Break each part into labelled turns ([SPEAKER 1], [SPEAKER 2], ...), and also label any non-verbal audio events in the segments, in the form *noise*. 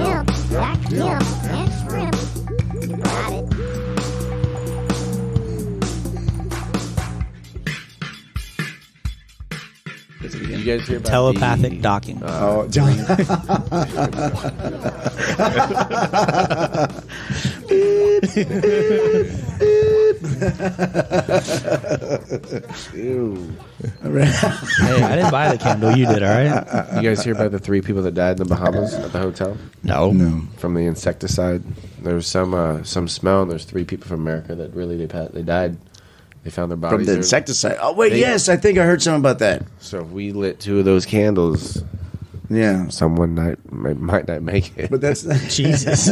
[SPEAKER 1] black gills and shrimp. You got it.
[SPEAKER 2] You guys hear about
[SPEAKER 3] Telepathic
[SPEAKER 2] the-
[SPEAKER 3] docking. *laughs*
[SPEAKER 4] Oh, John.
[SPEAKER 3] hey, I didn't buy the candle. You did, all right?
[SPEAKER 2] You guys hear about the three people that died in the Bahamas at the hotel
[SPEAKER 3] No.
[SPEAKER 4] no.
[SPEAKER 2] from the insecticide? There was some uh, some smell, and there's three people from America that really they pa- they died. They found their bodies
[SPEAKER 4] From the
[SPEAKER 2] there.
[SPEAKER 4] insecticide. Oh, wait,
[SPEAKER 2] They-
[SPEAKER 4] yes, I think I heard something about that.
[SPEAKER 2] So if we lit two of those candles,
[SPEAKER 4] Yeah.
[SPEAKER 2] someone might might, might not make it.
[SPEAKER 4] But that's *laughs*
[SPEAKER 3] Jesus.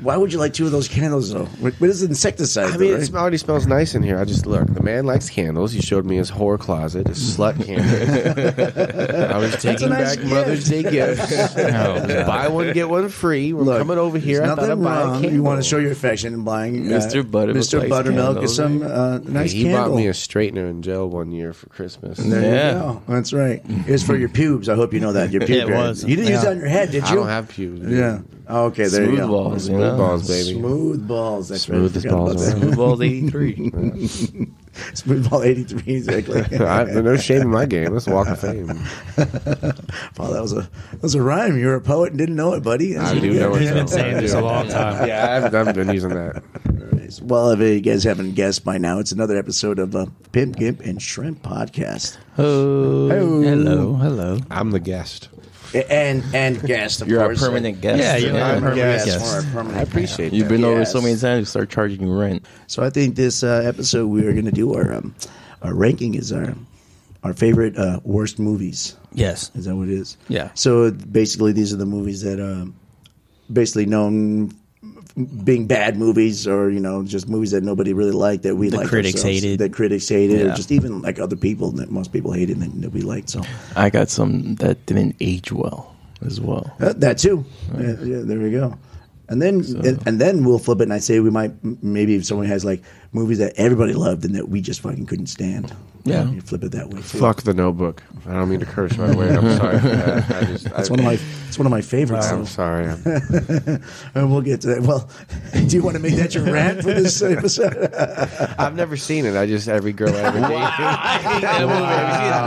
[SPEAKER 4] why would you like two of those candles though? What, what is insecticide?
[SPEAKER 2] I mean,
[SPEAKER 4] though,
[SPEAKER 2] it smell- already smells nice in here. I just look. The man likes candles. He showed me his whore closet, his slut *laughs* candle. I was taking
[SPEAKER 4] nice
[SPEAKER 2] back
[SPEAKER 4] gift.
[SPEAKER 2] Mother's Day gifts. *laughs* Buy one, get one free. We're
[SPEAKER 4] Look,
[SPEAKER 2] coming over here.
[SPEAKER 4] there's
[SPEAKER 2] I thought I'd
[SPEAKER 4] nothing
[SPEAKER 2] buy a
[SPEAKER 4] wrong.
[SPEAKER 2] candle.
[SPEAKER 4] You want to show your affection in buying uh,
[SPEAKER 5] Mr. Buttermilk
[SPEAKER 4] Mr.
[SPEAKER 5] likes
[SPEAKER 4] Buttermilk or
[SPEAKER 5] candles.
[SPEAKER 4] some uh, nice
[SPEAKER 2] he
[SPEAKER 4] candle.
[SPEAKER 2] bought me a straightener and gel one year for Christmas.
[SPEAKER 4] there
[SPEAKER 5] Yeah.
[SPEAKER 4] you go. That's right. It's for your pubes. I hope you know that. Your pubes.
[SPEAKER 3] it was.
[SPEAKER 4] You didn't use
[SPEAKER 3] Yeah.
[SPEAKER 4] that on your head, did you?
[SPEAKER 2] I don't have pubes. dude.
[SPEAKER 4] Yeah. Oh, okay. There you
[SPEAKER 5] Smooth
[SPEAKER 4] go.
[SPEAKER 5] balls, you know?
[SPEAKER 2] Blue balls, baby.
[SPEAKER 4] Smooth balls. That's right.
[SPEAKER 2] Smooth as
[SPEAKER 4] I forgot
[SPEAKER 2] balls
[SPEAKER 4] about
[SPEAKER 2] are.
[SPEAKER 5] Blue balls *laughs* 83.
[SPEAKER 4] that. *laughs* Smooth ball eighty three. Exactly.
[SPEAKER 2] *laughs* I, no shame in my game. Let's walk of
[SPEAKER 4] *laughs*
[SPEAKER 2] fame.
[SPEAKER 4] Paul, that was a that was a rhyme. You were a poet and didn't know it, buddy.
[SPEAKER 2] I do know it's
[SPEAKER 3] He's been saying this a long time.
[SPEAKER 2] Yeah, I haven't, I haven't been using that.
[SPEAKER 4] Well, if you guys haven't guessed by now, it's another episode of uh, Pimp Gimp and Shrimp podcast.
[SPEAKER 5] Oh,
[SPEAKER 3] Hello, hello.
[SPEAKER 2] I'm the guest.
[SPEAKER 4] And and guest, of
[SPEAKER 5] You're our
[SPEAKER 4] course.
[SPEAKER 5] permanent guest.
[SPEAKER 3] Yeah, you're
[SPEAKER 5] tonight.
[SPEAKER 3] our
[SPEAKER 4] I'm a
[SPEAKER 3] permanent
[SPEAKER 4] guest.
[SPEAKER 3] guest.
[SPEAKER 4] We're a permanent
[SPEAKER 2] I appreciate
[SPEAKER 5] You've
[SPEAKER 2] that.
[SPEAKER 5] been over
[SPEAKER 4] Yes.
[SPEAKER 5] so many times. We start charging you rent.
[SPEAKER 4] guest. So I think this uh, episode we are going to do our um, our ranking is our our favorite uh, worst movies.
[SPEAKER 3] Yes.
[SPEAKER 4] Is that what it is?
[SPEAKER 3] Yeah.
[SPEAKER 4] So basically, these are the movies that um, basically known f- being bad movies, or you know, just movies that nobody really liked that we
[SPEAKER 3] The
[SPEAKER 4] liked
[SPEAKER 3] critics
[SPEAKER 4] ourselves,
[SPEAKER 3] hated.
[SPEAKER 4] that critics hated, or
[SPEAKER 5] Yeah.
[SPEAKER 4] just even like other people that most people hated and that we liked. So
[SPEAKER 5] I got some that didn't age well as
[SPEAKER 4] *laughs*
[SPEAKER 5] well.
[SPEAKER 4] Uh, that too. Yeah, yeah, there we go. And then and, and then we'll flip it and I say we might m- maybe if someone has like movies that everybody loved and that we just fucking couldn't stand.
[SPEAKER 5] Yeah.
[SPEAKER 4] you flip it that way. Too.
[SPEAKER 2] Fuck the notebook. I don't mean to curse right away. I'm sorry. for that.
[SPEAKER 4] *laughs*
[SPEAKER 2] I just,
[SPEAKER 4] It's
[SPEAKER 2] I,
[SPEAKER 4] one of my it's one of my favorites.
[SPEAKER 2] I'm
[SPEAKER 4] so-
[SPEAKER 2] sorry. I'm-
[SPEAKER 4] and we'll get to that. Well, *laughs* do you want to make that your rant
[SPEAKER 2] *laughs*
[SPEAKER 4] for this episode?
[SPEAKER 2] I've never seen it. I just every girl I
[SPEAKER 4] *laughs*
[SPEAKER 2] ever dated.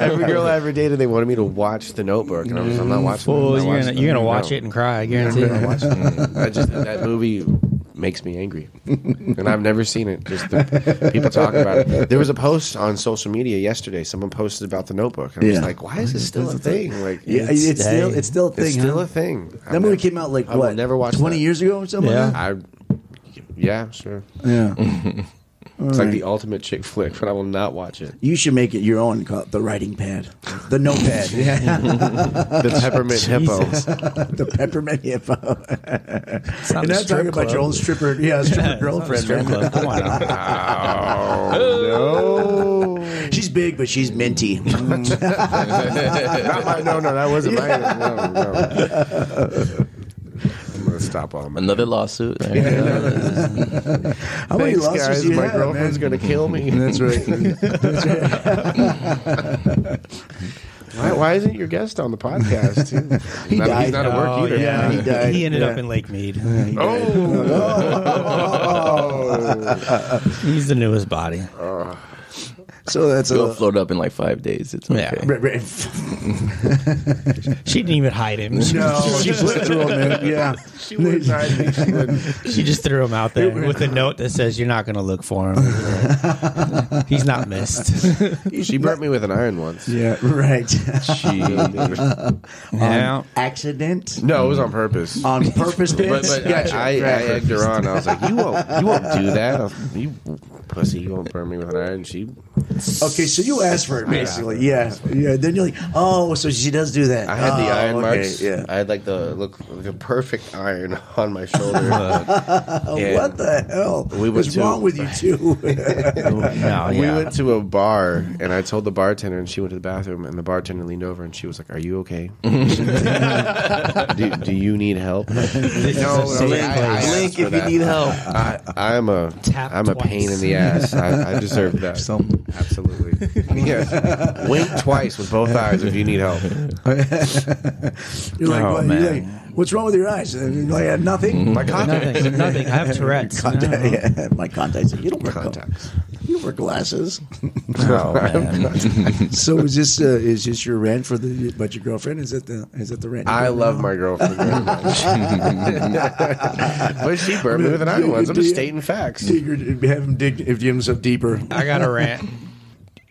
[SPEAKER 4] Oh,
[SPEAKER 2] every girl I ever dated, they wanted me to watch The Notebook, and I was, I'm not watching. it. I'm
[SPEAKER 3] Well,
[SPEAKER 2] not
[SPEAKER 3] you're
[SPEAKER 2] watching
[SPEAKER 3] gonna you're gonna
[SPEAKER 2] No.
[SPEAKER 3] watch it and cry. I guarantee.
[SPEAKER 2] I
[SPEAKER 3] you.
[SPEAKER 2] watched it. I just that movie makes me angry, and I've never seen it. Just the, people talk about it. There was a post on social media yesterday. Someone posted about the Notebook. and I was
[SPEAKER 4] Yeah.
[SPEAKER 2] like, why is this still a thing? Like,
[SPEAKER 4] Yeah, it's, still it's still a thing.
[SPEAKER 2] it's still
[SPEAKER 4] huh?
[SPEAKER 2] a thing.
[SPEAKER 4] that movie came out like
[SPEAKER 2] I will
[SPEAKER 4] what?
[SPEAKER 2] never watch
[SPEAKER 4] twenty
[SPEAKER 2] that.
[SPEAKER 4] years ago or something.
[SPEAKER 3] Yeah.
[SPEAKER 4] like
[SPEAKER 2] I, yeah, sure.
[SPEAKER 4] that? yeah.
[SPEAKER 2] It's like the ultimate chick flick, but I will not watch
[SPEAKER 4] *laughs*
[SPEAKER 2] it.
[SPEAKER 4] You should make it your own. Call it the writing pad,
[SPEAKER 2] *laughs*
[SPEAKER 4] the notepad. Yeah,
[SPEAKER 2] The peppermint hippo.
[SPEAKER 4] *laughs* the peppermint hippo.
[SPEAKER 3] It's not
[SPEAKER 4] And
[SPEAKER 3] a
[SPEAKER 4] not
[SPEAKER 3] strip
[SPEAKER 4] talking about your
[SPEAKER 3] club.
[SPEAKER 4] old stripper, yeah,
[SPEAKER 2] *laughs*
[SPEAKER 4] stripper
[SPEAKER 3] It's not a
[SPEAKER 4] girlfriend.
[SPEAKER 3] strip
[SPEAKER 4] man.
[SPEAKER 3] club. Come on. now.
[SPEAKER 2] Oh
[SPEAKER 4] *laughs* She's big, but she's
[SPEAKER 2] *laughs*
[SPEAKER 4] minty.
[SPEAKER 2] Mm-hmm.
[SPEAKER 4] Mm.
[SPEAKER 2] no! Not my, *laughs* no, no, that wasn't my. No, no.
[SPEAKER 4] *laughs*
[SPEAKER 2] I'm gonna stop all my.
[SPEAKER 5] Another lawsuit. There you go.
[SPEAKER 4] How many
[SPEAKER 2] Thanks,
[SPEAKER 4] losses
[SPEAKER 2] guys.
[SPEAKER 4] do you
[SPEAKER 2] My
[SPEAKER 4] have,
[SPEAKER 2] girlfriend's
[SPEAKER 4] *laughs* man?
[SPEAKER 2] gonna kill me.
[SPEAKER 4] That's right.
[SPEAKER 2] Why, why isn't your guest on the podcast?
[SPEAKER 4] *laughs*
[SPEAKER 2] Too?
[SPEAKER 4] He
[SPEAKER 2] Not-
[SPEAKER 4] died.
[SPEAKER 2] He's
[SPEAKER 4] *laughs*
[SPEAKER 2] not at work
[SPEAKER 3] Oh,
[SPEAKER 2] either.
[SPEAKER 4] yeah. He died.
[SPEAKER 3] He ended up
[SPEAKER 4] Yeah.
[SPEAKER 3] in Lake Mead.
[SPEAKER 2] Oh.
[SPEAKER 3] He's the newest body.
[SPEAKER 4] So that's
[SPEAKER 5] It'll
[SPEAKER 4] a.
[SPEAKER 5] float up in like five days. It's okay.
[SPEAKER 3] Yeah.
[SPEAKER 4] *laughs* Right,
[SPEAKER 2] *laughs*
[SPEAKER 4] right.
[SPEAKER 3] She didn't even hide him. She,
[SPEAKER 4] No, she just threw him in. Yeah,
[SPEAKER 2] *laughs* She wouldn't hide me. She wouldn't.
[SPEAKER 3] *laughs* she just threw him out
[SPEAKER 4] *laughs*
[SPEAKER 3] there with a note that says, "You're not gonna look for him. He's not missed."
[SPEAKER 2] She *laughs* burnt me with an iron once.
[SPEAKER 4] yeah,
[SPEAKER 2] *laughs*
[SPEAKER 4] right.
[SPEAKER 3] Yeah.
[SPEAKER 4] Accident
[SPEAKER 2] No, it was on purpose.
[SPEAKER 4] on purpose.
[SPEAKER 2] *laughs* But,
[SPEAKER 4] Vince?
[SPEAKER 2] but
[SPEAKER 4] Uh, Gotcha.
[SPEAKER 2] I, I, I
[SPEAKER 4] Right.
[SPEAKER 2] egged her on. I was like, "You won't, you won't do that. I'll- You pussy, you won't burn me with an iron." She
[SPEAKER 4] okay, so you asked for it basically. Yeah, yeah. Then you're like, oh, so she does do that.
[SPEAKER 2] I had the
[SPEAKER 4] Oh,
[SPEAKER 2] iron
[SPEAKER 4] okay,
[SPEAKER 2] marks.
[SPEAKER 4] Yeah.
[SPEAKER 2] I had like the look the perfect iron *laughs* on my shoulder. And
[SPEAKER 4] Oh, what the hell?
[SPEAKER 2] We went
[SPEAKER 4] What's
[SPEAKER 2] to-
[SPEAKER 4] wrong with you
[SPEAKER 2] *laughs*
[SPEAKER 4] two? *laughs*
[SPEAKER 3] No,
[SPEAKER 2] We
[SPEAKER 3] yeah.
[SPEAKER 2] went to a bar, and I told the bartender, and she went to the bathroom, and the bartender leaned over, and she was like, "Are you *laughs* okay? do, do you need help?"
[SPEAKER 3] This is a
[SPEAKER 2] no,
[SPEAKER 3] safe
[SPEAKER 2] I- I-
[SPEAKER 3] place.
[SPEAKER 5] Blink if you need help.
[SPEAKER 2] I, I'm a
[SPEAKER 3] Tap
[SPEAKER 2] am a pain
[SPEAKER 3] twice.
[SPEAKER 2] in the ass. I, I deserve that.
[SPEAKER 5] Some-
[SPEAKER 2] Absolutely. yes. Wink twice with both eyes if you need help.
[SPEAKER 4] You're like,
[SPEAKER 5] Oh,
[SPEAKER 4] what? You're
[SPEAKER 5] man.
[SPEAKER 4] like, what's wrong with your eyes? And you're like, I had nothing.
[SPEAKER 2] My contacts.
[SPEAKER 4] *laughs*
[SPEAKER 3] nothing, nothing. I have Tourette's. Uh-huh.
[SPEAKER 4] Contact,
[SPEAKER 3] No.
[SPEAKER 4] *laughs* yeah, my contacts. You don't wear contacts.
[SPEAKER 2] Contacts.
[SPEAKER 4] You don't wear
[SPEAKER 2] *laughs*
[SPEAKER 4] glasses.
[SPEAKER 5] Oh, man.
[SPEAKER 4] so is this uh, is this your rant for the about your girlfriend? Is it the is it the rant?
[SPEAKER 2] I love my girlfriend very much. *laughs* but she burned me with an iron once. I'm just stating facts.
[SPEAKER 4] Digger, have him dig if you
[SPEAKER 3] *laughs*
[SPEAKER 4] himself deeper.
[SPEAKER 3] I got a rant.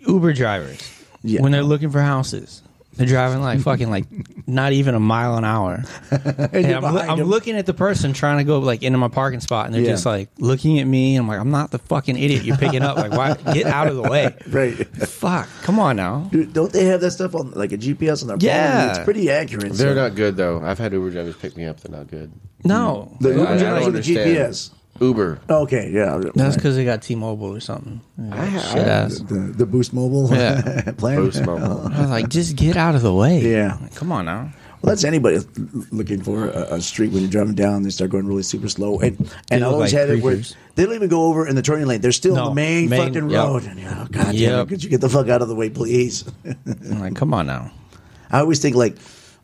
[SPEAKER 3] Uber drivers,
[SPEAKER 4] Yeah.
[SPEAKER 3] when they're looking for houses, they're driving like fucking like not even a mile an hour.
[SPEAKER 4] And
[SPEAKER 3] And
[SPEAKER 4] you're
[SPEAKER 3] I'm, loo-
[SPEAKER 4] behind
[SPEAKER 3] I'm
[SPEAKER 4] him.
[SPEAKER 3] looking at the person trying to go like into my parking spot, and they're
[SPEAKER 4] Yeah.
[SPEAKER 3] just like looking at me. And I'm like, I'm not the fucking idiot you're picking up. Like, why? Get out of the way.
[SPEAKER 4] *laughs* right.
[SPEAKER 3] Fuck. Come on now.
[SPEAKER 4] Dude, don't they have that stuff on like a GPS on their
[SPEAKER 3] Yeah.
[SPEAKER 4] phone? It's pretty accurate.
[SPEAKER 2] They're
[SPEAKER 4] so-
[SPEAKER 2] not good though. I've had Uber drivers pick me up. They're not good.
[SPEAKER 3] No.
[SPEAKER 4] The Uber
[SPEAKER 2] I- I don't
[SPEAKER 4] drivers or the
[SPEAKER 2] understand.
[SPEAKER 4] GPS.
[SPEAKER 2] Uber.
[SPEAKER 4] Okay, yeah.
[SPEAKER 3] That's
[SPEAKER 4] right.
[SPEAKER 3] because they got T-Mobile or something.
[SPEAKER 2] I,
[SPEAKER 3] Shit
[SPEAKER 2] I,
[SPEAKER 3] ass.
[SPEAKER 4] the, the Boost Mobile
[SPEAKER 3] Yeah.
[SPEAKER 4] *laughs* plan.
[SPEAKER 2] Boost
[SPEAKER 4] *laughs*
[SPEAKER 2] Mobile.
[SPEAKER 3] I was like, just get out of the way.
[SPEAKER 4] Yeah.
[SPEAKER 3] Like, come on now.
[SPEAKER 4] Well, that's anybody looking for a, a street when you're driving down. They start going really super slow, and and I
[SPEAKER 3] look
[SPEAKER 4] always
[SPEAKER 3] like
[SPEAKER 4] had it
[SPEAKER 3] creepers.
[SPEAKER 4] where they don't even go over in the turning lane. They're still on
[SPEAKER 3] No,
[SPEAKER 4] the main,
[SPEAKER 3] main-
[SPEAKER 4] fucking
[SPEAKER 3] yep.
[SPEAKER 4] road. And you're like, oh, God damn it!
[SPEAKER 3] Yep.
[SPEAKER 4] Could you get the fuck out of the way, please?
[SPEAKER 3] I'm like, come on now.
[SPEAKER 4] I always think like,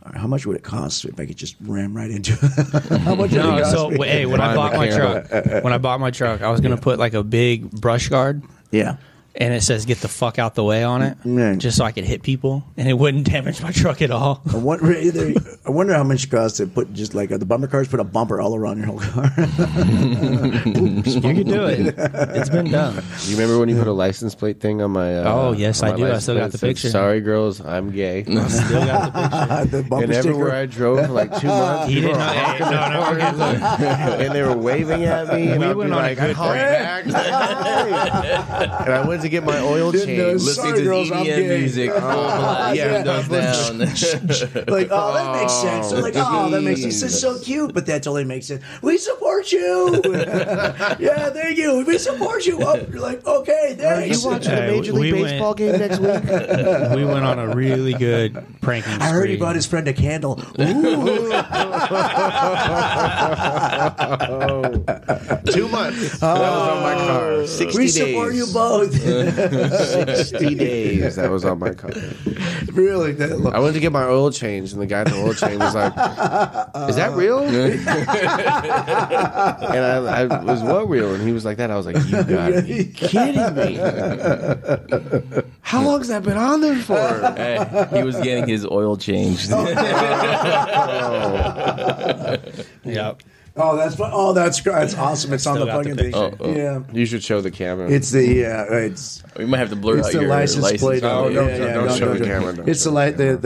[SPEAKER 4] all right, how much would it cost if I could just ram right into? it? *laughs* how much? would
[SPEAKER 3] No,
[SPEAKER 4] it cost
[SPEAKER 3] so
[SPEAKER 4] me?
[SPEAKER 3] hey, when I
[SPEAKER 5] Prime
[SPEAKER 3] bought my
[SPEAKER 5] mechanical.
[SPEAKER 3] truck, when I bought my truck, I was gonna put like a big brush guard,
[SPEAKER 4] yeah.
[SPEAKER 3] and it says "Get the fuck out the way" on it,
[SPEAKER 4] Yeah.
[SPEAKER 3] just so I could hit people, and it wouldn't *laughs* damage my truck at all.
[SPEAKER 4] I *laughs* wonder, either- I wonder how much it costs to put just like uh, the bumper cars put a bumper all around your whole car. *laughs*
[SPEAKER 3] you can do it. It's been done.
[SPEAKER 2] You remember when you put a license plate thing on my? Uh,
[SPEAKER 3] Oh, yes,
[SPEAKER 2] on
[SPEAKER 3] I
[SPEAKER 2] my
[SPEAKER 3] do. I
[SPEAKER 2] license
[SPEAKER 3] still got
[SPEAKER 2] plate
[SPEAKER 3] the
[SPEAKER 2] that said,
[SPEAKER 3] picture.
[SPEAKER 2] Sorry, girls, I'm
[SPEAKER 3] *laughs*
[SPEAKER 2] gay.
[SPEAKER 3] Still got the picture.
[SPEAKER 4] the bumper
[SPEAKER 2] and everywhere I
[SPEAKER 4] sticker.
[SPEAKER 2] drove for like two months,
[SPEAKER 3] *laughs* He
[SPEAKER 2] people
[SPEAKER 3] did
[SPEAKER 2] were
[SPEAKER 3] not.
[SPEAKER 2] honking
[SPEAKER 3] Hey, no, no, okay, look.
[SPEAKER 2] *laughs* and they were waving at me, and
[SPEAKER 3] We
[SPEAKER 2] I'd be
[SPEAKER 3] went on a
[SPEAKER 2] like,
[SPEAKER 3] good
[SPEAKER 2] "I'd holler back."
[SPEAKER 3] *laughs*
[SPEAKER 2] and I went to get my oil
[SPEAKER 4] Didn't know.
[SPEAKER 2] change.
[SPEAKER 4] Sorry,
[SPEAKER 5] Listening to
[SPEAKER 4] girls, I'm
[SPEAKER 5] EDM
[SPEAKER 4] gay. *laughs*
[SPEAKER 5] music. full blast,
[SPEAKER 2] Yeah.
[SPEAKER 5] windows down.
[SPEAKER 4] Like,
[SPEAKER 5] *laughs*
[SPEAKER 4] oh, that makes sense. They're like, oh, that makes sense.
[SPEAKER 5] Jeez.
[SPEAKER 4] This is so cute, but that totally makes sense. We support you. *laughs* yeah, thank you. We support you. Oh, you're like, okay, thanks.
[SPEAKER 3] Hey, we went-
[SPEAKER 2] game next
[SPEAKER 3] *laughs*
[SPEAKER 2] week?
[SPEAKER 3] *laughs* We went on a really good pranking.
[SPEAKER 4] I heard
[SPEAKER 3] spree.
[SPEAKER 4] he brought his friend a candle. Ooh,
[SPEAKER 2] two months. that was on my
[SPEAKER 3] Oh.
[SPEAKER 2] car. Sixty
[SPEAKER 4] we
[SPEAKER 2] days.
[SPEAKER 4] support you both.
[SPEAKER 2] Sixty days. That was on my car.
[SPEAKER 4] *laughs* really? That, look,
[SPEAKER 2] I went to get my oil change, and the guy at the oil change was like, "Is that real?" and I, I was what real, and he was like that. I was like, "You got me kidding me? How long's that been on there for?"
[SPEAKER 5] Hey, he was getting his oil changed.
[SPEAKER 4] Oh.
[SPEAKER 3] Yep.
[SPEAKER 4] oh, that's fu- oh, that's gr- that's awesome. It's on
[SPEAKER 3] Still
[SPEAKER 4] the
[SPEAKER 3] got the
[SPEAKER 4] fucking thing.
[SPEAKER 5] picture. Oh, oh.
[SPEAKER 4] Yeah,
[SPEAKER 2] You should show the camera.
[SPEAKER 4] it's the yeah, it's
[SPEAKER 5] *laughs* we might have to blur
[SPEAKER 4] it's
[SPEAKER 5] out
[SPEAKER 4] the
[SPEAKER 5] your
[SPEAKER 4] license, plate.
[SPEAKER 2] Oh,
[SPEAKER 4] Yeah,
[SPEAKER 2] don't-
[SPEAKER 4] yeah,
[SPEAKER 2] don't
[SPEAKER 4] no,
[SPEAKER 2] show
[SPEAKER 4] no,
[SPEAKER 2] the
[SPEAKER 4] no.
[SPEAKER 2] camera, don't
[SPEAKER 4] It's the
[SPEAKER 2] show the
[SPEAKER 4] light the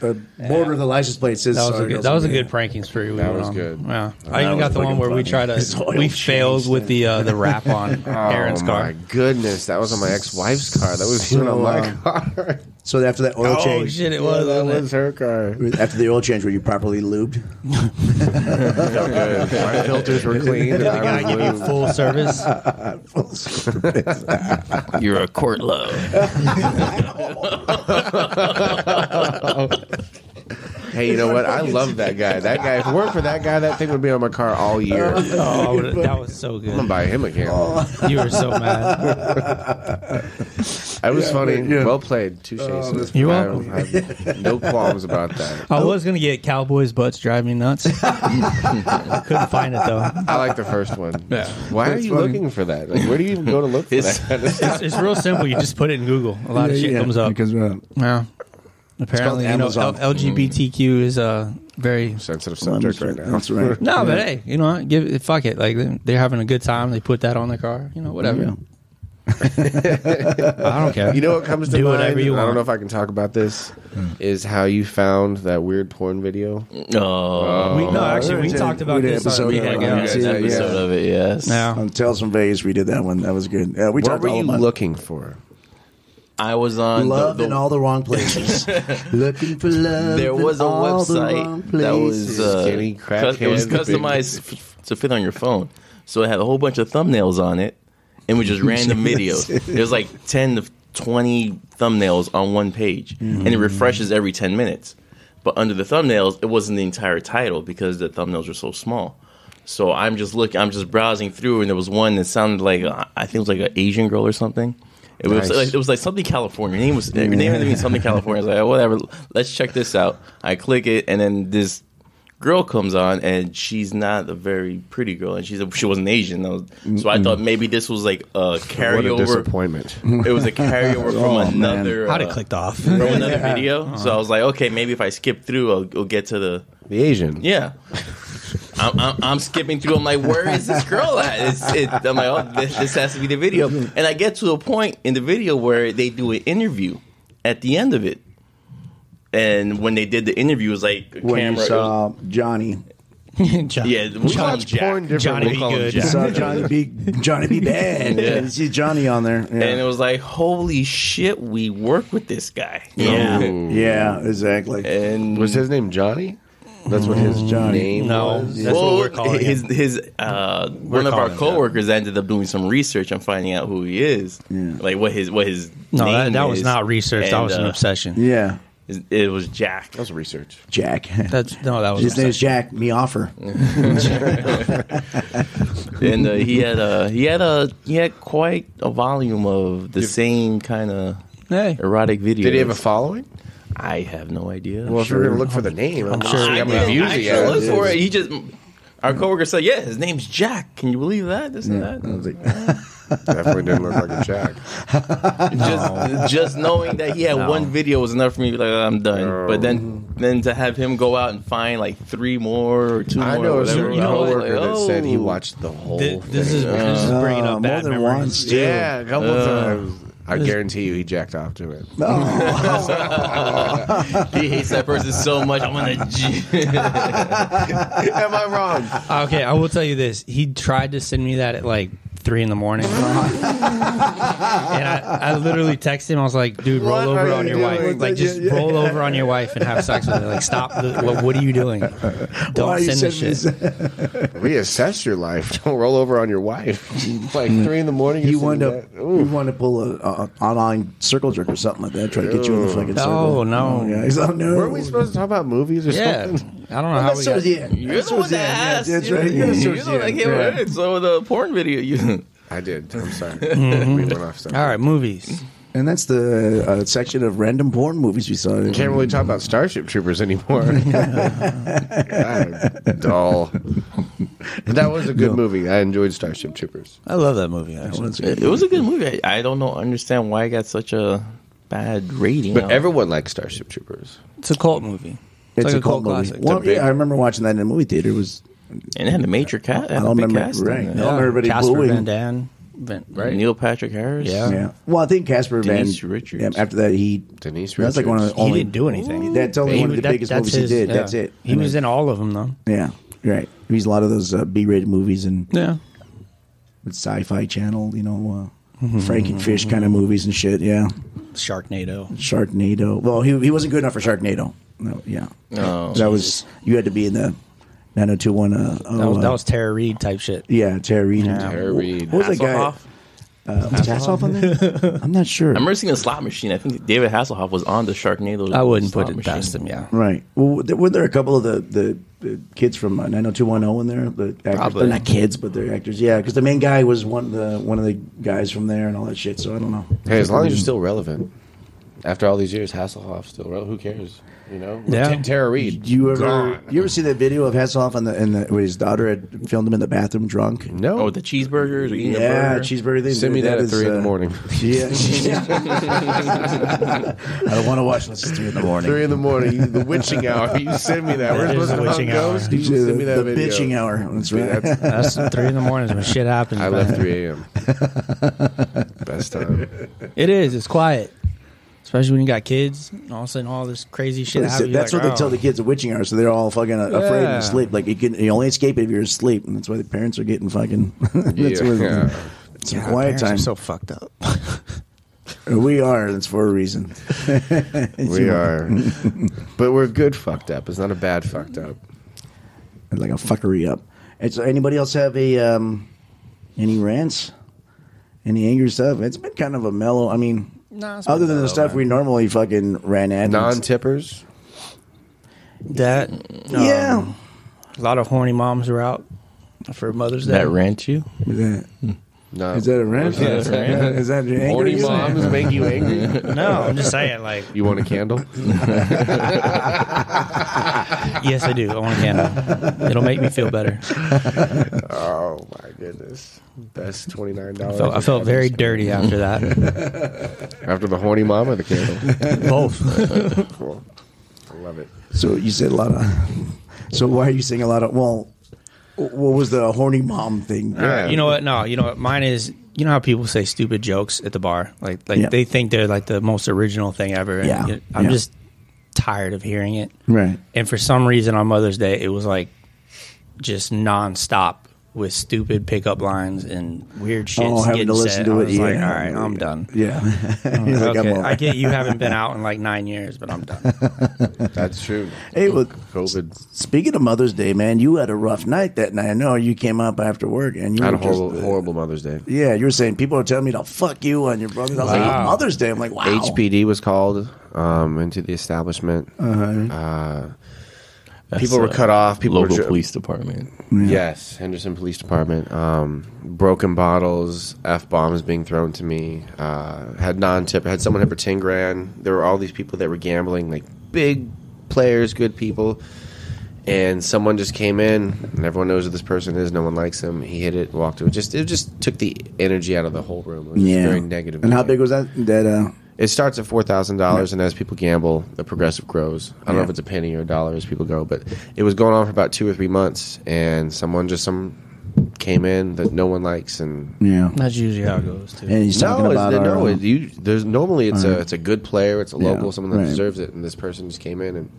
[SPEAKER 4] the uh, border of the license plate says. uh,
[SPEAKER 3] That was a
[SPEAKER 4] sorry,
[SPEAKER 3] good.
[SPEAKER 4] girls,
[SPEAKER 3] That was a
[SPEAKER 4] I'm gay. *laughs*
[SPEAKER 3] good pranking spree. We
[SPEAKER 2] That
[SPEAKER 3] went
[SPEAKER 2] was
[SPEAKER 3] on.
[SPEAKER 2] good.
[SPEAKER 3] Yeah, I even
[SPEAKER 4] was
[SPEAKER 3] got the one
[SPEAKER 4] fucking
[SPEAKER 3] where we
[SPEAKER 4] funny.
[SPEAKER 3] tried
[SPEAKER 4] His
[SPEAKER 3] to.
[SPEAKER 4] oil
[SPEAKER 3] We
[SPEAKER 4] changed,
[SPEAKER 3] failed with the uh, the wrap on Aaron's
[SPEAKER 2] oh my
[SPEAKER 3] car.
[SPEAKER 2] goodness, that was on my ex-wife's car. That was even
[SPEAKER 4] So,
[SPEAKER 2] on my
[SPEAKER 4] um,
[SPEAKER 2] car.
[SPEAKER 4] So after that oil
[SPEAKER 3] Oh
[SPEAKER 4] change,
[SPEAKER 3] shit! It
[SPEAKER 2] *laughs*
[SPEAKER 3] was.
[SPEAKER 2] that
[SPEAKER 3] wasn't it?
[SPEAKER 2] was her car.
[SPEAKER 4] *laughs* after the oil change, were you properly lubed?
[SPEAKER 2] my filters were clean. and
[SPEAKER 3] Did the
[SPEAKER 2] I
[SPEAKER 3] guy
[SPEAKER 2] was
[SPEAKER 3] give you
[SPEAKER 2] lubed.
[SPEAKER 3] full service?
[SPEAKER 5] You're a court low.
[SPEAKER 4] *laughs*
[SPEAKER 2] Hey, you know what? I love that guy. That guy. If it weren't for that guy, that thing would be on my car all year. I'm
[SPEAKER 3] *laughs* Oh, I would've- that was so good.
[SPEAKER 2] gonna buy him again.
[SPEAKER 3] You were so mad.
[SPEAKER 2] That was funny.
[SPEAKER 4] but, yeah.
[SPEAKER 2] Well played. Touche. sir.
[SPEAKER 3] You're
[SPEAKER 2] I
[SPEAKER 3] welcome.
[SPEAKER 2] don't have no qualms about that.
[SPEAKER 3] I was gonna get Cowboys butts drive me nuts. *laughs* Couldn't find it though.
[SPEAKER 2] I like the first one.
[SPEAKER 3] *laughs* Yeah.
[SPEAKER 2] Why are you looking for that? Like, where do you even go to look for
[SPEAKER 5] It's-
[SPEAKER 2] that? It's
[SPEAKER 3] It's, it's real simple. You just put it in Google. A lot of shit comes up.
[SPEAKER 4] because uh,
[SPEAKER 3] Yeah. Apparently, you know,
[SPEAKER 4] Amazon.
[SPEAKER 3] L- LGBTQ is uh, very
[SPEAKER 2] a sensitive subject right now.
[SPEAKER 4] That's right.
[SPEAKER 3] No, but hey, you know, what? give it, fuck it. Like they- they're having a good time. They put that on their car. You know, whatever. I don't
[SPEAKER 2] *laughs*
[SPEAKER 3] care.
[SPEAKER 2] You know what comes to
[SPEAKER 3] Do
[SPEAKER 2] mind?
[SPEAKER 3] whatever you
[SPEAKER 2] I don't
[SPEAKER 3] want.
[SPEAKER 2] know if I can talk about this. Is how you found that weird porn video.
[SPEAKER 5] Oh,
[SPEAKER 3] we, no, actually, we
[SPEAKER 4] Yeah.
[SPEAKER 3] talked about
[SPEAKER 4] We did
[SPEAKER 3] this uh, on
[SPEAKER 4] episode
[SPEAKER 5] we
[SPEAKER 3] the
[SPEAKER 5] had
[SPEAKER 4] yeah,
[SPEAKER 5] a
[SPEAKER 3] Hangout.
[SPEAKER 4] yeah,
[SPEAKER 5] guys
[SPEAKER 4] yeah.
[SPEAKER 5] episode of it. Yes.
[SPEAKER 3] Now,
[SPEAKER 4] On Tales from Vegas, we did that one. That was good. Yeah, we
[SPEAKER 2] What
[SPEAKER 4] talked
[SPEAKER 2] were
[SPEAKER 4] all
[SPEAKER 2] you
[SPEAKER 4] about
[SPEAKER 2] looking for?
[SPEAKER 5] I was on
[SPEAKER 4] love
[SPEAKER 5] the, the,
[SPEAKER 4] in all the wrong places.
[SPEAKER 5] *laughs*
[SPEAKER 4] looking for love.
[SPEAKER 5] There
[SPEAKER 4] in
[SPEAKER 5] was a
[SPEAKER 4] all the wrong
[SPEAKER 5] website that was
[SPEAKER 4] places.
[SPEAKER 5] uh,
[SPEAKER 2] Skinny
[SPEAKER 5] cus- it was
[SPEAKER 2] crackhead, big-
[SPEAKER 5] customized f- to fit on your phone, so it had a whole bunch of thumbnails on it, and we just random videos. It was like ten to twenty thumbnails on one page, and it refreshes every ten minutes. But under the thumbnails, it wasn't the entire title because the thumbnails were so small. So I'm just looking, I'm just browsing through, and there was one that sounded like uh, I think it was like an Asian girl or something. It was
[SPEAKER 2] Nice.
[SPEAKER 5] like, it was like something California. Your name was your name had to be something California. I was like, oh, whatever. Let's check this out. I click it, and then this girl comes on, and she's not a very pretty girl, and she's a, she wasn't Asian. I was- so I thought maybe this was like a
[SPEAKER 2] What a
[SPEAKER 5] carryover.
[SPEAKER 2] disappointment.
[SPEAKER 5] It was a carryover
[SPEAKER 4] *laughs*
[SPEAKER 5] from
[SPEAKER 4] Oh, man.
[SPEAKER 5] another.
[SPEAKER 3] I'd
[SPEAKER 5] uh,
[SPEAKER 3] have clicked *laughs* off.
[SPEAKER 5] From
[SPEAKER 4] *laughs*
[SPEAKER 5] another video, so I was like, okay, maybe if I skip through, I'll, I'll get to the
[SPEAKER 2] The Asian.
[SPEAKER 4] *laughs*
[SPEAKER 5] yeah. I'm, I'm, I'm skipping through. I'm like, where is this girl at? It's, it, I'm like, oh, this, this has to be the video. And I get to a point in the video where they do an interview at the end of it. And when they did the interview, it was like a
[SPEAKER 4] when
[SPEAKER 5] camera.
[SPEAKER 4] you saw Johnny.
[SPEAKER 3] John,
[SPEAKER 5] it was- yeah, we call him
[SPEAKER 2] Watch
[SPEAKER 5] Jack.
[SPEAKER 2] porn differently.
[SPEAKER 3] Johnny
[SPEAKER 5] we
[SPEAKER 3] be
[SPEAKER 5] call him
[SPEAKER 3] good.
[SPEAKER 5] Jack.
[SPEAKER 4] You saw Johnny
[SPEAKER 5] *laughs*
[SPEAKER 4] B. Johnny B. Bad.
[SPEAKER 5] Yeah.
[SPEAKER 4] And You see Johnny on there. Yeah,
[SPEAKER 5] And it was like, holy shit, we work with this guy. Yeah.
[SPEAKER 4] yeah exactly.
[SPEAKER 5] And
[SPEAKER 2] Was his name Johnny? That's what his
[SPEAKER 4] Johnny.
[SPEAKER 2] name
[SPEAKER 3] No,
[SPEAKER 2] was.
[SPEAKER 3] that's
[SPEAKER 5] Well,
[SPEAKER 3] what we're calling
[SPEAKER 5] his
[SPEAKER 3] him.
[SPEAKER 5] his uh, one of
[SPEAKER 3] calling
[SPEAKER 5] our
[SPEAKER 3] him
[SPEAKER 5] coworkers ended up doing some research on finding out who he is, like what his what his
[SPEAKER 3] No, that,
[SPEAKER 5] name
[SPEAKER 3] that was
[SPEAKER 5] is.
[SPEAKER 3] not research. that
[SPEAKER 5] And,
[SPEAKER 3] was an
[SPEAKER 5] uh,
[SPEAKER 3] obsession.
[SPEAKER 4] yeah.
[SPEAKER 5] It was Jack.
[SPEAKER 2] That was research.
[SPEAKER 4] Jack.
[SPEAKER 3] That's no, that was
[SPEAKER 4] *laughs* His name's
[SPEAKER 3] obsession.
[SPEAKER 4] Jack. Me offer.
[SPEAKER 5] and uh, he
[SPEAKER 3] *laughs*
[SPEAKER 5] had a he had a he had quite a volume of the same kind of
[SPEAKER 3] Hey.
[SPEAKER 5] erotic videos.
[SPEAKER 2] Did he have a following?
[SPEAKER 5] I have no idea.
[SPEAKER 2] Well, if you're going to look for the name, I'm, sure
[SPEAKER 5] I
[SPEAKER 2] see how
[SPEAKER 5] didn't-
[SPEAKER 2] many views
[SPEAKER 5] I
[SPEAKER 2] he
[SPEAKER 5] didn't look
[SPEAKER 2] has.
[SPEAKER 5] for it. He just our coworker said, "Yeah, his name's Jack." Can you believe that? This and that.
[SPEAKER 4] I was like,
[SPEAKER 2] Definitely didn't look like a Jack.
[SPEAKER 5] *laughs* Just just knowing that he had
[SPEAKER 3] No.
[SPEAKER 5] one video was enough for me. to be Like I'm done. But then then to have him go out and find like three more or two
[SPEAKER 2] I
[SPEAKER 5] more.
[SPEAKER 2] know
[SPEAKER 5] or
[SPEAKER 2] it was a
[SPEAKER 5] whatever, I was
[SPEAKER 2] coworker
[SPEAKER 5] like,
[SPEAKER 2] that said he
[SPEAKER 5] "Oh."
[SPEAKER 2] watched the whole
[SPEAKER 3] Th-
[SPEAKER 2] thing.
[SPEAKER 3] This is this is bringing up
[SPEAKER 4] uh, more
[SPEAKER 3] bad
[SPEAKER 4] than
[SPEAKER 3] memories.
[SPEAKER 4] once. too.
[SPEAKER 2] yeah, a couple times. Uh, I guarantee you he jacked off to *laughs* it.
[SPEAKER 5] He hates that person so much. I'm gonna.
[SPEAKER 2] Am I wrong?
[SPEAKER 3] Okay, I will tell you this. He tried to send me that at like three in the
[SPEAKER 4] *laughs*
[SPEAKER 3] morning. and I, I literally texted him. I was like, dude, roll
[SPEAKER 2] What are
[SPEAKER 3] over
[SPEAKER 2] you
[SPEAKER 3] on your wife.
[SPEAKER 2] doing?
[SPEAKER 3] Like, just
[SPEAKER 4] Yeah, yeah.
[SPEAKER 3] roll over on your wife and have sex with her. Like, stop. The, what, what are you doing?
[SPEAKER 4] Why
[SPEAKER 3] Don't
[SPEAKER 4] you
[SPEAKER 3] send this
[SPEAKER 4] sending *laughs*
[SPEAKER 3] shit.
[SPEAKER 2] Reassess your life. *laughs* Don't roll over on your wife. *laughs* like three in the morning.
[SPEAKER 4] You
[SPEAKER 2] you're
[SPEAKER 4] want
[SPEAKER 2] sitting
[SPEAKER 4] to
[SPEAKER 2] there,
[SPEAKER 4] you
[SPEAKER 2] "Ooh."
[SPEAKER 4] want to pull a, a online circle jerk or something like that? Try to get you in the fucking
[SPEAKER 3] No,
[SPEAKER 4] circle.
[SPEAKER 3] no.
[SPEAKER 4] Oh, yeah. He's like, no.
[SPEAKER 2] Were we supposed to talk about movies or
[SPEAKER 3] Yeah. I don't *laughs*
[SPEAKER 2] something?
[SPEAKER 3] know how we
[SPEAKER 4] That's
[SPEAKER 3] got.
[SPEAKER 4] towards the end.
[SPEAKER 5] *laughs* You're
[SPEAKER 4] That's
[SPEAKER 5] the one
[SPEAKER 4] towards
[SPEAKER 5] that
[SPEAKER 4] end.
[SPEAKER 5] asked.
[SPEAKER 4] Yeah, That's
[SPEAKER 5] You're-
[SPEAKER 4] right. Yeah,
[SPEAKER 5] You're
[SPEAKER 4] that's
[SPEAKER 5] the
[SPEAKER 4] towards
[SPEAKER 5] one that
[SPEAKER 4] end.
[SPEAKER 5] came
[SPEAKER 4] Yeah.
[SPEAKER 5] up with it. So the porn video, you *laughs*
[SPEAKER 2] I did. I'm
[SPEAKER 3] *laughs*
[SPEAKER 2] sorry. We went off. Something.
[SPEAKER 3] Mm-hmm. All right, movies.
[SPEAKER 4] And that's the uh, section of random porn movies we saw.
[SPEAKER 2] Can't really talk about Starship Troopers *laughs* anymore. God, dull. But that was a good movie. I enjoyed Starship Troopers.
[SPEAKER 3] I love that movie. Actually.
[SPEAKER 5] it was a good movie. I, I don't know understand why it got such a bad rating.
[SPEAKER 2] But everyone likes Starship Troopers.
[SPEAKER 3] It's a cult movie.
[SPEAKER 4] It's a cult, movie. Well,
[SPEAKER 2] big-
[SPEAKER 4] yeah, I remember watching that in a movie theater. It was
[SPEAKER 5] and it had a major cast.
[SPEAKER 4] I
[SPEAKER 5] I
[SPEAKER 4] don't
[SPEAKER 5] don't
[SPEAKER 4] remember-
[SPEAKER 5] Cast in
[SPEAKER 4] right.
[SPEAKER 5] it.
[SPEAKER 4] Yeah. Everybody
[SPEAKER 3] Casper
[SPEAKER 4] booing.
[SPEAKER 3] Van Dan. Van, right.
[SPEAKER 5] Neil Patrick Harris.
[SPEAKER 3] Yeah.
[SPEAKER 4] yeah. Well, I think Casper Van
[SPEAKER 5] Denise Richards.
[SPEAKER 4] Yeah, after that, he
[SPEAKER 2] Denise
[SPEAKER 4] That's like one of the
[SPEAKER 2] Richards.
[SPEAKER 3] He
[SPEAKER 4] only.
[SPEAKER 3] didn't do anything.
[SPEAKER 4] That's only
[SPEAKER 3] He
[SPEAKER 4] one of
[SPEAKER 3] was-
[SPEAKER 4] the
[SPEAKER 3] that-
[SPEAKER 4] biggest
[SPEAKER 3] that's
[SPEAKER 4] movies
[SPEAKER 3] his-
[SPEAKER 4] he did.
[SPEAKER 3] yeah.
[SPEAKER 4] That's it.
[SPEAKER 3] He
[SPEAKER 4] And
[SPEAKER 3] was
[SPEAKER 4] then-
[SPEAKER 3] in all of them though.
[SPEAKER 4] Yeah, right. He's a lot of those uh, B-rated movies and
[SPEAKER 3] Yeah.
[SPEAKER 4] with Sci-Fi Channel. You know, uh,
[SPEAKER 3] Mm-hmm.
[SPEAKER 4] Frankenfish kind of movies and shit. Yeah,
[SPEAKER 3] Sharknado.
[SPEAKER 4] Sharknado. Well, he he wasn't good enough for Sharknado. No, yeah,
[SPEAKER 5] Oh.
[SPEAKER 4] that was you had to be in the 90210. Uh, oh,
[SPEAKER 3] That was, that
[SPEAKER 4] uh,
[SPEAKER 3] was Tara Reid type shit.
[SPEAKER 4] yeah, Tara Reid. and-
[SPEAKER 2] Tara
[SPEAKER 4] wh-
[SPEAKER 2] Reid.
[SPEAKER 4] What was that guy?
[SPEAKER 5] Hasselhoff.
[SPEAKER 4] Uh, was Hasselhoff on there? *laughs* I'm not sure.
[SPEAKER 5] I remember seeing a slot machine. I think David Hasselhoff was on the Sharknado.
[SPEAKER 3] I wouldn't put
[SPEAKER 5] slot
[SPEAKER 3] it
[SPEAKER 5] machine.
[SPEAKER 3] past him. Yeah.
[SPEAKER 4] Right. Well, there- weren't there a couple of the, the, the kids from uh, 90210 in there? The actors,
[SPEAKER 5] Probably.
[SPEAKER 4] They're not kids, but they're actors. Yeah, because the main guy was one of the one of the guys from there and all that shit. So I don't know.
[SPEAKER 2] Hey, as long as you're still relevant. After all these years, Hasselhoff's still relevant. Who cares? You know?
[SPEAKER 3] Yeah.
[SPEAKER 2] T- Tara Reid.
[SPEAKER 4] you ever
[SPEAKER 2] gone.
[SPEAKER 4] you ever see that video of Hasselhoff and the and the, where his daughter had filmed him in the bathroom drunk?
[SPEAKER 2] No.
[SPEAKER 5] Oh, the cheeseburgers. Or eating a
[SPEAKER 4] Yeah,
[SPEAKER 5] burger.
[SPEAKER 4] cheeseburger. Thing.
[SPEAKER 2] Send me that, at
[SPEAKER 4] is,
[SPEAKER 2] three in
[SPEAKER 4] uh,
[SPEAKER 2] the morning.
[SPEAKER 4] *laughs* Yeah. I don't want to watch this at three in the
[SPEAKER 2] *laughs*
[SPEAKER 4] morning.
[SPEAKER 2] three in the morning, the *laughs* witching hour. You send me that. We're
[SPEAKER 3] That is
[SPEAKER 2] supposed to
[SPEAKER 3] the
[SPEAKER 2] hunt
[SPEAKER 3] witching hour.
[SPEAKER 2] ghosts. You
[SPEAKER 4] The-
[SPEAKER 2] send me that
[SPEAKER 4] the
[SPEAKER 2] video.
[SPEAKER 4] bitching hour. That's right.
[SPEAKER 2] That's-
[SPEAKER 4] *laughs*
[SPEAKER 3] That's three in the morning is when shit happens.
[SPEAKER 2] I
[SPEAKER 3] man.
[SPEAKER 2] left 3 *laughs* a.m. Best time.
[SPEAKER 3] It is. It's quiet. Especially when you got kids. And all of a sudden, all this crazy shit
[SPEAKER 4] That's,
[SPEAKER 3] happens. "Oh,
[SPEAKER 4] it. That's what they tell the kids at witching hour, so they're all fucking uh, afraid
[SPEAKER 3] Yeah.
[SPEAKER 4] to sleep. Like you can, you only escape it if you're asleep, and that's why the parents are getting fucking. *laughs* that's
[SPEAKER 2] Yeah.
[SPEAKER 4] where it's a quiet time.
[SPEAKER 3] so fucked up.
[SPEAKER 4] *laughs* we are. That's for a reason.
[SPEAKER 2] We are. *laughs* but we're good fucked up. It's not a bad fucked up.
[SPEAKER 4] like a fuckery up. And so, anybody else have a um, any rants, any angry stuff? It's been kind of a mellow. I mean,
[SPEAKER 3] Nah, it's been
[SPEAKER 4] other than the
[SPEAKER 3] mellow,
[SPEAKER 4] stuff
[SPEAKER 3] man.
[SPEAKER 4] we normally fucking ran at.
[SPEAKER 2] Non
[SPEAKER 4] it's-
[SPEAKER 2] tippers.
[SPEAKER 3] That.
[SPEAKER 4] yeah.
[SPEAKER 3] um, a lot of horny moms were out for Mother's Day.
[SPEAKER 5] That rant you?
[SPEAKER 4] With that.
[SPEAKER 2] No.
[SPEAKER 4] Is that a rant?
[SPEAKER 2] Yeah,
[SPEAKER 4] Is that- *laughs* Is that your anger?
[SPEAKER 2] Horny
[SPEAKER 4] you're saying?
[SPEAKER 2] moms make you angry?
[SPEAKER 3] No, I'm just saying. Like,
[SPEAKER 2] *laughs* You want a candle?
[SPEAKER 3] *laughs* yes, I do. I want a candle. It'll make me feel better.
[SPEAKER 2] oh my goodness! Best twenty nine dollars.
[SPEAKER 3] So I felt very dirty after that.
[SPEAKER 2] after the horny mom or the
[SPEAKER 3] *laughs*
[SPEAKER 2] candle.
[SPEAKER 4] *laughs*
[SPEAKER 3] Both.
[SPEAKER 2] cool. I love it.
[SPEAKER 4] So you said a lot of. So why are you saying a lot of? Well, what was the horny mom thing?
[SPEAKER 3] You know what? No, you know what? Mine is. You know how people say stupid jokes at the bar? Like, like
[SPEAKER 4] Yeah.
[SPEAKER 3] they think they're like the most original thing ever. and
[SPEAKER 4] Yeah.
[SPEAKER 3] you- I'm
[SPEAKER 4] Yeah.
[SPEAKER 3] just tired of hearing it.
[SPEAKER 4] Right.
[SPEAKER 3] And for some reason on Mother's Day, it was like just nonstop with stupid pickup lines and weird shit.
[SPEAKER 4] Oh,
[SPEAKER 3] just
[SPEAKER 4] having to
[SPEAKER 3] getting
[SPEAKER 4] listen
[SPEAKER 3] said.
[SPEAKER 4] to
[SPEAKER 3] I
[SPEAKER 4] it.
[SPEAKER 3] was
[SPEAKER 4] yeah.
[SPEAKER 3] like, all right, I'm done.
[SPEAKER 4] Yeah. *laughs* He's like, I'm
[SPEAKER 3] Okay,
[SPEAKER 4] over.
[SPEAKER 3] I get you haven't been out in like nine years, but I'm done.
[SPEAKER 2] That's true.
[SPEAKER 4] Hey, look.
[SPEAKER 2] COVID.
[SPEAKER 4] Speaking of Mother's Day, man, you had a rough night that night. I know you came up after work and you
[SPEAKER 2] I had
[SPEAKER 4] were
[SPEAKER 2] a horrible,
[SPEAKER 4] just,
[SPEAKER 2] horrible Mother's Day.
[SPEAKER 4] Yeah, you were saying people are telling me to fuck you on your brother. I was like,
[SPEAKER 3] Wow.
[SPEAKER 4] "Oh, Mother's Day. I'm like, wow.
[SPEAKER 2] HPD was called um, into the establishment. Uh, people were
[SPEAKER 5] uh,
[SPEAKER 2] cut off. People
[SPEAKER 5] Local
[SPEAKER 2] were dri-
[SPEAKER 5] police department.
[SPEAKER 2] Yes, Henderson Police Department. Um, broken bottles, f bombs being thrown to me. Uh, had non tip. Had someone hit for ten grand. There were all these people that were gambling, like big players, good people. And someone just came in, and everyone knows who this person is. No one likes him. He hit it, walked away. Just it just took the energy out of the whole room. It was
[SPEAKER 4] Yeah.
[SPEAKER 2] very negative.
[SPEAKER 4] And how big was that? That uh,
[SPEAKER 2] It starts at four thousand dollars, and as people gamble, the progressive grows. I don't know
[SPEAKER 4] Yeah.
[SPEAKER 2] if it's a penny or a dollar as people go, but it was going on for about two or three months, and someone just some came in that no one likes, and
[SPEAKER 4] yeah.
[SPEAKER 3] *laughs* That's usually how it goes too.
[SPEAKER 4] And he's talking
[SPEAKER 2] no, it's,
[SPEAKER 4] about our,
[SPEAKER 2] no,
[SPEAKER 4] uh,
[SPEAKER 2] it, you, there's normally it's a it's a good player, it's a
[SPEAKER 4] Yeah,
[SPEAKER 2] local, someone that
[SPEAKER 4] right.
[SPEAKER 2] deserves it, and this person just came in and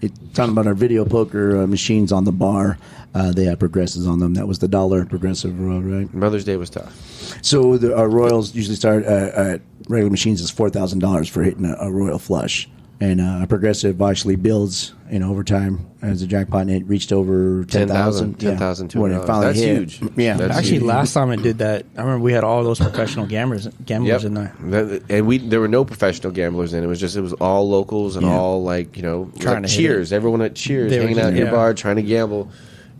[SPEAKER 4] It, talking about our video poker uh, machines on the bar, uh, they had progressives on them. That was the dollar progressive roll, right?
[SPEAKER 2] Mother's Day was tough.
[SPEAKER 4] So the, our royals usually start uh, at regular machines is four thousand dollars for hitting a, a royal flush, and uh, a progressive actually builds in overtime as a jackpot, and it reached over ten thousand,
[SPEAKER 2] 10,000, 10,000,
[SPEAKER 4] when it finally
[SPEAKER 2] That's
[SPEAKER 4] hit.
[SPEAKER 2] huge.
[SPEAKER 4] Yeah,
[SPEAKER 2] That's
[SPEAKER 3] Actually,
[SPEAKER 2] huge.
[SPEAKER 3] last time it did that, I remember we had all those professional gamblers gamblers
[SPEAKER 2] Yep.
[SPEAKER 3] in there.
[SPEAKER 2] That- and we there were no professional gamblers in. It was just it was all locals and
[SPEAKER 4] Yeah.
[SPEAKER 2] all like you know it was
[SPEAKER 3] Trying
[SPEAKER 2] like
[SPEAKER 3] to hit
[SPEAKER 2] Cheers. Everyone at Cheers
[SPEAKER 3] They were
[SPEAKER 2] hanging
[SPEAKER 3] just-
[SPEAKER 2] out at your
[SPEAKER 3] yeah.
[SPEAKER 2] bar trying to gamble,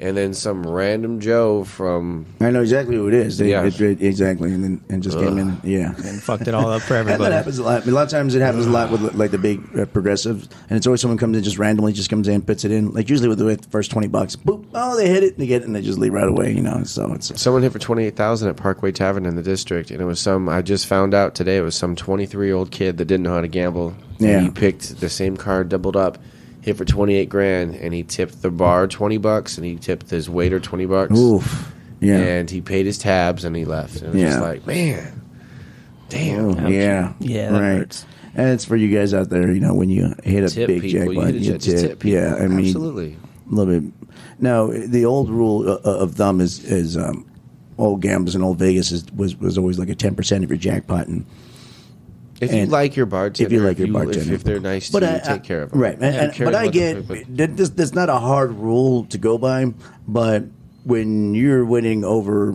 [SPEAKER 2] and then some random Joe from
[SPEAKER 4] I know exactly who it is. They,
[SPEAKER 2] Yeah.
[SPEAKER 4] it- it- exactly, and then and just came in. Yeah,
[SPEAKER 3] And fucked it all up for
[SPEAKER 4] And *laughs* that
[SPEAKER 3] everybody.
[SPEAKER 4] happens a lot. I mean, a lot of times it happens a lot with like the big uh, progressives, and it's always someone comes in just randomly, just comes in, puts it in, like usually with the, with the first twenty bucks. Boop! Oh, they hit it, they get it, and they just leave right away. You know, so it's
[SPEAKER 2] Someone hit for twenty eight thousand at Parkway Tavern in the district, and it was some. I just found out today it was some twenty three year old kid that didn't know how to gamble.
[SPEAKER 4] Yeah.
[SPEAKER 2] he picked the same card, doubled up, hit for twenty eight grand, and he tipped the bar twenty bucks, and he tipped his waiter twenty bucks.
[SPEAKER 4] oof. Yeah,
[SPEAKER 2] and he paid his tabs and he left. And it was just
[SPEAKER 4] Yeah.
[SPEAKER 2] like, man, damn.
[SPEAKER 4] Oh, yeah,
[SPEAKER 3] Yeah, that
[SPEAKER 4] right.
[SPEAKER 3] hurts.
[SPEAKER 4] And it's for you guys out there, you know, when you hit a
[SPEAKER 2] Tip
[SPEAKER 4] big
[SPEAKER 2] people. You
[SPEAKER 4] jackpot,
[SPEAKER 2] hit a
[SPEAKER 4] you,
[SPEAKER 2] jet-
[SPEAKER 4] tip.
[SPEAKER 2] just tip people.
[SPEAKER 4] Yeah, I mean,
[SPEAKER 2] Absolutely.
[SPEAKER 4] A little bit. Now, the old rule uh, of thumb is is um, old gamblers in old Vegas is, was was always like a ten percent of your jackpot, and
[SPEAKER 2] If you
[SPEAKER 4] And
[SPEAKER 2] like your bartender,
[SPEAKER 4] if you like your
[SPEAKER 2] if
[SPEAKER 4] bartender,
[SPEAKER 2] if, they're nice to you, take care of them.
[SPEAKER 4] Right, and,
[SPEAKER 2] Who
[SPEAKER 4] and-
[SPEAKER 2] cares
[SPEAKER 4] but I
[SPEAKER 2] what the-
[SPEAKER 4] get that this, that's not a hard rule to go by, but when you're winning over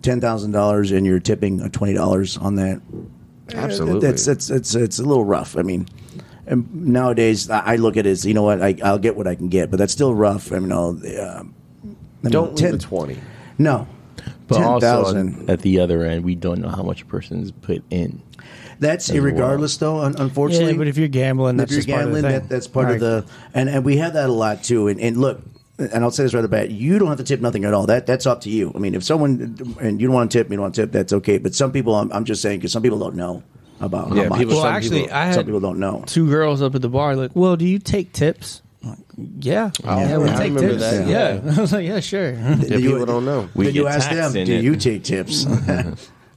[SPEAKER 4] ten thousand dollars and you're tipping twenty dollars on that,
[SPEAKER 2] absolutely.
[SPEAKER 4] that's it's it's it's a little rough. I mean, and nowadays I I look at it as you know what I, I'll get what I can get, but that's still rough. I mean, I'll, um, I mean,
[SPEAKER 2] Don't leave
[SPEAKER 4] 10
[SPEAKER 2] a twenty.
[SPEAKER 4] No,
[SPEAKER 5] But
[SPEAKER 4] ten
[SPEAKER 5] also
[SPEAKER 4] thousand.
[SPEAKER 5] at the other end, we don't know how much a person is put in.
[SPEAKER 4] That's
[SPEAKER 5] well.
[SPEAKER 4] irregardless, though. Un- unfortunately,
[SPEAKER 3] Yeah, but if you're gambling,
[SPEAKER 4] And
[SPEAKER 3] that's
[SPEAKER 4] if you're
[SPEAKER 3] just part of the
[SPEAKER 4] gambling,
[SPEAKER 3] thing.
[SPEAKER 4] that, that's part of
[SPEAKER 3] Right.
[SPEAKER 4] the and, and we have that a lot too. And, and look, and I'll say this right off the bat: you don't have to tip nothing at all. That that's up to you. I mean, if someone and you don't want to tip, you don't want to tip. That's okay. But some people, I'm, I'm just saying, because some people don't know about
[SPEAKER 2] Yeah,
[SPEAKER 4] how much.
[SPEAKER 2] people-
[SPEAKER 3] Well,
[SPEAKER 2] Some
[SPEAKER 3] actually,
[SPEAKER 2] people-
[SPEAKER 3] I had
[SPEAKER 4] some people don't know.
[SPEAKER 3] two girls up at the bar like, "Well, do you take tips?" I'm like, yeah,
[SPEAKER 4] Oh,
[SPEAKER 3] yeah, we
[SPEAKER 2] I
[SPEAKER 3] take
[SPEAKER 2] remember
[SPEAKER 3] tips.
[SPEAKER 2] that.
[SPEAKER 3] Yeah, *laughs* I was like, yeah, sure.
[SPEAKER 4] Then
[SPEAKER 2] Yeah, people don't know.
[SPEAKER 5] We
[SPEAKER 4] then you
[SPEAKER 5] get
[SPEAKER 4] ask
[SPEAKER 5] taxed
[SPEAKER 4] them,
[SPEAKER 5] in
[SPEAKER 4] do
[SPEAKER 5] it."
[SPEAKER 4] you take tips?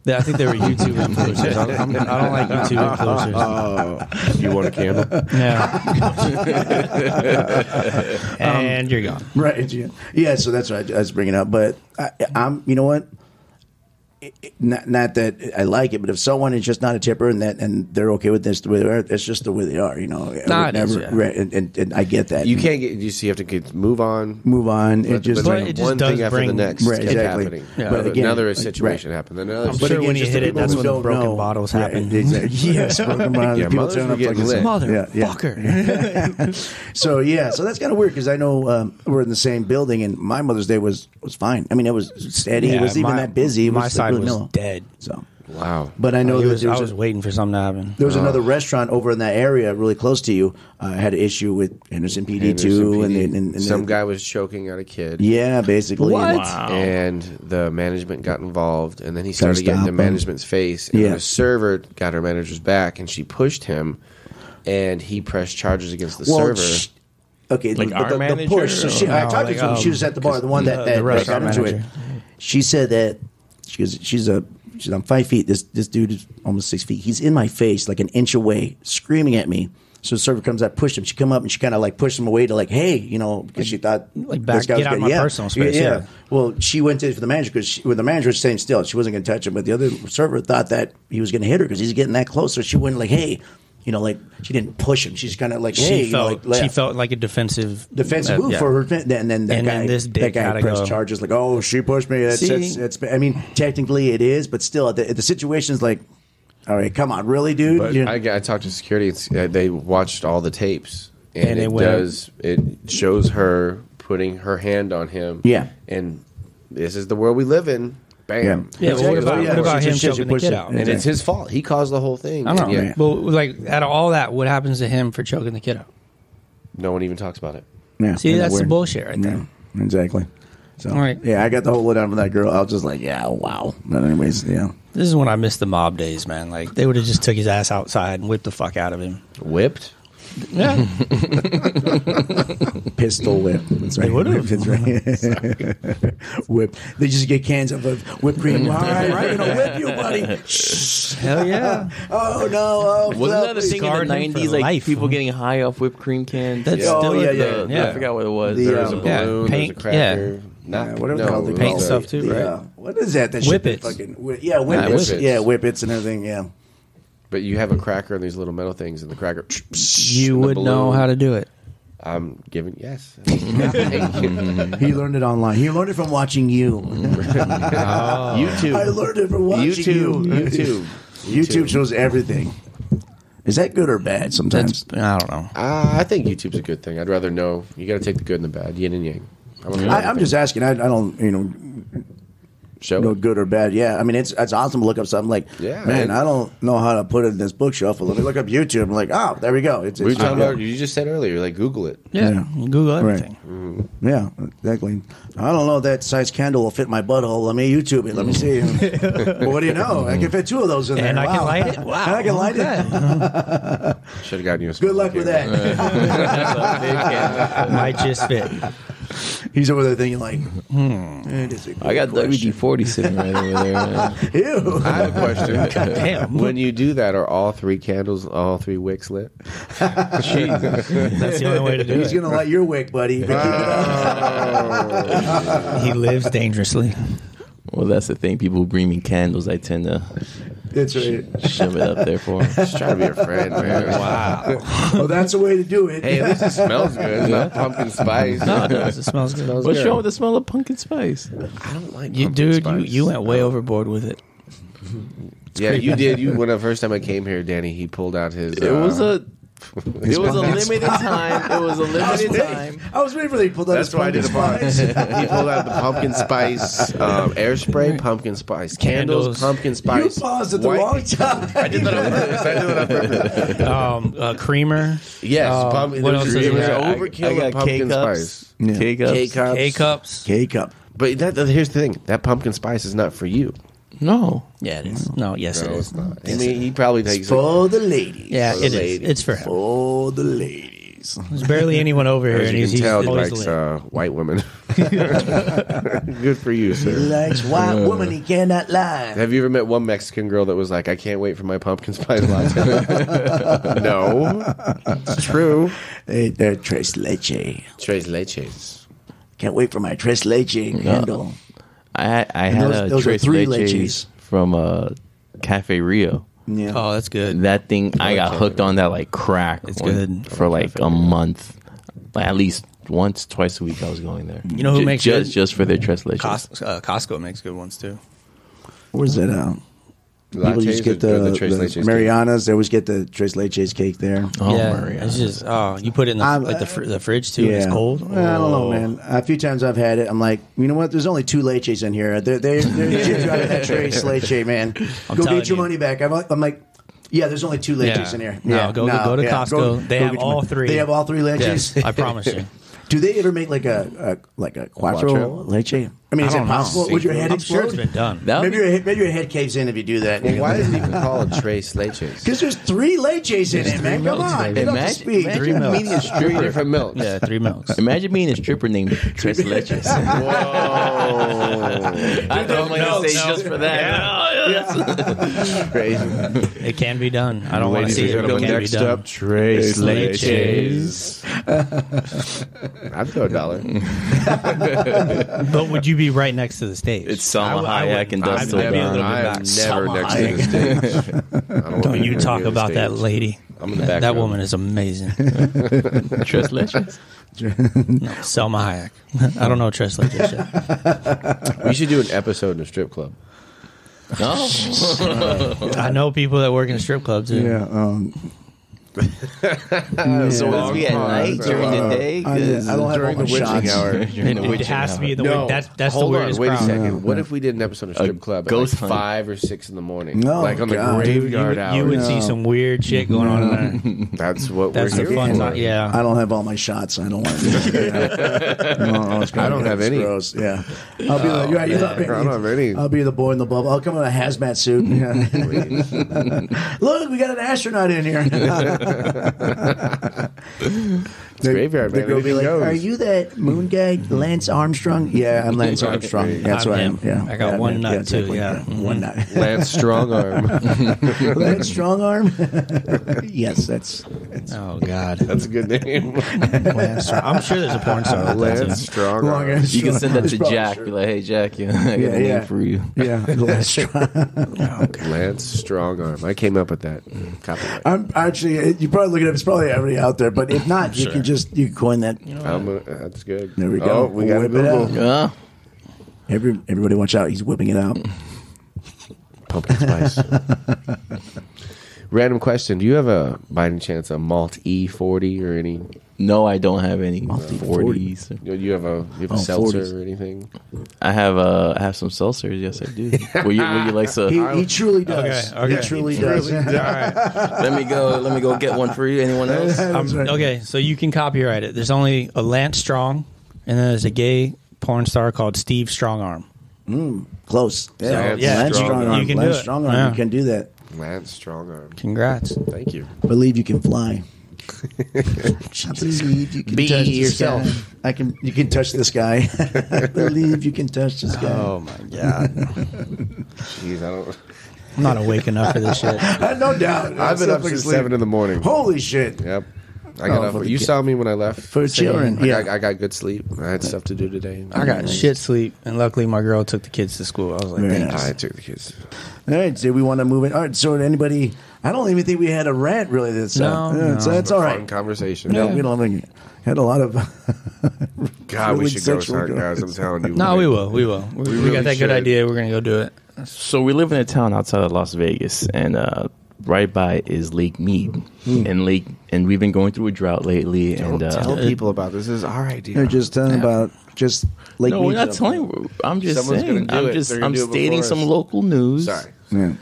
[SPEAKER 3] Yeah, I think they were
[SPEAKER 4] *laughs*
[SPEAKER 3] YouTube influencers. I, I'm, I don't like YouTube influencers.
[SPEAKER 2] Oh. You want a candle?
[SPEAKER 3] Yeah. *laughs* Um, and you're gone.
[SPEAKER 4] right? Yeah. yeah, so that's what I, I was bringing up. But I, I'm, you know what? It- it- Not, not that I like it, but if someone is just not a tipper and that and they're okay with this the way they are, that's just the way they are. You know, I
[SPEAKER 3] Nah,
[SPEAKER 4] would
[SPEAKER 3] it is, yeah.
[SPEAKER 4] right? And, and, and I get that.
[SPEAKER 2] You can't get. You see, you have to get, move on.
[SPEAKER 4] move on. It just
[SPEAKER 2] but
[SPEAKER 3] But
[SPEAKER 2] like
[SPEAKER 3] it just
[SPEAKER 2] one
[SPEAKER 3] does
[SPEAKER 2] thing after the
[SPEAKER 3] bring-
[SPEAKER 2] next
[SPEAKER 4] Right,
[SPEAKER 2] kept
[SPEAKER 4] exactly.
[SPEAKER 2] happening.
[SPEAKER 4] Yeah.
[SPEAKER 2] But
[SPEAKER 4] But again,
[SPEAKER 2] another
[SPEAKER 4] like,
[SPEAKER 2] situation
[SPEAKER 4] right.
[SPEAKER 2] happened. Another
[SPEAKER 3] I'm sure
[SPEAKER 2] situation-
[SPEAKER 3] when you
[SPEAKER 4] just the
[SPEAKER 3] hit it,
[SPEAKER 4] people
[SPEAKER 3] that's
[SPEAKER 4] who
[SPEAKER 3] when the
[SPEAKER 4] don't
[SPEAKER 3] broken
[SPEAKER 4] know.
[SPEAKER 3] bottles
[SPEAKER 4] Right,
[SPEAKER 3] happen.
[SPEAKER 4] exactly.
[SPEAKER 3] *laughs*
[SPEAKER 4] Yes, broken bottles.
[SPEAKER 2] Yeah,
[SPEAKER 4] people
[SPEAKER 2] mothers
[SPEAKER 4] turn
[SPEAKER 2] were
[SPEAKER 4] up like
[SPEAKER 2] getting
[SPEAKER 4] this.
[SPEAKER 2] lit.
[SPEAKER 4] Yeah, yeah.
[SPEAKER 3] Motherfucker.
[SPEAKER 4] So yeah, so that's kind of weird because I know um, we're in the same building, and my Mother's Day was was fine. I mean, it was steady. it
[SPEAKER 3] Yeah,
[SPEAKER 4] wasn't even
[SPEAKER 3] my-
[SPEAKER 4] that busy. It
[SPEAKER 3] my
[SPEAKER 4] was
[SPEAKER 3] side side
[SPEAKER 4] really
[SPEAKER 3] was
[SPEAKER 4] mellow.
[SPEAKER 3] dead.
[SPEAKER 4] So,
[SPEAKER 2] Wow.
[SPEAKER 4] but I know
[SPEAKER 3] It
[SPEAKER 4] that
[SPEAKER 3] was-
[SPEAKER 4] there
[SPEAKER 3] I
[SPEAKER 4] was a-
[SPEAKER 3] was Oh. waiting for something to happen.
[SPEAKER 4] There was another restaurant over in that area, really close to you. Uh, had an issue with Anderson PD too, and, and, and, and
[SPEAKER 2] some guy was choking out a kid.
[SPEAKER 4] Yeah, basically. and-
[SPEAKER 5] Wow.
[SPEAKER 2] And the management got involved, and then he
[SPEAKER 4] Gotta
[SPEAKER 2] started getting
[SPEAKER 4] stop
[SPEAKER 2] the
[SPEAKER 4] him.
[SPEAKER 2] management's face. And
[SPEAKER 4] Yeah.
[SPEAKER 2] the server got her manager's back, and she pushed him, and he pressed charges against the
[SPEAKER 4] Well,
[SPEAKER 2] server.
[SPEAKER 4] sh- okay,
[SPEAKER 5] Like
[SPEAKER 4] but
[SPEAKER 5] our
[SPEAKER 4] the, the
[SPEAKER 5] manager
[SPEAKER 4] push. So
[SPEAKER 5] or-
[SPEAKER 4] she, I
[SPEAKER 3] No,
[SPEAKER 4] talked
[SPEAKER 3] like,
[SPEAKER 4] to her. she
[SPEAKER 3] um,
[SPEAKER 4] was at the bar, the one that,
[SPEAKER 3] the-
[SPEAKER 4] that,
[SPEAKER 3] the
[SPEAKER 4] that got
[SPEAKER 3] restaurant
[SPEAKER 4] into it.
[SPEAKER 3] manager.
[SPEAKER 4] She said that she goes, she's a she's on five feet. This this dude is almost six feet. He's in my face, like an inch away, screaming at me. So the server comes out, pushed him. She come up and she kind of like pushed him away to like, hey, you know, because she thought
[SPEAKER 3] like, back-
[SPEAKER 4] this guy
[SPEAKER 3] get
[SPEAKER 4] was
[SPEAKER 3] out of
[SPEAKER 4] gonna-
[SPEAKER 3] my personal space, yeah.
[SPEAKER 4] Well, she went in for the manager because well, the manager was staying still. She wasn't going to touch him, but the other server thought that he was going to hit her because he's getting that close. So she went like, "Hey, you know, like she didn't push him. She's kind of like,
[SPEAKER 3] She
[SPEAKER 4] hey, you know,
[SPEAKER 3] felt
[SPEAKER 4] like,
[SPEAKER 3] she
[SPEAKER 4] left.
[SPEAKER 3] felt like a defensive
[SPEAKER 4] defensive
[SPEAKER 3] uh,
[SPEAKER 4] move
[SPEAKER 3] yeah.
[SPEAKER 4] for her." And then, then that
[SPEAKER 3] And
[SPEAKER 4] guy,
[SPEAKER 3] then this
[SPEAKER 4] that
[SPEAKER 3] dick
[SPEAKER 4] guy
[SPEAKER 3] gotta
[SPEAKER 4] pressed
[SPEAKER 3] go.
[SPEAKER 4] charges like, "Oh, she pushed me." That's,
[SPEAKER 5] See?
[SPEAKER 4] that's, that's, I mean, technically it is, but still, the, the situation's like, "All right, come on, really, dude."
[SPEAKER 2] But
[SPEAKER 4] You-
[SPEAKER 2] I, I talked to security. It's, uh, they watched all the tapes, and,
[SPEAKER 3] And it
[SPEAKER 2] it
[SPEAKER 3] went-
[SPEAKER 2] does. It shows her putting her hand on him.
[SPEAKER 4] Yeah.
[SPEAKER 2] and this is the world we live in. Bam.
[SPEAKER 4] Yeah.
[SPEAKER 3] Yeah, but what
[SPEAKER 4] Exactly.
[SPEAKER 3] about,
[SPEAKER 4] Yeah,
[SPEAKER 3] what about
[SPEAKER 4] she
[SPEAKER 3] him
[SPEAKER 4] just- she
[SPEAKER 3] choking the
[SPEAKER 4] pushed
[SPEAKER 3] kid
[SPEAKER 4] it.
[SPEAKER 3] out?
[SPEAKER 2] And it's his fault. He caused the whole thing.
[SPEAKER 3] I don't
[SPEAKER 2] and
[SPEAKER 3] know.
[SPEAKER 2] yet
[SPEAKER 3] Well, like out of all that, what happens to him for choking the kid out?
[SPEAKER 2] no one even talks about it.
[SPEAKER 4] yeah,
[SPEAKER 3] See,
[SPEAKER 4] isn't that
[SPEAKER 3] that's the
[SPEAKER 4] weird?
[SPEAKER 3] bullshit right there.
[SPEAKER 4] Yeah, exactly. So,
[SPEAKER 3] All right.
[SPEAKER 4] yeah, I got the whole lowdown from that girl. I was just like, "Yeah, wow." But anyways, yeah.
[SPEAKER 3] This is when I miss the mob days, man. Like they would have just took his ass outside and whipped the fuck out of him.
[SPEAKER 2] Whipped.
[SPEAKER 3] Yeah,
[SPEAKER 4] pistol whip. That's right.
[SPEAKER 3] They would've.
[SPEAKER 4] That's *laughs* right. whip. They just get cans of uh, whipped cream. All right, we're gonna whip you, *laughs* buddy. Shh.
[SPEAKER 3] *laughs* hell yeah.
[SPEAKER 4] Oh no! Oh,
[SPEAKER 5] Wasn't
[SPEAKER 4] well,
[SPEAKER 5] that a thing in the
[SPEAKER 3] Scarred him for
[SPEAKER 5] nineties? Like
[SPEAKER 3] life.
[SPEAKER 5] people getting high off whipped cream cans.
[SPEAKER 3] That's
[SPEAKER 4] Yeah.
[SPEAKER 3] still
[SPEAKER 4] Oh, yeah,
[SPEAKER 3] a
[SPEAKER 4] yeah,
[SPEAKER 5] the,
[SPEAKER 3] thing.
[SPEAKER 5] the- Uh, I forgot what it was.
[SPEAKER 4] The,
[SPEAKER 5] there was a
[SPEAKER 4] um,
[SPEAKER 5] balloon.
[SPEAKER 3] Yeah,
[SPEAKER 2] Balloon,
[SPEAKER 3] paint-
[SPEAKER 2] there's a cracker.
[SPEAKER 3] yeah.
[SPEAKER 2] Not,
[SPEAKER 4] Yeah, whatever
[SPEAKER 2] no,
[SPEAKER 4] the hell they
[SPEAKER 2] it
[SPEAKER 4] call
[SPEAKER 3] paint
[SPEAKER 2] was
[SPEAKER 4] it.
[SPEAKER 3] stuff too, right?
[SPEAKER 4] Yeah. What is that? That shit
[SPEAKER 3] Whip
[SPEAKER 4] that
[SPEAKER 3] it.
[SPEAKER 4] Fucking, whi- yeah, whip
[SPEAKER 2] Nah,
[SPEAKER 4] it.
[SPEAKER 2] whip it.
[SPEAKER 4] Yeah, whippets and everything. Yeah.
[SPEAKER 2] But you have a cracker and these little metal things, and the cracker. *sniffs*
[SPEAKER 3] You
[SPEAKER 2] and the
[SPEAKER 3] would know
[SPEAKER 2] balloon.
[SPEAKER 3] how to do it.
[SPEAKER 2] I'm giving yes.
[SPEAKER 4] He learned it online. He learned it from watching you. *laughs*
[SPEAKER 3] Oh.
[SPEAKER 4] I
[SPEAKER 5] YouTube.
[SPEAKER 4] learned it from watching
[SPEAKER 5] YouTube.
[SPEAKER 4] you. *laughs*
[SPEAKER 5] YouTube.
[SPEAKER 4] YouTube shows everything. Is that good or bad? Sometimes.
[SPEAKER 3] That's I don't know.
[SPEAKER 2] Uh, I think YouTube's a good thing. I'd rather know. You got to take the good and the bad, yin and yang. I'm, a fan
[SPEAKER 4] I,
[SPEAKER 2] of
[SPEAKER 4] I'm
[SPEAKER 2] that.
[SPEAKER 4] just asking. I, I don't. You know,
[SPEAKER 2] show.
[SPEAKER 4] no
[SPEAKER 2] it.
[SPEAKER 4] good or bad. Yeah, I mean it's it's awesome to look up something like,
[SPEAKER 2] Yeah,
[SPEAKER 4] man,
[SPEAKER 2] it-
[SPEAKER 4] I don't know how to put it in this bookshelf. But let me look up YouTube. I'm like, oh, there we go. It's,
[SPEAKER 2] We were
[SPEAKER 4] it's
[SPEAKER 2] talking
[SPEAKER 4] yeah.
[SPEAKER 2] about. You just said earlier, like Google it.
[SPEAKER 3] Yeah, you Google
[SPEAKER 4] Right.
[SPEAKER 3] everything.
[SPEAKER 4] yeah, exactly. I don't know if that size candle will fit my butthole. Let me YouTube it. Let
[SPEAKER 2] *laughs*
[SPEAKER 4] me see. But what do you know? I can fit two of those in there.
[SPEAKER 3] And I can
[SPEAKER 4] Wow.
[SPEAKER 3] light it. Wow,
[SPEAKER 4] And *laughs* I can light it.
[SPEAKER 2] Should have gotten you. A
[SPEAKER 4] Good luck with
[SPEAKER 2] smaller
[SPEAKER 4] that.
[SPEAKER 3] it. Might just fit.
[SPEAKER 4] He's over there thinking like, it is a good
[SPEAKER 5] *laughs* I got WD
[SPEAKER 4] question.
[SPEAKER 5] forty sitting right over *laughs* there.
[SPEAKER 4] Ew.
[SPEAKER 2] I have a question.
[SPEAKER 4] *laughs*
[SPEAKER 3] Damn.
[SPEAKER 2] when you do that, are all three candles, all three wicks
[SPEAKER 4] *laughs*
[SPEAKER 2] lit? Oh.
[SPEAKER 3] That's the only way to do
[SPEAKER 4] He's
[SPEAKER 3] it.
[SPEAKER 4] gonna light your wick, buddy.
[SPEAKER 3] he lives dangerously.
[SPEAKER 5] Well, that's the thing. People who bring me candles, I tend to
[SPEAKER 4] *laughs* That's right.
[SPEAKER 5] shove it up there
[SPEAKER 4] *laughs*
[SPEAKER 5] for 'em.
[SPEAKER 2] Just trying to be a friend, man. Wow.
[SPEAKER 4] Well, that's the way to do it.
[SPEAKER 2] Hey, at least it smells good. It's not pumpkin spice.
[SPEAKER 3] No, Oh, it does. It smells good.
[SPEAKER 2] Smells
[SPEAKER 5] What's
[SPEAKER 2] good.
[SPEAKER 5] wrong with the smell of pumpkin spice?
[SPEAKER 2] I don't like
[SPEAKER 3] You,
[SPEAKER 2] pumpkin
[SPEAKER 3] dude, you,
[SPEAKER 2] spice.
[SPEAKER 3] you went way overboard with it.
[SPEAKER 2] Yeah, you did. You when the first time I came here, Danny, he pulled out his.
[SPEAKER 5] It
[SPEAKER 2] uh,
[SPEAKER 5] was a. It was a
[SPEAKER 4] pumpkin
[SPEAKER 5] limited time.
[SPEAKER 4] *laughs*
[SPEAKER 5] It was a limited time.
[SPEAKER 4] *laughs* I was waiting for the pulled out
[SPEAKER 2] That's
[SPEAKER 4] his
[SPEAKER 2] why I did a
[SPEAKER 4] pumpkin
[SPEAKER 2] box.
[SPEAKER 4] spice.
[SPEAKER 2] he *laughs* pulled out the pumpkin spice um, air spray, pumpkin spice candles,
[SPEAKER 3] Candles.
[SPEAKER 2] pumpkin spice.
[SPEAKER 4] You paused at the
[SPEAKER 2] white-
[SPEAKER 4] wrong time.
[SPEAKER 2] *laughs*
[SPEAKER 4] I
[SPEAKER 2] I did
[SPEAKER 4] did
[SPEAKER 2] that on purpose. I did that on purpose.
[SPEAKER 3] *laughs* Um, uh, creamer,
[SPEAKER 2] Yes,
[SPEAKER 3] Um,
[SPEAKER 2] pumpkin.
[SPEAKER 3] what
[SPEAKER 2] There was,
[SPEAKER 3] else is
[SPEAKER 2] it was
[SPEAKER 3] there?
[SPEAKER 5] I- I
[SPEAKER 2] overkill
[SPEAKER 5] got
[SPEAKER 2] of pumpkin
[SPEAKER 5] K-cups.
[SPEAKER 2] spice.
[SPEAKER 4] Yeah.
[SPEAKER 5] K-cups.
[SPEAKER 2] K-cups.
[SPEAKER 3] K cups.
[SPEAKER 4] K cup.
[SPEAKER 2] But that, that- here's the thing: that pumpkin spice is not for you.
[SPEAKER 5] No.
[SPEAKER 3] Yeah, it is. No, yes, it is.
[SPEAKER 2] I mean, he probably takes it.
[SPEAKER 4] For the ladies.
[SPEAKER 3] Yeah, it is.
[SPEAKER 2] Lady.
[SPEAKER 3] It's for him.
[SPEAKER 4] For the ladies.
[SPEAKER 3] There's barely anyone over here,
[SPEAKER 2] As
[SPEAKER 3] and
[SPEAKER 2] you
[SPEAKER 3] he's,
[SPEAKER 2] can
[SPEAKER 3] he's
[SPEAKER 2] tell, he
[SPEAKER 3] always
[SPEAKER 2] likes
[SPEAKER 3] lit.
[SPEAKER 2] uh, white *laughs* women. Good for you,
[SPEAKER 4] He
[SPEAKER 2] sir.
[SPEAKER 4] likes white woman. He cannot lie.
[SPEAKER 2] Have you ever met one Mexican girl that was like, "I can't wait for my pumpkin spice latte"? *laughs* no, it's true.
[SPEAKER 4] Hey, there, tres leche.
[SPEAKER 2] Tres leches.
[SPEAKER 4] Can't wait for my tres leche handle.
[SPEAKER 5] I had, I had
[SPEAKER 4] those-
[SPEAKER 5] a
[SPEAKER 4] those are
[SPEAKER 5] tres
[SPEAKER 4] three
[SPEAKER 5] leches
[SPEAKER 4] leches.
[SPEAKER 5] from uh, Cafe Rio.
[SPEAKER 4] Yeah.
[SPEAKER 3] Oh, that's good.
[SPEAKER 5] That thing, I got hooked on that like crack.
[SPEAKER 3] It's
[SPEAKER 5] on-
[SPEAKER 3] good.
[SPEAKER 5] for like a month, Like, at least once, twice a week. I was going there. You
[SPEAKER 3] know who makes
[SPEAKER 5] just
[SPEAKER 3] good?
[SPEAKER 5] just for their tres leches.
[SPEAKER 3] Cos- uh, Costco makes good ones too.
[SPEAKER 4] Where's that out? um, People used to get the, the, Marianas. They always get the Trace Leches cake there.
[SPEAKER 5] Oh,
[SPEAKER 3] yeah,
[SPEAKER 5] Maria.
[SPEAKER 3] it's just oh, you put it in the,
[SPEAKER 4] I'm-
[SPEAKER 3] like the, fr- the fridge too. and It's cold.
[SPEAKER 4] Well, I don't know,
[SPEAKER 3] Oh.
[SPEAKER 4] man. A few times I've had it. I'm like, you know what? There's only two leches in here. They're,
[SPEAKER 3] *laughs*
[SPEAKER 4] they're, they're just driving that Trace leche, man.
[SPEAKER 3] I'm
[SPEAKER 4] go
[SPEAKER 3] telling
[SPEAKER 4] get your
[SPEAKER 3] you.
[SPEAKER 4] money back. I'm, like- I'm like, yeah, there's only two leches in here.
[SPEAKER 3] No,
[SPEAKER 4] Yeah,
[SPEAKER 3] go- go to Costco. They have
[SPEAKER 4] get your
[SPEAKER 3] all
[SPEAKER 4] money.
[SPEAKER 3] three.
[SPEAKER 4] They have all three
[SPEAKER 3] Oh.
[SPEAKER 4] leches.
[SPEAKER 3] Yes, *laughs* I promise you.
[SPEAKER 4] Do they ever make like a, a like a quattro,
[SPEAKER 2] Quattro?
[SPEAKER 4] leche? I mean,
[SPEAKER 3] I
[SPEAKER 4] is
[SPEAKER 3] don't
[SPEAKER 4] it
[SPEAKER 3] know.
[SPEAKER 4] possible? Would *laughs* your head
[SPEAKER 3] I'm sure
[SPEAKER 4] explode?
[SPEAKER 3] it's been done.
[SPEAKER 5] That would
[SPEAKER 4] maybe,
[SPEAKER 5] be-
[SPEAKER 4] your head, maybe your head caves in if you do that.
[SPEAKER 2] Why is it
[SPEAKER 4] *laughs*
[SPEAKER 2] even called Trace
[SPEAKER 5] *laughs*
[SPEAKER 2] Leches?
[SPEAKER 4] Because there's three leches in it, man. Come
[SPEAKER 2] milks, baby.
[SPEAKER 4] on, get up to
[SPEAKER 5] Imagine-
[SPEAKER 4] speed.
[SPEAKER 5] imagine
[SPEAKER 2] Three
[SPEAKER 5] milks.
[SPEAKER 2] medium three different milks.
[SPEAKER 3] Yeah, three milks.
[SPEAKER 5] Imagine being a stripper named Tres *laughs* Leches. I Oh. don't
[SPEAKER 3] No,
[SPEAKER 5] want to say
[SPEAKER 3] no.
[SPEAKER 5] just for *laughs* that.
[SPEAKER 2] *laughs* Crazy.
[SPEAKER 3] It can be done. I don't want to
[SPEAKER 2] Ladies
[SPEAKER 3] see
[SPEAKER 2] and
[SPEAKER 3] it. but It
[SPEAKER 2] gentlemen,
[SPEAKER 3] can be
[SPEAKER 2] next
[SPEAKER 3] done.
[SPEAKER 2] up, Trace
[SPEAKER 3] Leches.
[SPEAKER 2] Leches. I'd throw a dollar.
[SPEAKER 3] But would you be right next to the stage?
[SPEAKER 5] It's Selma
[SPEAKER 3] I would- I
[SPEAKER 5] Hayek and
[SPEAKER 3] would- I'd
[SPEAKER 5] Dustin
[SPEAKER 3] be a little bit
[SPEAKER 2] I am
[SPEAKER 3] back.
[SPEAKER 2] never
[SPEAKER 5] Selma
[SPEAKER 2] next to the
[SPEAKER 3] *laughs*
[SPEAKER 2] stage. I don't wanna
[SPEAKER 3] Don't
[SPEAKER 2] be
[SPEAKER 3] you
[SPEAKER 2] near
[SPEAKER 3] talk
[SPEAKER 2] the
[SPEAKER 3] about that
[SPEAKER 2] stage.
[SPEAKER 3] lady.
[SPEAKER 2] I'm in the
[SPEAKER 3] That-
[SPEAKER 2] background.
[SPEAKER 3] That woman
[SPEAKER 2] *laughs*
[SPEAKER 3] is amazing.
[SPEAKER 5] Tres *laughs* Leches.
[SPEAKER 3] No, Selma Hayek. I don't know Tres Leches yet.
[SPEAKER 2] We should do an episode in a strip club.
[SPEAKER 5] Oh,
[SPEAKER 3] I know people that work in strip clubs too.
[SPEAKER 4] Yeah. Um,
[SPEAKER 5] so
[SPEAKER 2] long
[SPEAKER 5] was we at
[SPEAKER 2] pause,
[SPEAKER 5] night
[SPEAKER 2] bro.
[SPEAKER 5] during the day?
[SPEAKER 4] I, I don't have all
[SPEAKER 2] During
[SPEAKER 4] my
[SPEAKER 2] the witching
[SPEAKER 4] shots. *laughs*
[SPEAKER 2] hour.
[SPEAKER 5] During the
[SPEAKER 3] It
[SPEAKER 5] witching
[SPEAKER 3] has to be
[SPEAKER 5] hour.
[SPEAKER 3] the
[SPEAKER 2] No,
[SPEAKER 3] way. That's that's the
[SPEAKER 2] hold
[SPEAKER 3] weirdest
[SPEAKER 2] on. Wait
[SPEAKER 3] crowd.
[SPEAKER 2] a second. What if we did an episode of strip club at like
[SPEAKER 5] ghost hunt.
[SPEAKER 2] five or six in the morning?
[SPEAKER 4] No,
[SPEAKER 2] like on the
[SPEAKER 4] God.
[SPEAKER 3] Dude, you would,
[SPEAKER 2] graveyard hour.
[SPEAKER 3] you would see some weird shit going on
[SPEAKER 2] *laughs*
[SPEAKER 3] in there.
[SPEAKER 2] That's what
[SPEAKER 3] That's
[SPEAKER 2] we're
[SPEAKER 3] the
[SPEAKER 2] here
[SPEAKER 3] fun
[SPEAKER 2] for.
[SPEAKER 3] time. Yeah.
[SPEAKER 4] I don't have all my shots. I don't want.
[SPEAKER 5] *laughs*
[SPEAKER 4] to- no, no, it's
[SPEAKER 2] I don't
[SPEAKER 4] kinda-
[SPEAKER 2] have
[SPEAKER 4] it's
[SPEAKER 2] any.
[SPEAKER 4] Gross. Yeah, I'll be the, yeah, you know,
[SPEAKER 2] man. I don't have any.
[SPEAKER 4] I'll be the boy in the bubble. I'll come in a
[SPEAKER 2] *laughs*
[SPEAKER 4] hazmat suit. Yeah. *laughs* Look, we got an astronaut
[SPEAKER 2] *laughs*
[SPEAKER 4] in here. They-
[SPEAKER 2] graveyard,
[SPEAKER 4] they
[SPEAKER 2] man.
[SPEAKER 4] go be
[SPEAKER 2] Anything
[SPEAKER 4] like,
[SPEAKER 2] goes.
[SPEAKER 4] "Are you that moon guy, Lance Armstrong?" Yeah, I'm
[SPEAKER 5] *laughs*
[SPEAKER 4] Lance
[SPEAKER 2] Right.
[SPEAKER 4] Armstrong. That's what I am.
[SPEAKER 3] I'm him.
[SPEAKER 4] Yeah,
[SPEAKER 3] I got
[SPEAKER 4] Yeah,
[SPEAKER 3] one
[SPEAKER 4] man.
[SPEAKER 3] nut, too,
[SPEAKER 4] exactly.
[SPEAKER 3] yeah. Mm-hmm.
[SPEAKER 4] one nut.
[SPEAKER 2] Lance
[SPEAKER 3] *laughs*
[SPEAKER 2] Strongarm.
[SPEAKER 4] *laughs* Lance Strong Arm. yes, that's
[SPEAKER 3] Oh God.
[SPEAKER 2] That's a good name.
[SPEAKER 3] I'm sure there's a porn star. with that, too.
[SPEAKER 2] Lance
[SPEAKER 4] long
[SPEAKER 2] Strongarm.
[SPEAKER 4] ass.
[SPEAKER 5] You can send that
[SPEAKER 4] It's
[SPEAKER 5] to
[SPEAKER 4] probably
[SPEAKER 5] Jack.
[SPEAKER 4] true.
[SPEAKER 5] Be like, hey, Jack, *laughs* you I got a name
[SPEAKER 4] yeah.
[SPEAKER 5] for you.
[SPEAKER 4] Yeah,
[SPEAKER 5] *laughs*
[SPEAKER 4] the last try.
[SPEAKER 2] Lance Strongarm. I came up with that. Copyright.
[SPEAKER 4] I'm actually it- you probably look it up. It's probably already out there, but
[SPEAKER 5] *laughs*
[SPEAKER 4] if not, you can just you can coin that.
[SPEAKER 2] I'm a, uh, that's good.
[SPEAKER 4] There we go.
[SPEAKER 2] Oh, we got a
[SPEAKER 4] Whip it
[SPEAKER 2] Google.
[SPEAKER 5] Oh,
[SPEAKER 4] Every everybody, watch out! He's whipping it
[SPEAKER 5] *laughs*
[SPEAKER 4] out.
[SPEAKER 2] *laughs* Pumpkin spice. Random question. Do you have a, by any chance, a malt E40 or any?
[SPEAKER 5] no, I don't have any
[SPEAKER 4] Multi-
[SPEAKER 5] 40s.
[SPEAKER 2] You you have a, you have a
[SPEAKER 4] Oh,
[SPEAKER 2] seltzer
[SPEAKER 4] 40s.
[SPEAKER 2] or anything?
[SPEAKER 5] I have uh, I have some seltzers. Yes, I *laughs* do. Will you, will you like to?
[SPEAKER 4] He, he truly does.
[SPEAKER 3] Okay, okay.
[SPEAKER 4] He truly does. *laughs*
[SPEAKER 5] let me go. Let me go get one for you. *laughs* Anyone else?
[SPEAKER 3] Um, okay, so you can copyright it. There's only a Lance Strong, and then there's a gay porn star called Steve Strongarm.
[SPEAKER 4] Close. Yeah,
[SPEAKER 2] Lance
[SPEAKER 4] yeah. Lance
[SPEAKER 2] Strong
[SPEAKER 4] strong
[SPEAKER 2] Arm.
[SPEAKER 4] arm.
[SPEAKER 3] You can do
[SPEAKER 4] Lance
[SPEAKER 3] it.
[SPEAKER 4] strong arm.
[SPEAKER 3] Yeah.
[SPEAKER 4] You can do that.
[SPEAKER 2] Lance Strongarm.
[SPEAKER 3] Congrats.
[SPEAKER 2] Thank you.
[SPEAKER 4] *laughs* Believe you can fly. I believe you can
[SPEAKER 5] Be
[SPEAKER 4] touch
[SPEAKER 5] yourself.
[SPEAKER 4] This guy. I can. You can touch this guy. I *laughs* believe you can touch this guy.
[SPEAKER 2] my god. Jeez, I
[SPEAKER 4] *laughs*
[SPEAKER 2] don't.
[SPEAKER 3] I'm not awake enough for this shit.
[SPEAKER 4] Uh, no *laughs* doubt.
[SPEAKER 2] I've been up
[SPEAKER 4] Something's
[SPEAKER 2] since
[SPEAKER 4] leaving.
[SPEAKER 2] seven in the morning.
[SPEAKER 4] Holy shit!
[SPEAKER 2] Yep. I got
[SPEAKER 4] Oh, for
[SPEAKER 2] up.
[SPEAKER 4] the
[SPEAKER 2] You
[SPEAKER 4] kid-
[SPEAKER 2] saw me when I left.
[SPEAKER 4] For children,
[SPEAKER 2] I
[SPEAKER 4] yeah.
[SPEAKER 2] got, I got good sleep. I had stuff to do today.
[SPEAKER 3] I got shit sleep, and luckily my girl took the kids to school. I was like,
[SPEAKER 4] Very
[SPEAKER 3] thank
[SPEAKER 4] nice.
[SPEAKER 2] I took the kids.
[SPEAKER 4] All right, so we want to move it. All right, so anybody, I don't even think we had a rant really. That's uh,
[SPEAKER 3] No,
[SPEAKER 4] yeah, so
[SPEAKER 3] no.
[SPEAKER 4] that's all
[SPEAKER 2] Fun
[SPEAKER 4] right.
[SPEAKER 2] conversation.
[SPEAKER 4] No, we don't have any- had a lot of. *laughs*
[SPEAKER 2] God, we
[SPEAKER 4] really
[SPEAKER 2] should go
[SPEAKER 4] sexual
[SPEAKER 2] sound,
[SPEAKER 4] guys.
[SPEAKER 2] guys. I'm telling you.
[SPEAKER 3] you. *laughs* No, we will. We will. We, we
[SPEAKER 2] really
[SPEAKER 3] got that
[SPEAKER 2] should.
[SPEAKER 3] good idea. We're going to go do it.
[SPEAKER 5] So we live in a town outside of Las Vegas, and uh, right by is Lake Mead, and Lake, and we've been going through a drought lately, and uh,
[SPEAKER 2] Tell people about this. This is our idea.
[SPEAKER 4] They're just telling about just like
[SPEAKER 5] no, we're not telling. you. I'm just
[SPEAKER 2] Someone's gonna
[SPEAKER 5] saying.
[SPEAKER 2] do
[SPEAKER 5] I'm
[SPEAKER 2] it.
[SPEAKER 5] just.
[SPEAKER 2] They're gonna
[SPEAKER 5] I'm
[SPEAKER 2] do it before
[SPEAKER 5] stating
[SPEAKER 2] us.
[SPEAKER 5] some local news.
[SPEAKER 2] Sorry.
[SPEAKER 4] Yeah.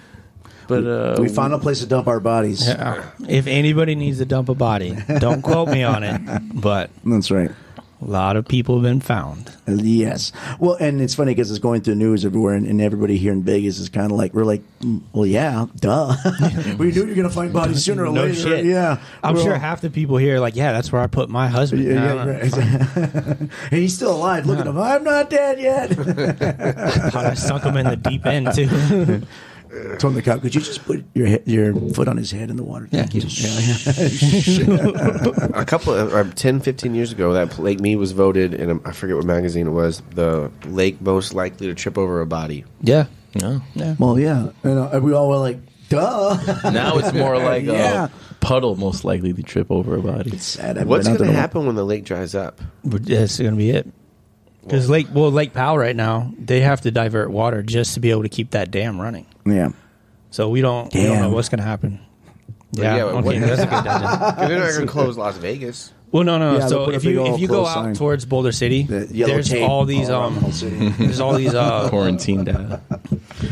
[SPEAKER 5] but uh,
[SPEAKER 3] Oh.
[SPEAKER 4] We found a place to dump our bodies.
[SPEAKER 3] If anybody needs to dump a body, don't quote me on it, but
[SPEAKER 4] That's right.
[SPEAKER 3] a lot of people have been found.
[SPEAKER 4] Yes. Well, and it's funny because it's going through news everywhere, and, and everybody here in Vegas is kind of like, we're like, "Mm, well, yeah, duh. *laughs* we knew you're going to find bodies sooner or
[SPEAKER 3] No
[SPEAKER 4] later.
[SPEAKER 3] shit.
[SPEAKER 4] Yeah.
[SPEAKER 3] I'm
[SPEAKER 4] We're
[SPEAKER 3] sure
[SPEAKER 4] all-
[SPEAKER 3] half the people here are like, yeah, that's where I put my husband.
[SPEAKER 4] Yeah,
[SPEAKER 3] Yeah,
[SPEAKER 4] yeah, right. *laughs* And he's still alive. Look at him. I'm not dead yet. *laughs*
[SPEAKER 3] I sunk him in the deep end, too.
[SPEAKER 4] Told the cop, could you just put your he- your foot on his head in the water? Thank you. Yeah,
[SPEAKER 2] a couple of uh, 10 15 years ago that lake mead was voted in a, i forget what magazine it was the lake most likely to trip over a body
[SPEAKER 3] yeah.
[SPEAKER 5] no.
[SPEAKER 4] yeah. well, yeah. And uh, we all were like, duh. *laughs*
[SPEAKER 5] now it's more *laughs* like
[SPEAKER 4] Yeah.
[SPEAKER 5] a puddle, most likely to trip over a body.
[SPEAKER 4] Sad. I've
[SPEAKER 2] what's
[SPEAKER 4] been out
[SPEAKER 2] going to
[SPEAKER 4] there
[SPEAKER 2] happen when the lake dries *laughs* up
[SPEAKER 3] But That's going to be it. Because Lake, well, Lake Powell right now, they have to divert water just to be able to keep that dam running.
[SPEAKER 4] a while. Yeah.
[SPEAKER 3] So we don't, we don't know
[SPEAKER 4] Damn.
[SPEAKER 3] what's going to happen.
[SPEAKER 2] yeah,
[SPEAKER 3] Yeah,
[SPEAKER 2] but
[SPEAKER 3] okay,
[SPEAKER 2] what-
[SPEAKER 3] that's a good digest.
[SPEAKER 2] They're not going to close Las Vegas.
[SPEAKER 3] Well, no, no.
[SPEAKER 4] Yeah, they'll
[SPEAKER 3] so
[SPEAKER 4] put a
[SPEAKER 3] if
[SPEAKER 4] big
[SPEAKER 3] you
[SPEAKER 4] old
[SPEAKER 3] if you go
[SPEAKER 4] close
[SPEAKER 3] out
[SPEAKER 4] sign.
[SPEAKER 3] towards Boulder City,
[SPEAKER 4] The yellow
[SPEAKER 3] there's
[SPEAKER 4] tape Oh,
[SPEAKER 3] all these
[SPEAKER 4] all around the
[SPEAKER 3] um,
[SPEAKER 4] whole
[SPEAKER 3] *laughs*
[SPEAKER 4] city.
[SPEAKER 3] there's all these uh,
[SPEAKER 5] *laughs* Quarantined out.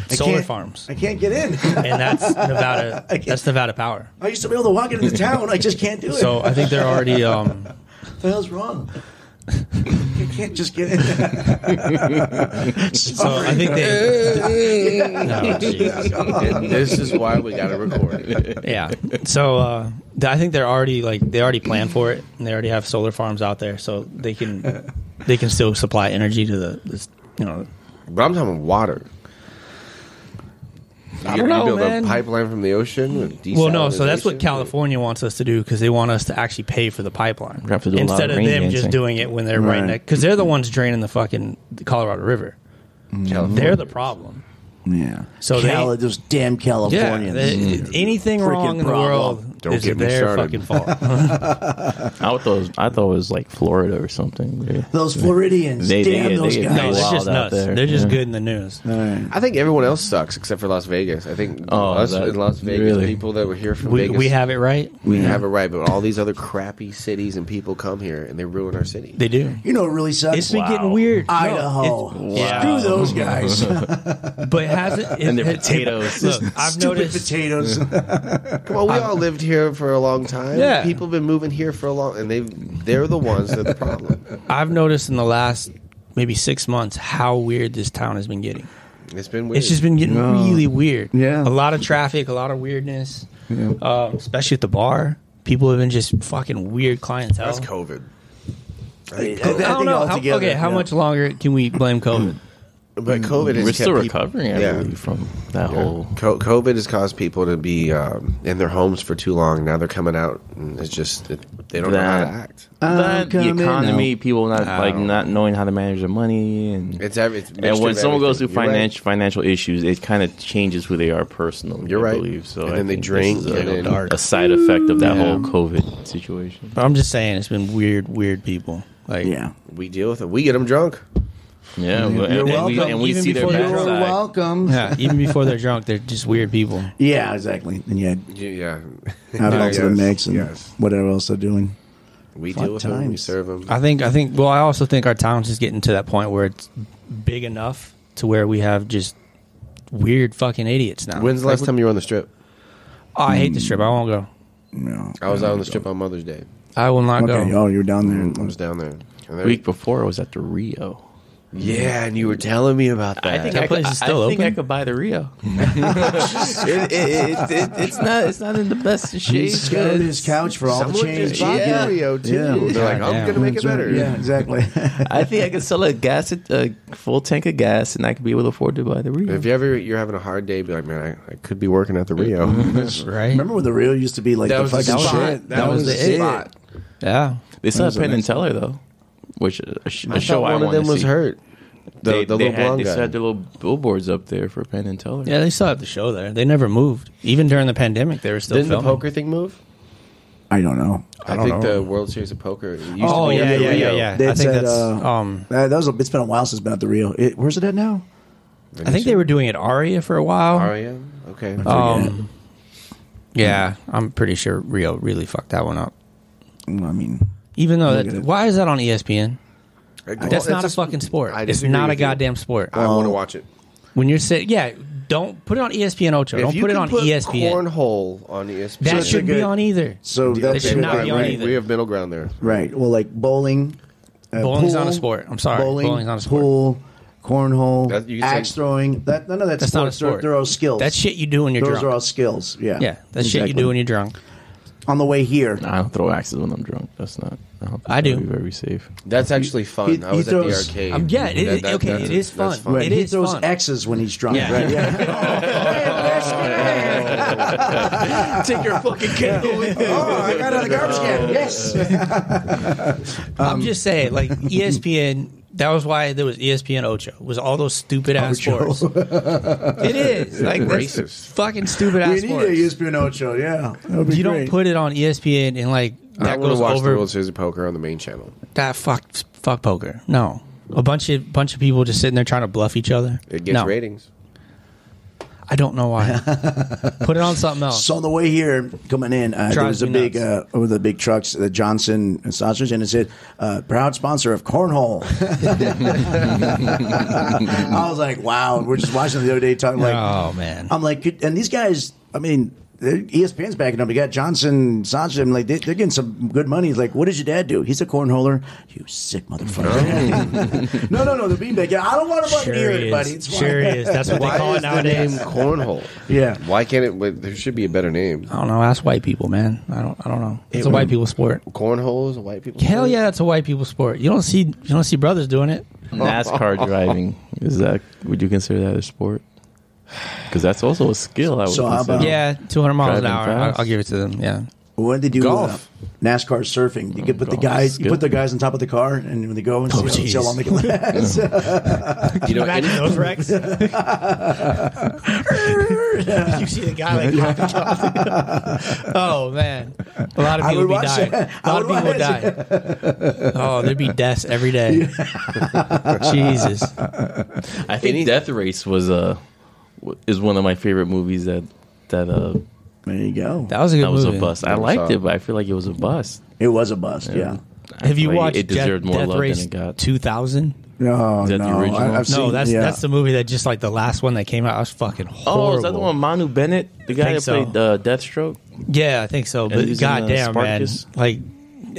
[SPEAKER 3] solar
[SPEAKER 4] can't-
[SPEAKER 3] farms,
[SPEAKER 4] I can't get in. *laughs*
[SPEAKER 3] and that's Nevada.
[SPEAKER 4] I can't-
[SPEAKER 3] That's Nevada Power.
[SPEAKER 4] I used to be able to walk into the town. I just can't do it.
[SPEAKER 3] So uh, I think they're already um,
[SPEAKER 4] what the hell's wrong? you can't just get in.
[SPEAKER 3] So I think
[SPEAKER 4] *laughs*
[SPEAKER 3] they. *laughs* No, geez.
[SPEAKER 2] this is why we
[SPEAKER 3] *laughs*
[SPEAKER 2] got to record.
[SPEAKER 3] yeah. So uh, th- I think they're already like they already plan for it. And they already have solar farms out there, so they can they can still supply energy to the this, you know.
[SPEAKER 2] But I'm talking water. You,
[SPEAKER 3] don't know,
[SPEAKER 2] you build
[SPEAKER 3] man.
[SPEAKER 2] a pipeline from the ocean. With
[SPEAKER 3] Well, no. So that's what
[SPEAKER 2] desalinization?
[SPEAKER 3] California wants us to do because they want us to actually pay for the pipeline
[SPEAKER 5] have to do a lot of
[SPEAKER 3] instead of,
[SPEAKER 5] rain
[SPEAKER 3] them just
[SPEAKER 5] dancing.
[SPEAKER 3] doing it when they're right,
[SPEAKER 4] Right.
[SPEAKER 3] next because they're the ones draining the fucking Colorado River.
[SPEAKER 2] California.
[SPEAKER 3] They're the problem.
[SPEAKER 4] *laughs* yeah.
[SPEAKER 3] So
[SPEAKER 4] So
[SPEAKER 3] they-
[SPEAKER 4] Cali- those damn Californians.
[SPEAKER 3] they- anything wrong in the
[SPEAKER 4] problem.
[SPEAKER 3] world
[SPEAKER 2] Don't
[SPEAKER 3] is
[SPEAKER 2] get me
[SPEAKER 3] their
[SPEAKER 2] started.
[SPEAKER 3] fucking *laughs* fault.
[SPEAKER 5] I thought it was, I thought it was like Florida or something. dude.
[SPEAKER 4] Those Floridians.
[SPEAKER 5] They- they
[SPEAKER 4] damn
[SPEAKER 5] get-
[SPEAKER 4] those
[SPEAKER 5] they get
[SPEAKER 3] No,
[SPEAKER 4] guys.
[SPEAKER 3] they're
[SPEAKER 5] wild
[SPEAKER 3] just
[SPEAKER 5] out
[SPEAKER 3] nuts.
[SPEAKER 5] there,
[SPEAKER 3] They're just
[SPEAKER 5] yeah.
[SPEAKER 3] good in the news.
[SPEAKER 4] All right.
[SPEAKER 2] I think everyone else sucks except for Las Vegas. I think
[SPEAKER 5] Oh,
[SPEAKER 2] us
[SPEAKER 5] that-
[SPEAKER 2] in Las Vegas
[SPEAKER 5] really?
[SPEAKER 2] people that were here from
[SPEAKER 3] We,
[SPEAKER 2] Vegas
[SPEAKER 3] we have it right.
[SPEAKER 2] we have it right, but all these other crappy cities and people come here and they ruin our city.
[SPEAKER 3] They do.
[SPEAKER 4] You know, it really sucks.
[SPEAKER 3] It's been getting weird. No,
[SPEAKER 4] Idaho.
[SPEAKER 3] it's-
[SPEAKER 4] Screw
[SPEAKER 3] *laughs*
[SPEAKER 4] those guys.
[SPEAKER 3] But has it?
[SPEAKER 5] And
[SPEAKER 3] it-
[SPEAKER 5] their
[SPEAKER 3] it-
[SPEAKER 5] potatoes.
[SPEAKER 3] *laughs* Look, I've
[SPEAKER 4] Stupid
[SPEAKER 3] noticed.
[SPEAKER 4] potatoes. *laughs*
[SPEAKER 2] well, we all lived here for a long time.
[SPEAKER 3] Yeah.
[SPEAKER 2] people have been moving here for a long, and they they're the ones that are the problem.
[SPEAKER 3] I've noticed in the last maybe six months how weird this town has been getting.
[SPEAKER 2] It's been weird.
[SPEAKER 3] It's just been getting really weird.
[SPEAKER 4] Yeah.
[SPEAKER 3] a lot of traffic, a lot of weirdness, um, especially at the bar. People have been just fucking weird clientele.
[SPEAKER 2] that's COVID.
[SPEAKER 4] I, I
[SPEAKER 3] I don't
[SPEAKER 4] think
[SPEAKER 3] know. How,
[SPEAKER 4] altogether,
[SPEAKER 3] okay, how
[SPEAKER 4] yeah.
[SPEAKER 3] much longer can we blame
[SPEAKER 4] *clears throat*
[SPEAKER 3] COVID?
[SPEAKER 2] But COVID has
[SPEAKER 5] We're still
[SPEAKER 2] kept people-
[SPEAKER 5] recovering, I
[SPEAKER 2] Yeah.
[SPEAKER 5] believe, from that whole.
[SPEAKER 2] Co- COVID has caused people to be um, in their homes for too long. Now they're coming out, and it's just it, they don't know how to
[SPEAKER 5] That-
[SPEAKER 2] act.
[SPEAKER 4] I'm
[SPEAKER 5] That, the
[SPEAKER 4] coming
[SPEAKER 5] economy, people not
[SPEAKER 3] I
[SPEAKER 5] like
[SPEAKER 3] don't
[SPEAKER 5] not knowing how to manage their money, and
[SPEAKER 2] It's every. It's
[SPEAKER 5] and when someone goes through
[SPEAKER 2] financial.
[SPEAKER 5] financial financial issues, it kind of changes who they are personally.
[SPEAKER 2] You're
[SPEAKER 5] I
[SPEAKER 2] right.
[SPEAKER 5] believe so.
[SPEAKER 2] And
[SPEAKER 5] I
[SPEAKER 2] then they
[SPEAKER 5] think this
[SPEAKER 2] drink,
[SPEAKER 5] is
[SPEAKER 2] and then-
[SPEAKER 5] a, a side effect of that
[SPEAKER 3] Yeah.
[SPEAKER 5] whole COVID situation.
[SPEAKER 3] But I'm just saying, it's been weird, weird people. Like,
[SPEAKER 4] Yeah.
[SPEAKER 2] We deal with it. We get them drunk.
[SPEAKER 5] Yeah, but, and, and we,
[SPEAKER 4] welcome.
[SPEAKER 5] and we
[SPEAKER 3] Even
[SPEAKER 5] see their
[SPEAKER 3] before
[SPEAKER 5] bad
[SPEAKER 3] you were
[SPEAKER 5] side.
[SPEAKER 4] welcome.
[SPEAKER 3] yeah, even before they're drunk, they're just weird people.
[SPEAKER 4] Yeah, exactly. And yeah,
[SPEAKER 2] *laughs* Yeah,
[SPEAKER 4] add it all to the
[SPEAKER 2] Yes,
[SPEAKER 4] mix and
[SPEAKER 2] yes.
[SPEAKER 4] whatever else they're doing.
[SPEAKER 2] we
[SPEAKER 4] Fun
[SPEAKER 2] deal with them. We
[SPEAKER 4] times.
[SPEAKER 2] serve them.
[SPEAKER 3] I think I think well I also think our town's just getting to that point where it's big enough to where we have just weird fucking idiots now.
[SPEAKER 2] When's the
[SPEAKER 3] Like,
[SPEAKER 2] last time you were on the strip?
[SPEAKER 3] oh, I hate the strip. I won't go.
[SPEAKER 4] No.
[SPEAKER 2] I was out on the strip on Mother's Day.
[SPEAKER 3] I will not
[SPEAKER 4] Okay.
[SPEAKER 3] go.
[SPEAKER 4] Oh, you're down there.
[SPEAKER 2] I was down there. And there-
[SPEAKER 5] Week before, I was at the Rio.
[SPEAKER 2] yeah, and you were telling me about that.
[SPEAKER 5] I think
[SPEAKER 3] That
[SPEAKER 5] I could,
[SPEAKER 3] place is still
[SPEAKER 5] I think
[SPEAKER 3] open?
[SPEAKER 5] I could buy the Rio. *laughs* it, it, it, it, it's not. It's not in the best shape.
[SPEAKER 4] He's got on his couch for all
[SPEAKER 2] someone
[SPEAKER 4] the change.
[SPEAKER 2] just bought
[SPEAKER 5] Yeah.
[SPEAKER 2] the Rio too.
[SPEAKER 4] Yeah.
[SPEAKER 2] They're like, I'm
[SPEAKER 3] Goddamn.
[SPEAKER 2] gonna make it
[SPEAKER 4] That's right.
[SPEAKER 2] better.
[SPEAKER 4] Yeah, exactly.
[SPEAKER 5] I think I could sell a gas, a full tank of gas, and I could be able to afford to buy the Rio.
[SPEAKER 2] If you ever you're having a hard day, be like, man, I, I could be working at the Rio. *laughs*
[SPEAKER 3] Right?
[SPEAKER 4] Remember when the reel used to be like the fucking
[SPEAKER 2] spot.
[SPEAKER 4] shit?
[SPEAKER 2] That, was, the
[SPEAKER 4] shit.
[SPEAKER 2] spot.
[SPEAKER 3] Yeah.
[SPEAKER 5] They still have
[SPEAKER 4] That was
[SPEAKER 5] Penn
[SPEAKER 4] a
[SPEAKER 5] and Teller though, which uh, a, sh- a
[SPEAKER 2] I
[SPEAKER 5] show
[SPEAKER 2] thought one
[SPEAKER 5] I
[SPEAKER 2] of
[SPEAKER 5] want to
[SPEAKER 2] them
[SPEAKER 5] see.
[SPEAKER 2] was hurt. The,
[SPEAKER 5] They,
[SPEAKER 2] the
[SPEAKER 5] they
[SPEAKER 2] little
[SPEAKER 5] had,
[SPEAKER 2] blonde
[SPEAKER 5] they still
[SPEAKER 2] guy.
[SPEAKER 5] had their little billboards up there for Penn and Teller.
[SPEAKER 3] Yeah, they still have the show there. They never moved. Even during the pandemic, they were still
[SPEAKER 2] Didn't the
[SPEAKER 3] filming.
[SPEAKER 2] poker thing move?
[SPEAKER 4] I don't know.
[SPEAKER 2] I,
[SPEAKER 3] don't
[SPEAKER 2] think
[SPEAKER 3] know.
[SPEAKER 2] the World Series of Poker. It used
[SPEAKER 3] Oh
[SPEAKER 2] to be
[SPEAKER 3] yeah,
[SPEAKER 2] at the
[SPEAKER 3] yeah, yeah,
[SPEAKER 2] Rio.
[SPEAKER 3] yeah. I
[SPEAKER 4] That's
[SPEAKER 3] think
[SPEAKER 4] at,
[SPEAKER 3] that's
[SPEAKER 4] uh,
[SPEAKER 3] um
[SPEAKER 4] Uh, that was. It's been a while since it's been at the reel. It, where's it at now?
[SPEAKER 3] I think they were doing it Aria for a while.
[SPEAKER 2] Aria. Oh, Okay.
[SPEAKER 3] Um Yeah, I'm pretty sure Rio really fucked that one up.
[SPEAKER 4] Mm, I mean,
[SPEAKER 3] Even though
[SPEAKER 4] at
[SPEAKER 3] that,
[SPEAKER 4] it.
[SPEAKER 3] why is that on E ESPN? That's
[SPEAKER 2] Well,
[SPEAKER 3] not a
[SPEAKER 2] it's
[SPEAKER 3] fucking sport.
[SPEAKER 2] I
[SPEAKER 3] It's
[SPEAKER 2] disagree
[SPEAKER 3] not a
[SPEAKER 2] with you. Uh,
[SPEAKER 3] goddamn sport.
[SPEAKER 2] I want to watch it.
[SPEAKER 3] When you're sitting, yeah, don't put it on E ESPN Ultra.
[SPEAKER 2] If
[SPEAKER 3] don't
[SPEAKER 2] you
[SPEAKER 3] put it
[SPEAKER 2] can
[SPEAKER 3] on E ESPN.
[SPEAKER 2] Cornhole on E ESPN.
[SPEAKER 3] that
[SPEAKER 4] it's a
[SPEAKER 3] should be
[SPEAKER 4] good-
[SPEAKER 3] on either.
[SPEAKER 4] so that's
[SPEAKER 3] should
[SPEAKER 4] it,
[SPEAKER 3] not
[SPEAKER 4] right,
[SPEAKER 3] be on
[SPEAKER 4] right,
[SPEAKER 3] either.
[SPEAKER 2] We have middle ground there.
[SPEAKER 4] right. Well, like bowling. uh,
[SPEAKER 3] Bowling's
[SPEAKER 4] pool,
[SPEAKER 3] not a sport. I'm sorry.
[SPEAKER 4] Bowling,
[SPEAKER 3] Bowling's not a sport.
[SPEAKER 4] Pool, cornhole,
[SPEAKER 2] That- you can
[SPEAKER 4] axe
[SPEAKER 2] say-
[SPEAKER 4] throwing. That none of that's,
[SPEAKER 3] That's not a
[SPEAKER 4] sports. They're-
[SPEAKER 3] sport.
[SPEAKER 4] They're, all skills.
[SPEAKER 3] That shit you do when you're
[SPEAKER 4] Those
[SPEAKER 3] drunk.
[SPEAKER 4] are all skills. Yeah.
[SPEAKER 3] yeah, that shit you
[SPEAKER 4] Exactly.
[SPEAKER 3] do when you're drunk.
[SPEAKER 4] on the way here.
[SPEAKER 5] I don't throw axes when I'm drunk. That's not. I, don't think
[SPEAKER 3] I
[SPEAKER 5] that would
[SPEAKER 3] do.
[SPEAKER 5] Be very
[SPEAKER 3] *laughs*
[SPEAKER 5] safe.
[SPEAKER 2] That's actually fun.
[SPEAKER 4] he-
[SPEAKER 2] I was at
[SPEAKER 4] he throws-
[SPEAKER 2] the arcade.
[SPEAKER 3] Um, yeah, it is- okay,
[SPEAKER 2] that's-
[SPEAKER 3] it is
[SPEAKER 2] that's
[SPEAKER 3] fun. Right. It
[SPEAKER 4] he
[SPEAKER 3] is
[SPEAKER 4] throws
[SPEAKER 3] fun.
[SPEAKER 4] X's when he's drunk.
[SPEAKER 3] Yeah.
[SPEAKER 4] Right? Yeah.
[SPEAKER 3] *laughs*
[SPEAKER 5] Take your
[SPEAKER 4] *laughs*
[SPEAKER 5] fucking candle with you.
[SPEAKER 4] oh, I got out of the garbage *laughs* can. Yes.
[SPEAKER 3] I'm just saying, like E ESPN. That was why there was E ESPN Ocho. Was all those stupid ass
[SPEAKER 4] Ocho.
[SPEAKER 3] sports. it
[SPEAKER 4] *laughs*
[SPEAKER 3] is like that's
[SPEAKER 2] Racist.
[SPEAKER 3] Fucking stupid ass sports.
[SPEAKER 4] Ocho. Yeah. That would be
[SPEAKER 3] You don't
[SPEAKER 4] great.
[SPEAKER 3] put it on E ESPN and like
[SPEAKER 2] I
[SPEAKER 3] that
[SPEAKER 2] want
[SPEAKER 3] goes
[SPEAKER 2] to watch the
[SPEAKER 3] over
[SPEAKER 2] World Series of Poker on the main channel.
[SPEAKER 3] that fuck fuck poker. No, a bunch of bunch of people just sitting there trying to bluff each other.
[SPEAKER 2] It gets
[SPEAKER 3] no.
[SPEAKER 2] ratings.
[SPEAKER 3] I don't know
[SPEAKER 4] *laughs*
[SPEAKER 3] why. Put it on something else.
[SPEAKER 4] So on the way here, coming in, uh, there
[SPEAKER 3] Drives
[SPEAKER 4] was a
[SPEAKER 3] me
[SPEAKER 4] big uh,
[SPEAKER 3] nuts.
[SPEAKER 4] one of the big trucks, the Johnson sausage, and it said uh, proud sponsor
[SPEAKER 3] *laughs*
[SPEAKER 4] of cornhole. *laughs* I was like, wow. We're just watching the other day talking like,
[SPEAKER 3] oh man,
[SPEAKER 4] I'm like, and these guys, I mean. they're- E ESPN's backing up. You got Johnson, Sanchez. I'm like, they, they're getting some good money. He's like, what does your dad do? He's a cornholer. You sick motherfucker. *laughs* no, no, no. The beanbag. Yeah, I don't want to fucking
[SPEAKER 3] sure
[SPEAKER 4] hear
[SPEAKER 3] is.
[SPEAKER 4] it, buddy. It's fine.
[SPEAKER 3] sure is. That's what they
[SPEAKER 2] Why
[SPEAKER 3] call
[SPEAKER 2] is
[SPEAKER 3] it
[SPEAKER 2] the name
[SPEAKER 3] nowadays.
[SPEAKER 2] cornhole?
[SPEAKER 4] Yeah.
[SPEAKER 2] Why can't it? wait, There should be a better name.
[SPEAKER 3] I don't know. Ask white people, man. I don't. I don't know. It's a white people sport.
[SPEAKER 2] Cornhole is a white people.
[SPEAKER 3] Hell yeah, that's a white people sport. You don't see. You don't see brothers doing it.
[SPEAKER 5] NASCAR driving is that? Would you consider that a sport? Because that's also a skill. I would
[SPEAKER 4] So how
[SPEAKER 5] consider.
[SPEAKER 4] about-
[SPEAKER 3] Yeah, 200 miles an
[SPEAKER 5] Driving
[SPEAKER 3] hour. I'll,
[SPEAKER 5] fast.
[SPEAKER 3] Oh. I'll give it to them. Yeah.
[SPEAKER 4] What did they do?
[SPEAKER 2] Golf.
[SPEAKER 4] With, uh, NASCAR surfing. You could put the
[SPEAKER 5] golf.
[SPEAKER 4] guys, you
[SPEAKER 5] Good.
[SPEAKER 4] put the guys on top of the car, and when they go and
[SPEAKER 3] Oh,
[SPEAKER 4] see how- see how
[SPEAKER 3] jeez.
[SPEAKER 4] long they can *laughs* last.
[SPEAKER 2] You
[SPEAKER 3] *laughs*
[SPEAKER 2] know, any-
[SPEAKER 3] those wrecks. you see the guy like popping *laughs* off. oh man, a lot of
[SPEAKER 4] I
[SPEAKER 3] people
[SPEAKER 4] would
[SPEAKER 3] be
[SPEAKER 4] watch
[SPEAKER 3] dying.
[SPEAKER 4] that.
[SPEAKER 3] *laughs* A
[SPEAKER 4] I
[SPEAKER 3] lot of
[SPEAKER 4] would
[SPEAKER 3] people would die.
[SPEAKER 4] watch
[SPEAKER 3] Oh, there'd be deaths every *laughs* day. Jesus,
[SPEAKER 5] I think Death Race was uh, w- is one of my favorite movies that that uh
[SPEAKER 4] there you go.
[SPEAKER 3] that was a good
[SPEAKER 5] that was a
[SPEAKER 3] movie.
[SPEAKER 5] bust. I
[SPEAKER 2] Never
[SPEAKER 5] liked
[SPEAKER 2] saw
[SPEAKER 5] it, but I feel like it was a bust.
[SPEAKER 4] It was a bust. Yeah.
[SPEAKER 5] I
[SPEAKER 3] Have you
[SPEAKER 5] feel like
[SPEAKER 3] watched
[SPEAKER 5] It deserved
[SPEAKER 3] Death,
[SPEAKER 5] more
[SPEAKER 3] Death
[SPEAKER 5] love
[SPEAKER 3] Race
[SPEAKER 5] than it got.
[SPEAKER 3] 2000?
[SPEAKER 4] No,
[SPEAKER 5] Is that the
[SPEAKER 4] no.
[SPEAKER 5] original?
[SPEAKER 4] I, have
[SPEAKER 5] No,
[SPEAKER 4] seen,
[SPEAKER 3] No, that's
[SPEAKER 4] yeah.
[SPEAKER 3] that's the movie that just like the last one that came out. I was fucking horrible.
[SPEAKER 5] Oh, is that the one Manu Bennett, the guy
[SPEAKER 3] Think
[SPEAKER 5] that played
[SPEAKER 3] so.
[SPEAKER 5] uh, Deathstroke?
[SPEAKER 3] Yeah, I think so.
[SPEAKER 5] he
[SPEAKER 3] But
[SPEAKER 5] was in, uh,
[SPEAKER 3] goddamn, man,
[SPEAKER 5] Spartacus?
[SPEAKER 3] like.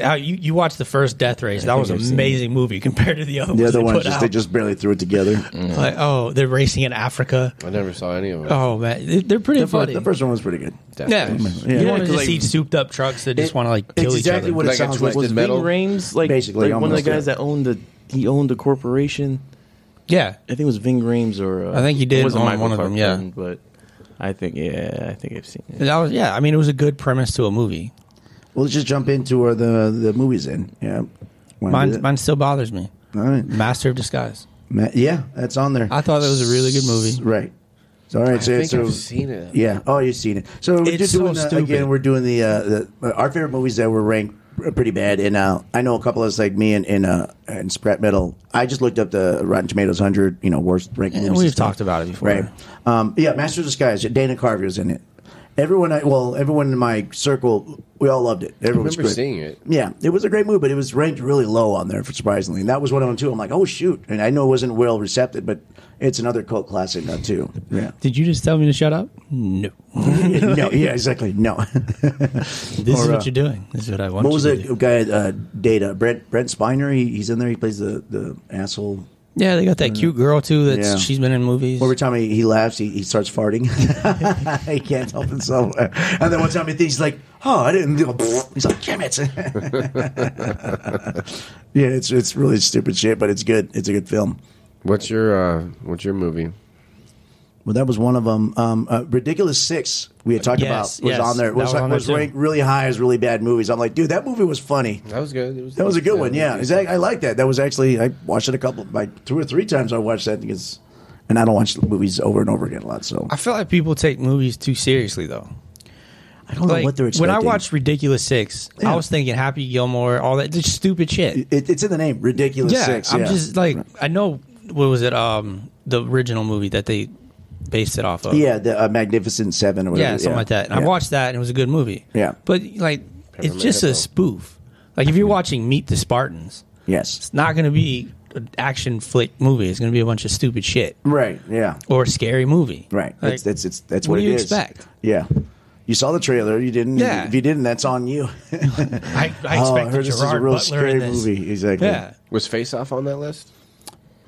[SPEAKER 3] how- you you watched the first Death Race? That
[SPEAKER 5] think
[SPEAKER 3] was an
[SPEAKER 5] I've seen
[SPEAKER 3] amazing movie *laughs* compared to the other.
[SPEAKER 4] the
[SPEAKER 3] ones
[SPEAKER 4] other
[SPEAKER 3] they
[SPEAKER 4] one.
[SPEAKER 3] put
[SPEAKER 4] Just
[SPEAKER 3] out.
[SPEAKER 4] they just barely threw it together.
[SPEAKER 3] Like, oh, they're racing in Africa.
[SPEAKER 2] I never saw any of them.
[SPEAKER 3] Oh man, They- they're pretty
[SPEAKER 4] The first,
[SPEAKER 3] funny.
[SPEAKER 4] the first one was pretty good.
[SPEAKER 3] yeah.
[SPEAKER 4] Yeah,
[SPEAKER 3] you want to
[SPEAKER 5] 'cause,
[SPEAKER 3] just
[SPEAKER 5] like-
[SPEAKER 3] see souped up trucks that just
[SPEAKER 4] It-
[SPEAKER 3] want to like
[SPEAKER 4] it's
[SPEAKER 3] kill
[SPEAKER 4] exactly
[SPEAKER 3] each other.
[SPEAKER 4] what it
[SPEAKER 2] Like a
[SPEAKER 4] sounds like.
[SPEAKER 2] twisted
[SPEAKER 5] Was
[SPEAKER 2] metal?
[SPEAKER 5] Ving Rhames like
[SPEAKER 4] Basically,
[SPEAKER 5] like one of the
[SPEAKER 4] almost,
[SPEAKER 5] guys
[SPEAKER 4] yeah.
[SPEAKER 5] that owned the he owned the corporation?
[SPEAKER 3] yeah,
[SPEAKER 5] I think it was Ving Rhames or uh,
[SPEAKER 3] I think he did
[SPEAKER 5] It wasn't
[SPEAKER 3] own
[SPEAKER 5] Michael
[SPEAKER 3] one of them,
[SPEAKER 5] Clark
[SPEAKER 3] yeah.
[SPEAKER 5] Dunn, but I think yeah, I think I've seen it.
[SPEAKER 3] that was yeah. I mean, it was a good premise to a movie.
[SPEAKER 4] Well, let's just jump into where the the movie's in. Yeah. Wanna do
[SPEAKER 3] Mine
[SPEAKER 4] that?
[SPEAKER 3] mine still bothers me.
[SPEAKER 4] All right.
[SPEAKER 3] Master of Disguise.
[SPEAKER 4] Ma- Yeah, that's on there.
[SPEAKER 3] I thought it was a really good movie.
[SPEAKER 4] Right. So, all right. so,
[SPEAKER 2] I think
[SPEAKER 4] so
[SPEAKER 2] I've seen it.
[SPEAKER 4] Yeah. Oh, you've seen it. So we're
[SPEAKER 3] It's
[SPEAKER 4] just doing
[SPEAKER 3] so
[SPEAKER 4] the,
[SPEAKER 3] stupid.
[SPEAKER 4] again. We're doing the, uh, the our favorite movies that were ranked pretty bad. And uh, I know a couple of us like me and and, uh, and Sprat Metal. I just looked up the Rotten Tomatoes hundred, you know, worst ranked.
[SPEAKER 3] And
[SPEAKER 4] movies
[SPEAKER 3] we've
[SPEAKER 4] stuff.
[SPEAKER 3] talked about it before.
[SPEAKER 4] Right. Um, yeah. Master of Disguise. Dana Carvey was in it. Everyone, I, well, everyone in my circle, we all loved it. Everyone was
[SPEAKER 2] remember
[SPEAKER 4] great.
[SPEAKER 2] seeing it.
[SPEAKER 4] Yeah, it was a great movie, but it was ranked really low on there, for surprisingly. And that was one of them too. I'm like, oh shoot! And I know it wasn't well received, but it's another cult classic now too. Yeah,
[SPEAKER 3] Did you just tell me to shut up? No.
[SPEAKER 4] *laughs* no, yeah, exactly. No,
[SPEAKER 3] *laughs*
[SPEAKER 4] *laughs*
[SPEAKER 3] This is
[SPEAKER 4] Or,
[SPEAKER 3] what
[SPEAKER 4] uh,
[SPEAKER 3] you're doing. This is what I want.
[SPEAKER 4] what was
[SPEAKER 3] you
[SPEAKER 4] the
[SPEAKER 3] to do.
[SPEAKER 4] guy? Uh, Data Brent Brent Spiner. He, he's in there. He plays the the asshole.
[SPEAKER 3] Yeah, they got that cute girl too. That's
[SPEAKER 4] Mm. Yeah.
[SPEAKER 3] she's been in movies.
[SPEAKER 4] Every time he, he laughs, he, he starts farting. *laughs* he can't help himself. And then one time he thinks he's like, "Oh, I didn't." do a-" *laughs* He's like, "Damn it!" yeah, it's it's really stupid shit, but it's good. It's a good film.
[SPEAKER 2] What's your uh, What's your movie?
[SPEAKER 4] Well, that was one of them. Um, uh, Ridiculous Six we had talked
[SPEAKER 3] Yes,
[SPEAKER 4] about was
[SPEAKER 3] yes.
[SPEAKER 4] on there. It
[SPEAKER 3] That
[SPEAKER 4] was,
[SPEAKER 3] was
[SPEAKER 4] like-
[SPEAKER 3] on there,
[SPEAKER 4] was
[SPEAKER 3] too.
[SPEAKER 4] ranked really high as really bad movies. I'm like, dude, that movie was funny.
[SPEAKER 2] That was good. It
[SPEAKER 4] That was a good one. Yeah, exactly. I like that. That was actually I watched it a couple, like two or three times. I watched that because, and I don't watch movies over and over again a lot. So
[SPEAKER 3] I feel like people take movies too seriously though.
[SPEAKER 4] I don't know what they're expecting.
[SPEAKER 3] When I watched Ridiculous Six,
[SPEAKER 4] Yeah.
[SPEAKER 3] I was thinking Happy Gilmore, all that just stupid shit.
[SPEAKER 4] it, it's in the name, Ridiculous
[SPEAKER 3] yeah,
[SPEAKER 4] Six.
[SPEAKER 3] I'm
[SPEAKER 4] yeah.
[SPEAKER 3] just like I know what was it? Um, the original movie that they based it off of.
[SPEAKER 4] yeah, the uh, Magnificent Seven or whatever.
[SPEAKER 3] yeah, something like that. And I
[SPEAKER 4] Yeah.
[SPEAKER 3] watched that, and it was a good movie.
[SPEAKER 4] Yeah.
[SPEAKER 3] but like it's
[SPEAKER 2] Peppermint
[SPEAKER 3] just a
[SPEAKER 2] Hippo.
[SPEAKER 3] spoof. Like if you're watching Meet the Spartans,
[SPEAKER 4] Yes,
[SPEAKER 3] it's not going to be an action flick movie. It's going to be a bunch of stupid shit
[SPEAKER 4] right. Yeah,
[SPEAKER 3] or a scary movie.
[SPEAKER 4] right.
[SPEAKER 3] Like,
[SPEAKER 4] that's that's it's, that's
[SPEAKER 3] what
[SPEAKER 4] what,
[SPEAKER 3] do you
[SPEAKER 4] it is.
[SPEAKER 3] expect?
[SPEAKER 4] Yeah, you saw the trailer. You didn't.
[SPEAKER 3] Yeah.
[SPEAKER 4] If you didn't, that's on you.
[SPEAKER 3] I, I
[SPEAKER 4] Oh, I
[SPEAKER 3] expected Gerard
[SPEAKER 4] heard this is a real
[SPEAKER 3] Butler
[SPEAKER 4] scary
[SPEAKER 3] in this.
[SPEAKER 4] movie. Exactly.
[SPEAKER 3] Yeah,
[SPEAKER 2] Was Face Off on that list?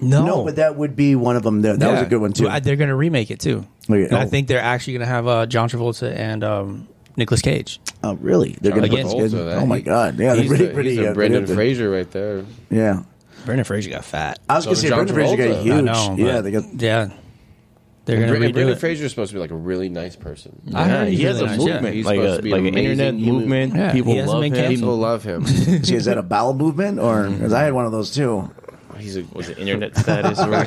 [SPEAKER 3] no,
[SPEAKER 4] No, but that would be one of them. There, that was
[SPEAKER 3] Yeah.
[SPEAKER 4] a good one too.
[SPEAKER 3] I- They're going to remake it too.
[SPEAKER 4] Okay.
[SPEAKER 3] And I
[SPEAKER 4] Oh.
[SPEAKER 3] think they're actually going to have uh, John Travolta and um, Nicolas Cage.
[SPEAKER 4] oh, really? They're going to
[SPEAKER 3] Again.
[SPEAKER 4] put this
[SPEAKER 2] Travolta,
[SPEAKER 4] good.
[SPEAKER 2] that-
[SPEAKER 4] Oh my
[SPEAKER 2] he-
[SPEAKER 4] god! Yeah, they're
[SPEAKER 2] He's
[SPEAKER 4] pretty
[SPEAKER 2] a,
[SPEAKER 4] pretty.
[SPEAKER 2] he's a
[SPEAKER 4] uh,
[SPEAKER 2] Brendan
[SPEAKER 4] pretty-
[SPEAKER 2] Fraser right there.
[SPEAKER 4] Yeah.
[SPEAKER 3] Brendan Fraser got fat.
[SPEAKER 4] I was gonna
[SPEAKER 2] So
[SPEAKER 4] say
[SPEAKER 2] does John
[SPEAKER 4] Brendan Fraser got
[SPEAKER 2] Travolta.
[SPEAKER 4] Ah, huge.
[SPEAKER 3] I know.
[SPEAKER 4] yeah,
[SPEAKER 3] but- *laughs*
[SPEAKER 4] they got.
[SPEAKER 3] yeah. They're gonna
[SPEAKER 2] Brendan,
[SPEAKER 3] redo
[SPEAKER 2] Brendan
[SPEAKER 3] it.
[SPEAKER 2] Fraser is supposed to be like a really nice person.
[SPEAKER 3] I heard
[SPEAKER 5] he
[SPEAKER 3] he's
[SPEAKER 5] has a
[SPEAKER 3] really nice, yeah.
[SPEAKER 5] movement,
[SPEAKER 2] He's
[SPEAKER 5] like
[SPEAKER 2] supposed
[SPEAKER 5] a,
[SPEAKER 2] to be
[SPEAKER 5] like an
[SPEAKER 2] amazing
[SPEAKER 5] internet
[SPEAKER 2] human.
[SPEAKER 5] movement.
[SPEAKER 3] Yeah,
[SPEAKER 5] People
[SPEAKER 3] he hasn't
[SPEAKER 5] love
[SPEAKER 3] been
[SPEAKER 5] him.
[SPEAKER 3] canceled.
[SPEAKER 2] People love him. *laughs*
[SPEAKER 4] Is that a bowel movement or? Because I had one of those too.
[SPEAKER 2] He's a,
[SPEAKER 5] Was it internet status? Or
[SPEAKER 2] I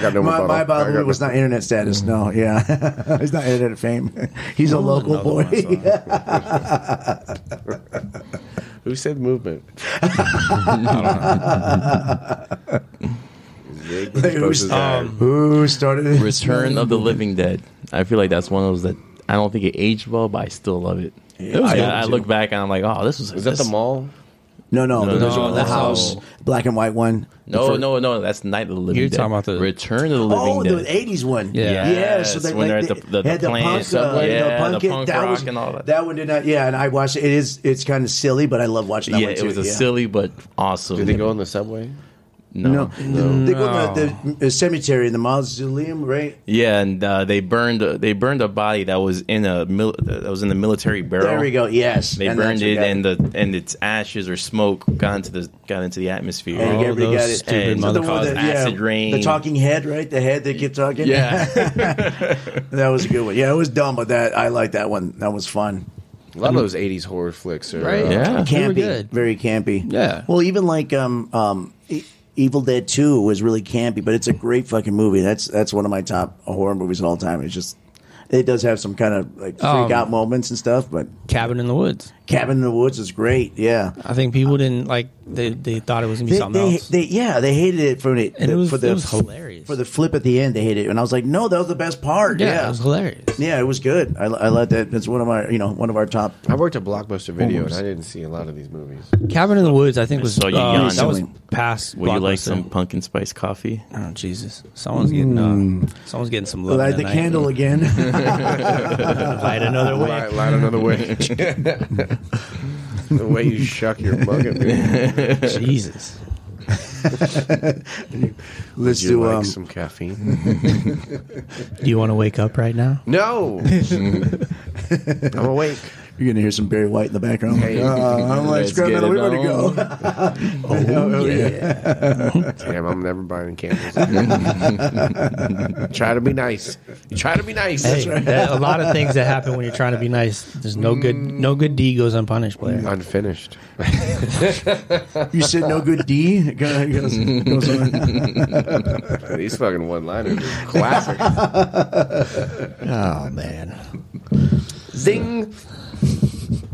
[SPEAKER 2] got no
[SPEAKER 4] My,
[SPEAKER 2] rebuttal.
[SPEAKER 4] my
[SPEAKER 2] I
[SPEAKER 4] bowel
[SPEAKER 2] got
[SPEAKER 4] movement was not internet status. No, yeah, *laughs* he's not internet fame. He's a local
[SPEAKER 3] another one I
[SPEAKER 4] *laughs* boy.
[SPEAKER 2] no- Who said movement? Zig Dead. Versus
[SPEAKER 3] Um,
[SPEAKER 4] Who started it?
[SPEAKER 5] *laughs* Return of the Living Dead. I feel like that's one of those that I don't think it aged well, but I still love it.
[SPEAKER 4] Yeah,
[SPEAKER 5] it was
[SPEAKER 4] I
[SPEAKER 5] good.
[SPEAKER 4] do
[SPEAKER 5] I
[SPEAKER 4] too.
[SPEAKER 5] look back and I'm like, oh, this was.
[SPEAKER 2] Is that the
[SPEAKER 5] this-
[SPEAKER 2] mall?
[SPEAKER 4] No, no,
[SPEAKER 5] No,
[SPEAKER 4] there's
[SPEAKER 5] no,
[SPEAKER 4] one, the
[SPEAKER 5] that's
[SPEAKER 4] house,
[SPEAKER 5] all.
[SPEAKER 4] black and white one.
[SPEAKER 5] No,
[SPEAKER 4] The fir-
[SPEAKER 5] no, no. That's Night of the Living
[SPEAKER 3] You're
[SPEAKER 5] Dead.
[SPEAKER 3] talking about the-
[SPEAKER 5] Return of the Living
[SPEAKER 4] Oh,
[SPEAKER 5] Dead.
[SPEAKER 4] the '80s one.
[SPEAKER 3] Yeah.
[SPEAKER 4] yeah. So
[SPEAKER 5] Yes,
[SPEAKER 4] they,
[SPEAKER 5] when
[SPEAKER 4] like,
[SPEAKER 5] they're at the- the-
[SPEAKER 4] they
[SPEAKER 5] the
[SPEAKER 4] had the
[SPEAKER 5] plane,
[SPEAKER 4] punk, uh,
[SPEAKER 5] subway,
[SPEAKER 4] the
[SPEAKER 5] yeah,
[SPEAKER 4] punk,
[SPEAKER 5] the punk
[SPEAKER 4] that
[SPEAKER 5] rock
[SPEAKER 4] was,
[SPEAKER 5] and all that.
[SPEAKER 4] That one did not. Yeah, and I watched it. It is. It's kind of silly, but I love watching that
[SPEAKER 5] yeah,
[SPEAKER 4] one
[SPEAKER 5] it
[SPEAKER 4] too.
[SPEAKER 5] was a
[SPEAKER 4] yeah.
[SPEAKER 5] silly but awesome.
[SPEAKER 2] Did they go on the subway?
[SPEAKER 4] No,
[SPEAKER 5] No.
[SPEAKER 4] they go to the, the cemetery in the mausoleum, right?
[SPEAKER 5] Yeah, and uh, they burned a, they burned a body that was in a mil- that was in the military barrel.
[SPEAKER 4] There we go. Yes,
[SPEAKER 5] They
[SPEAKER 4] And that's
[SPEAKER 5] burned
[SPEAKER 4] what
[SPEAKER 5] it,
[SPEAKER 4] got
[SPEAKER 5] and the and its ashes or smoke got into the got into the atmosphere.
[SPEAKER 4] And
[SPEAKER 3] Oh,
[SPEAKER 4] you
[SPEAKER 3] those
[SPEAKER 4] got it.
[SPEAKER 3] stupid
[SPEAKER 4] And the one
[SPEAKER 5] motherfuckers. Acid rain.
[SPEAKER 4] The talking head, right? The head that kept talking.
[SPEAKER 5] yeah,
[SPEAKER 4] *laughs* that was a good one. Yeah, it was dumb, but that I like that one. That was fun.
[SPEAKER 2] A lot of those '80s horror flicks are
[SPEAKER 3] Right.
[SPEAKER 2] uh,
[SPEAKER 5] yeah.
[SPEAKER 3] They were
[SPEAKER 4] Campy,
[SPEAKER 3] good.
[SPEAKER 4] very campy.
[SPEAKER 3] Oh,
[SPEAKER 5] Yeah.
[SPEAKER 4] Well, even like um um. E- Evil Dead Two was really campy, but it's a great fucking movie. That's that's one of my top horror movies of all time. It's just, it does have some kind of like freak
[SPEAKER 3] Um,
[SPEAKER 4] out moments and stuff. But
[SPEAKER 3] Cabin in the Woods.
[SPEAKER 4] Cabin in the Woods is great. Yeah,
[SPEAKER 3] I think people didn't like. They, they thought it was gonna be
[SPEAKER 4] they,
[SPEAKER 3] something
[SPEAKER 4] they,
[SPEAKER 3] else.
[SPEAKER 4] they- yeah, they hated it for it,
[SPEAKER 3] And it was-
[SPEAKER 4] for the
[SPEAKER 3] it was hilarious.
[SPEAKER 4] for the flip at the end. They hated it, and I was like, no, that was the best part.
[SPEAKER 3] yeah,
[SPEAKER 4] Yeah,
[SPEAKER 3] it was hilarious.
[SPEAKER 4] Yeah, it was good. I, I like that. It's one of my, you know, one of our top.
[SPEAKER 2] I worked at Blockbuster Video and I didn't see a lot of these movies.
[SPEAKER 3] Cabin in the Woods. I think was
[SPEAKER 5] So you
[SPEAKER 3] uh,
[SPEAKER 5] yawned.
[SPEAKER 3] that was
[SPEAKER 4] Recently.
[SPEAKER 3] past.
[SPEAKER 5] would you
[SPEAKER 3] Blockbuster.
[SPEAKER 5] like some pumpkin spice coffee?
[SPEAKER 3] Oh Jesus! Someone's getting uh, someone's getting some love.
[SPEAKER 4] Hmm. Light the
[SPEAKER 3] tonight.
[SPEAKER 4] candle again.
[SPEAKER 3] *laughs*
[SPEAKER 4] *laughs*
[SPEAKER 3] Light another way.
[SPEAKER 2] Light, light another way. *laughs* the way you shuck your mug at
[SPEAKER 5] *laughs*
[SPEAKER 2] me.
[SPEAKER 3] Jesus.
[SPEAKER 4] Let's
[SPEAKER 2] Do you
[SPEAKER 4] do
[SPEAKER 2] like
[SPEAKER 4] um,
[SPEAKER 2] some caffeine?
[SPEAKER 3] Do you want to wake up right now?
[SPEAKER 2] No. *laughs* I'm awake.
[SPEAKER 4] You're gonna hear some Barry White in the background.
[SPEAKER 2] Hey.
[SPEAKER 4] Uh, I'm like,
[SPEAKER 5] Let's
[SPEAKER 4] scrub
[SPEAKER 5] get
[SPEAKER 4] metal, we
[SPEAKER 5] it
[SPEAKER 4] better
[SPEAKER 5] on.
[SPEAKER 4] go. *laughs* oh, yeah.
[SPEAKER 2] Damn, I'm never buying candles. *laughs* try to be nice. You try to be nice.
[SPEAKER 3] Hey, that- a lot of things that happen when you're trying to be nice. There's no good
[SPEAKER 4] Hmm.
[SPEAKER 3] no good deed goes unpunished, player.
[SPEAKER 2] Unfinished.
[SPEAKER 4] You said no good D. *laughs* It goes- it goes
[SPEAKER 2] *laughs*
[SPEAKER 4] on.
[SPEAKER 2] These fucking one liners
[SPEAKER 3] *laughs*
[SPEAKER 2] are classic.
[SPEAKER 3] Oh man.
[SPEAKER 2] Zing.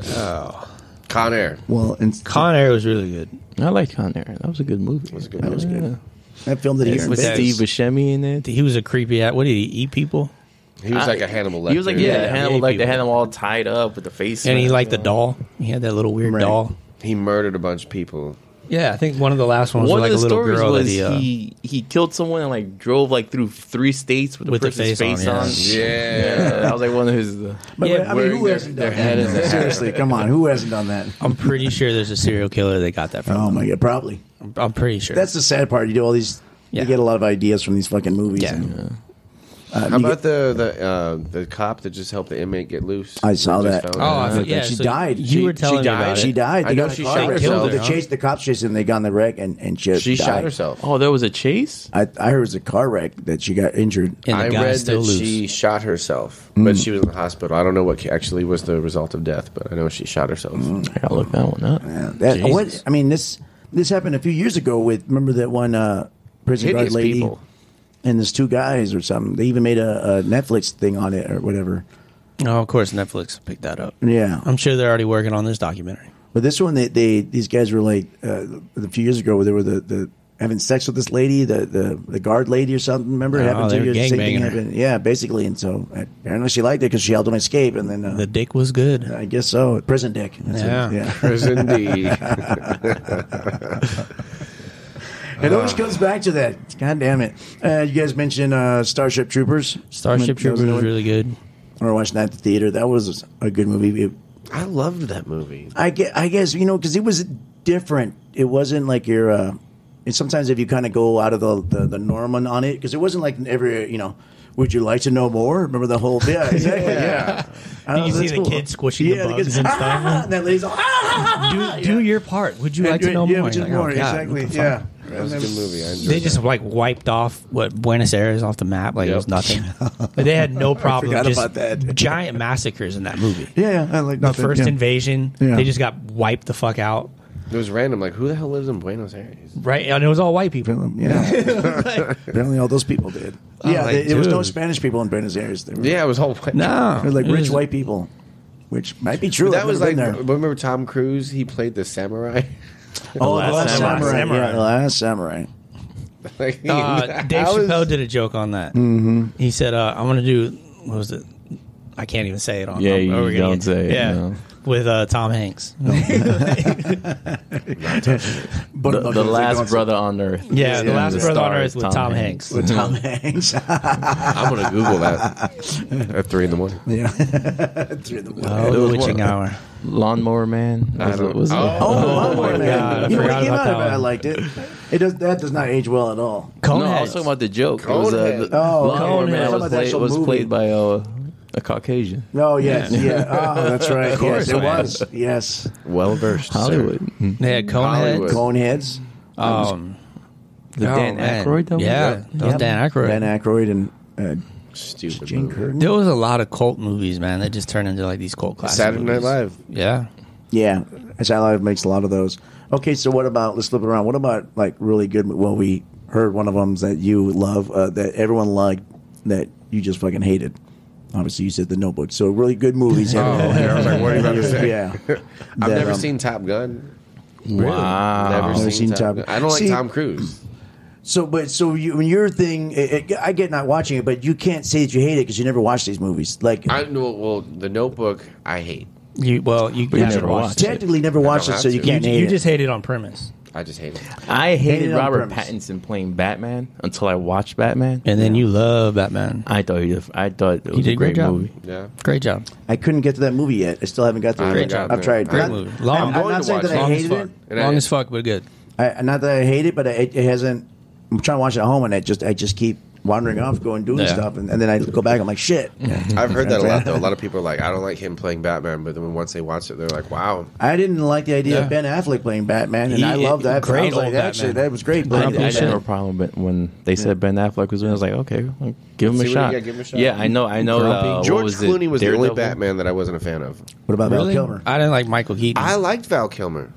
[SPEAKER 2] Oh. Con Air.
[SPEAKER 4] Well, and
[SPEAKER 3] *laughs* Con Air was really good.
[SPEAKER 5] *laughs* I liked Con Air. That was a good movie. That was
[SPEAKER 2] good. That was
[SPEAKER 5] good.
[SPEAKER 4] that film that he
[SPEAKER 5] With
[SPEAKER 3] that-
[SPEAKER 5] Steve Buscemi in it.
[SPEAKER 3] He was a creepy at what did he eat people?
[SPEAKER 2] He was
[SPEAKER 5] I-
[SPEAKER 2] like a Hannibal Lecter.
[SPEAKER 5] He was like, yeah,
[SPEAKER 3] Yeah,
[SPEAKER 5] Hannibal.
[SPEAKER 3] yeah,
[SPEAKER 5] Like they
[SPEAKER 3] people.
[SPEAKER 5] had him all tied up with the face.
[SPEAKER 3] And he
[SPEAKER 5] mask
[SPEAKER 3] liked the
[SPEAKER 5] on.
[SPEAKER 3] doll. He had that little weird
[SPEAKER 4] Right.
[SPEAKER 3] doll.
[SPEAKER 2] He murdered a bunch of people.
[SPEAKER 3] Yeah, I think one of the last ones
[SPEAKER 5] One
[SPEAKER 3] was like
[SPEAKER 5] of
[SPEAKER 3] a
[SPEAKER 5] the
[SPEAKER 3] little
[SPEAKER 5] stories
[SPEAKER 3] girl
[SPEAKER 5] was
[SPEAKER 3] that he,
[SPEAKER 5] he,
[SPEAKER 3] uh,
[SPEAKER 5] he killed someone and like drove like through three states with,
[SPEAKER 3] With the
[SPEAKER 5] the person's
[SPEAKER 3] face
[SPEAKER 5] face,
[SPEAKER 3] on,
[SPEAKER 5] on.
[SPEAKER 3] yeah.
[SPEAKER 5] Yeah, that was like one of his.
[SPEAKER 4] But,
[SPEAKER 3] Yeah,
[SPEAKER 4] I mean,
[SPEAKER 2] wearing
[SPEAKER 4] who
[SPEAKER 2] their-
[SPEAKER 4] hasn't
[SPEAKER 2] their
[SPEAKER 4] done
[SPEAKER 2] head in
[SPEAKER 4] that?
[SPEAKER 2] the-
[SPEAKER 4] Seriously, come on, who hasn't done that?
[SPEAKER 3] I'm pretty sure there's a serial killer that got that from.
[SPEAKER 4] Oh my god, probably.
[SPEAKER 3] him. I'm pretty sure.
[SPEAKER 4] That's the sad part. You do all these.
[SPEAKER 3] Yeah.
[SPEAKER 4] You get a lot of ideas from these fucking movies.
[SPEAKER 3] Yeah.
[SPEAKER 4] And, uh,
[SPEAKER 2] How about the the uh, the cop that just helped the inmate get loose?
[SPEAKER 4] I saw
[SPEAKER 2] Just
[SPEAKER 4] that.
[SPEAKER 2] found
[SPEAKER 3] Oh, I
[SPEAKER 2] out.
[SPEAKER 3] thought, yeah,
[SPEAKER 4] She
[SPEAKER 3] so
[SPEAKER 4] died.
[SPEAKER 3] You
[SPEAKER 4] She-
[SPEAKER 3] were
[SPEAKER 4] she
[SPEAKER 3] telling me
[SPEAKER 5] died.
[SPEAKER 3] about
[SPEAKER 4] She
[SPEAKER 3] it.
[SPEAKER 4] died. They
[SPEAKER 2] I know
[SPEAKER 4] got
[SPEAKER 2] she
[SPEAKER 4] car
[SPEAKER 2] shot
[SPEAKER 4] wreck.
[SPEAKER 2] killed
[SPEAKER 4] So
[SPEAKER 2] her,
[SPEAKER 4] They
[SPEAKER 2] huh?
[SPEAKER 4] chased the cops chased and they got in the wreck and and she
[SPEAKER 2] she shot
[SPEAKER 4] died.
[SPEAKER 2] herself.
[SPEAKER 5] Oh, there was a chase.
[SPEAKER 4] I, I heard it was a car wreck that she got injured.
[SPEAKER 3] And the
[SPEAKER 2] I
[SPEAKER 3] guy's
[SPEAKER 2] read that
[SPEAKER 3] still loose.
[SPEAKER 2] she shot herself, but she was in the hospital. I don't know what actually was the result of death, but I know she shot herself.
[SPEAKER 3] Mm.
[SPEAKER 5] I gotta look that one up.
[SPEAKER 4] Yeah, Uh, that, oh,
[SPEAKER 5] Jesus.
[SPEAKER 4] what I mean this this happened a few years ago with remember that one uh, prison guard
[SPEAKER 2] Hideous
[SPEAKER 4] lady
[SPEAKER 2] people.
[SPEAKER 4] and there's two guys or something. They even made a, a Netflix thing on it or whatever.
[SPEAKER 3] Oh, of course Netflix picked that up.
[SPEAKER 4] Yeah,
[SPEAKER 3] I'm sure they're already working on this documentary.
[SPEAKER 4] but this one they, they these guys were like uh, a few years ago where they were the, the having sex with this lady the, the the guard lady or something. Remember it
[SPEAKER 3] Oh,
[SPEAKER 4] happened
[SPEAKER 3] they
[SPEAKER 4] two
[SPEAKER 3] were
[SPEAKER 4] years. Same
[SPEAKER 3] gangbanging
[SPEAKER 4] thing
[SPEAKER 3] her.
[SPEAKER 4] happened. Yeah, basically. And so apparently she liked it because she helped him escape. And then uh,
[SPEAKER 3] The dick was good.
[SPEAKER 4] I guess so. Prison dick. That's what-
[SPEAKER 3] Yeah.
[SPEAKER 4] yeah. *laughs*
[SPEAKER 2] Prison
[SPEAKER 3] *laughs*
[SPEAKER 2] D.
[SPEAKER 4] It always comes back to that. God damn it! Uh, you guys mentioned uh, Starship Troopers.
[SPEAKER 3] Starship
[SPEAKER 4] That
[SPEAKER 3] Troopers was
[SPEAKER 4] another
[SPEAKER 3] really good.
[SPEAKER 4] one. Or watching that at the theater. That was a good movie. It-
[SPEAKER 2] I loved that movie.
[SPEAKER 4] I guess, I guess you know because it was different. It wasn't like your. Uh, and sometimes if you kind of go out of the the, the norm on- on it because it wasn't like every you know. Would you like to know more? Remember the whole
[SPEAKER 3] *laughs*
[SPEAKER 4] yeah, exactly, yeah. I
[SPEAKER 3] You
[SPEAKER 4] was-
[SPEAKER 3] see
[SPEAKER 4] that's
[SPEAKER 3] the kid squishing the bugs
[SPEAKER 4] kids,
[SPEAKER 3] and stuff.
[SPEAKER 4] "Ah!" *laughs* and that lady's all, ah!
[SPEAKER 3] Do, do your part. Would you like to know
[SPEAKER 4] yeah,
[SPEAKER 3] more?
[SPEAKER 4] which is
[SPEAKER 3] Like, oh,
[SPEAKER 4] more
[SPEAKER 3] God,
[SPEAKER 4] exactly,
[SPEAKER 3] what the fuck?
[SPEAKER 4] yeah.
[SPEAKER 2] That was a good movie. I enjoyed
[SPEAKER 3] They just like wiped off what Buenos Aires off the map like it was
[SPEAKER 2] Yep.
[SPEAKER 4] *laughs*
[SPEAKER 3] nothing. But they had no problem.
[SPEAKER 4] forgot
[SPEAKER 3] just
[SPEAKER 4] about that.
[SPEAKER 3] giant massacres in that movie.
[SPEAKER 4] Yeah, yeah, I like
[SPEAKER 3] The
[SPEAKER 4] nothing,
[SPEAKER 3] first
[SPEAKER 4] yeah.
[SPEAKER 3] invasion,
[SPEAKER 4] Yeah.
[SPEAKER 3] they just got wiped the fuck out.
[SPEAKER 2] it. It was random. Like, who the hell lives in Buenos Aires?
[SPEAKER 3] Right, and it was all white people.
[SPEAKER 4] Yeah, *laughs*
[SPEAKER 3] Like,
[SPEAKER 4] apparently all those people did. yeah,
[SPEAKER 3] like,
[SPEAKER 4] they, there was no
[SPEAKER 3] dude.
[SPEAKER 4] Spanish people in Buenos Aires. They were,
[SPEAKER 2] Yeah, it was whole.
[SPEAKER 3] no,
[SPEAKER 4] they were like
[SPEAKER 3] it
[SPEAKER 4] rich
[SPEAKER 3] was-
[SPEAKER 4] white people, which might be true.
[SPEAKER 2] that
[SPEAKER 4] I've
[SPEAKER 2] was
[SPEAKER 4] never
[SPEAKER 2] like.
[SPEAKER 4] been
[SPEAKER 2] Remember Tom Cruise? He played the samurai. *laughs*
[SPEAKER 4] oh, the
[SPEAKER 5] Last
[SPEAKER 4] last
[SPEAKER 5] Samurai.
[SPEAKER 4] samurai.
[SPEAKER 3] Samurai.
[SPEAKER 4] Yeah, the last samurai.
[SPEAKER 2] Like,
[SPEAKER 3] *laughs* Uh, Dave
[SPEAKER 2] how is- *laughs*
[SPEAKER 3] Chappelle did a joke on that. Mm-hmm. He said, uh, "I'm going to do what was it? I can't even say it on.
[SPEAKER 5] Yeah,
[SPEAKER 3] I'm-
[SPEAKER 5] you
[SPEAKER 3] we're gonna
[SPEAKER 5] don't
[SPEAKER 3] get-
[SPEAKER 5] say it,
[SPEAKER 3] Yeah,
[SPEAKER 5] no.
[SPEAKER 3] with uh, Tom *laughs* Hanks.
[SPEAKER 4] But
[SPEAKER 5] The, the last brother on earth.
[SPEAKER 3] Yeah, the
[SPEAKER 5] Yeah,
[SPEAKER 3] last
[SPEAKER 5] the
[SPEAKER 3] brother on
[SPEAKER 5] star
[SPEAKER 3] earth
[SPEAKER 5] is
[SPEAKER 3] with Tom,
[SPEAKER 5] Tom
[SPEAKER 3] Hanks. *laughs*
[SPEAKER 4] with *laughs* Tom Hanks.
[SPEAKER 2] I'm gonna Google that
[SPEAKER 4] *laughs*
[SPEAKER 2] at three in the morning.
[SPEAKER 4] yeah. Through the wall.
[SPEAKER 3] Oh,
[SPEAKER 5] There
[SPEAKER 3] the
[SPEAKER 5] was
[SPEAKER 3] witching
[SPEAKER 5] one-
[SPEAKER 3] hour.
[SPEAKER 5] Lawnmower Man.
[SPEAKER 2] I
[SPEAKER 5] Was it-
[SPEAKER 2] don't-
[SPEAKER 5] was it-
[SPEAKER 2] Oh.
[SPEAKER 4] Oh,
[SPEAKER 3] my God, I
[SPEAKER 4] my man. You know what
[SPEAKER 3] forgot
[SPEAKER 4] it came
[SPEAKER 3] about
[SPEAKER 4] out
[SPEAKER 3] that
[SPEAKER 4] of it?
[SPEAKER 3] one.
[SPEAKER 4] I liked it. It does that does not age well at all.
[SPEAKER 5] No, I was
[SPEAKER 3] Coneheads.
[SPEAKER 5] talking about the joke. It was, uh,
[SPEAKER 2] Conehead.
[SPEAKER 5] the,
[SPEAKER 4] Oh,
[SPEAKER 5] Lawnmower
[SPEAKER 4] Conehead.
[SPEAKER 5] Man
[SPEAKER 4] Talking
[SPEAKER 5] was,
[SPEAKER 4] about the
[SPEAKER 5] played,
[SPEAKER 4] actual
[SPEAKER 5] was
[SPEAKER 4] movie.
[SPEAKER 5] played by uh, a Caucasian.
[SPEAKER 4] No, yes, yeah. Oh, that's right. Of
[SPEAKER 2] course,
[SPEAKER 4] yes, it
[SPEAKER 2] man.
[SPEAKER 4] was. Yes.
[SPEAKER 2] Well versed,
[SPEAKER 5] Hollywood.
[SPEAKER 3] they had
[SPEAKER 2] Hollywood.
[SPEAKER 3] Coneheads.
[SPEAKER 4] Coneheads,
[SPEAKER 3] Um,
[SPEAKER 5] The
[SPEAKER 3] oh,
[SPEAKER 5] Dan
[SPEAKER 3] man.
[SPEAKER 5] Aykroyd. that was
[SPEAKER 3] Yeah,
[SPEAKER 5] it?
[SPEAKER 3] that was Dan Aykroyd.
[SPEAKER 4] Ben Aykroyd, and uh,
[SPEAKER 2] Stupid.
[SPEAKER 4] Gene
[SPEAKER 2] movie.
[SPEAKER 4] Curtin.
[SPEAKER 3] There was a lot of cult movies, man. That just turned into like these cult classics.
[SPEAKER 2] Saturday Night Live.
[SPEAKER 3] Yeah.
[SPEAKER 4] Yeah, Saturday Night Live makes a lot of those. Okay, so what about let's flip it around. What about like really good? Well, we heard one of them that you love, uh, that everyone liked, that you just fucking hated. Obviously, you said the Notebook. So really good movies.
[SPEAKER 2] *laughs* Oh, yeah, I was like, what are you about to say?
[SPEAKER 4] yeah.
[SPEAKER 2] *laughs*
[SPEAKER 4] um,
[SPEAKER 2] I've never seen Top Gun.
[SPEAKER 5] Wow.
[SPEAKER 2] Never
[SPEAKER 4] Uh,
[SPEAKER 2] seen,
[SPEAKER 4] Never seen
[SPEAKER 2] Top
[SPEAKER 4] Top
[SPEAKER 2] Gun.
[SPEAKER 4] Gun.
[SPEAKER 2] I don't like
[SPEAKER 4] See-
[SPEAKER 2] Tom Cruise.
[SPEAKER 4] So, but so you, when your thing, it, it, I get not watching it, but you can't say that you hate it because you never watched these movies. Like,
[SPEAKER 2] I know. Well, The Notebook, I hate.
[SPEAKER 3] You well, you,
[SPEAKER 5] you
[SPEAKER 3] haven't
[SPEAKER 5] never watched it.
[SPEAKER 4] technically never watched
[SPEAKER 2] I
[SPEAKER 4] it,
[SPEAKER 2] don't
[SPEAKER 4] so
[SPEAKER 2] have
[SPEAKER 4] you
[SPEAKER 2] to.
[SPEAKER 4] can't
[SPEAKER 3] You,
[SPEAKER 4] hate
[SPEAKER 3] you
[SPEAKER 4] it.
[SPEAKER 3] just hate it on premise,
[SPEAKER 2] I just hate it.
[SPEAKER 4] *laughs*
[SPEAKER 5] I hated
[SPEAKER 4] Hated on
[SPEAKER 5] Robert
[SPEAKER 4] premise.
[SPEAKER 5] Pattinson playing Batman until I watched Batman.
[SPEAKER 3] and then you love Batman.
[SPEAKER 5] I thought he, I thought it was
[SPEAKER 3] did a
[SPEAKER 5] a great
[SPEAKER 3] great job.
[SPEAKER 5] movie.
[SPEAKER 2] Yeah.
[SPEAKER 3] Great job.
[SPEAKER 4] I couldn't get to that movie yet. I still haven't got to
[SPEAKER 2] Great
[SPEAKER 4] it.
[SPEAKER 2] job,
[SPEAKER 4] I've
[SPEAKER 2] man.
[SPEAKER 4] tried.
[SPEAKER 2] Great
[SPEAKER 4] Not-
[SPEAKER 3] movie. Long.
[SPEAKER 4] I'm,
[SPEAKER 2] I'm
[SPEAKER 4] I'm
[SPEAKER 2] going
[SPEAKER 4] not
[SPEAKER 2] to
[SPEAKER 4] saying
[SPEAKER 2] watch
[SPEAKER 4] that
[SPEAKER 2] it.
[SPEAKER 4] I
[SPEAKER 3] Long as
[SPEAKER 4] hated
[SPEAKER 3] fuck.
[SPEAKER 4] it.
[SPEAKER 2] And I-
[SPEAKER 3] Long as fuck, but good.
[SPEAKER 4] I, not that I hate it, but I, it hasn't. I'm trying to watch it at home, and I just I just keep wandering off, going doing
[SPEAKER 3] Yeah.
[SPEAKER 4] stuff, and, and then I go back. I'm like, shit.
[SPEAKER 2] I've heard that a lot though. A lot of people are like, I don't like him playing Batman, but then once they watch it, they're like, wow.
[SPEAKER 4] I didn't like the idea of
[SPEAKER 3] Yeah.
[SPEAKER 4] Ben Affleck playing Batman, and
[SPEAKER 3] He-
[SPEAKER 4] I love that. but I
[SPEAKER 3] great
[SPEAKER 4] was like,
[SPEAKER 3] old
[SPEAKER 4] that shit,
[SPEAKER 3] Batman.
[SPEAKER 4] that was great.
[SPEAKER 5] I,
[SPEAKER 4] But
[SPEAKER 5] didn't- I didn't have a problem, but when they said Ben Affleck was in, I was like, okay, well, give him
[SPEAKER 2] See
[SPEAKER 5] a
[SPEAKER 2] what-
[SPEAKER 5] shot.
[SPEAKER 2] yeah, give him a shot.
[SPEAKER 5] Yeah, I know, I know. uh, what
[SPEAKER 2] George
[SPEAKER 5] was it,
[SPEAKER 2] Clooney was Mm-hmm. the
[SPEAKER 5] Daredevil?
[SPEAKER 2] only Batman that I wasn't a fan of.
[SPEAKER 4] what about Val
[SPEAKER 3] Really?
[SPEAKER 4] Kilmer?
[SPEAKER 3] I didn't like Michael Keaton.
[SPEAKER 2] I liked Val Kilmer.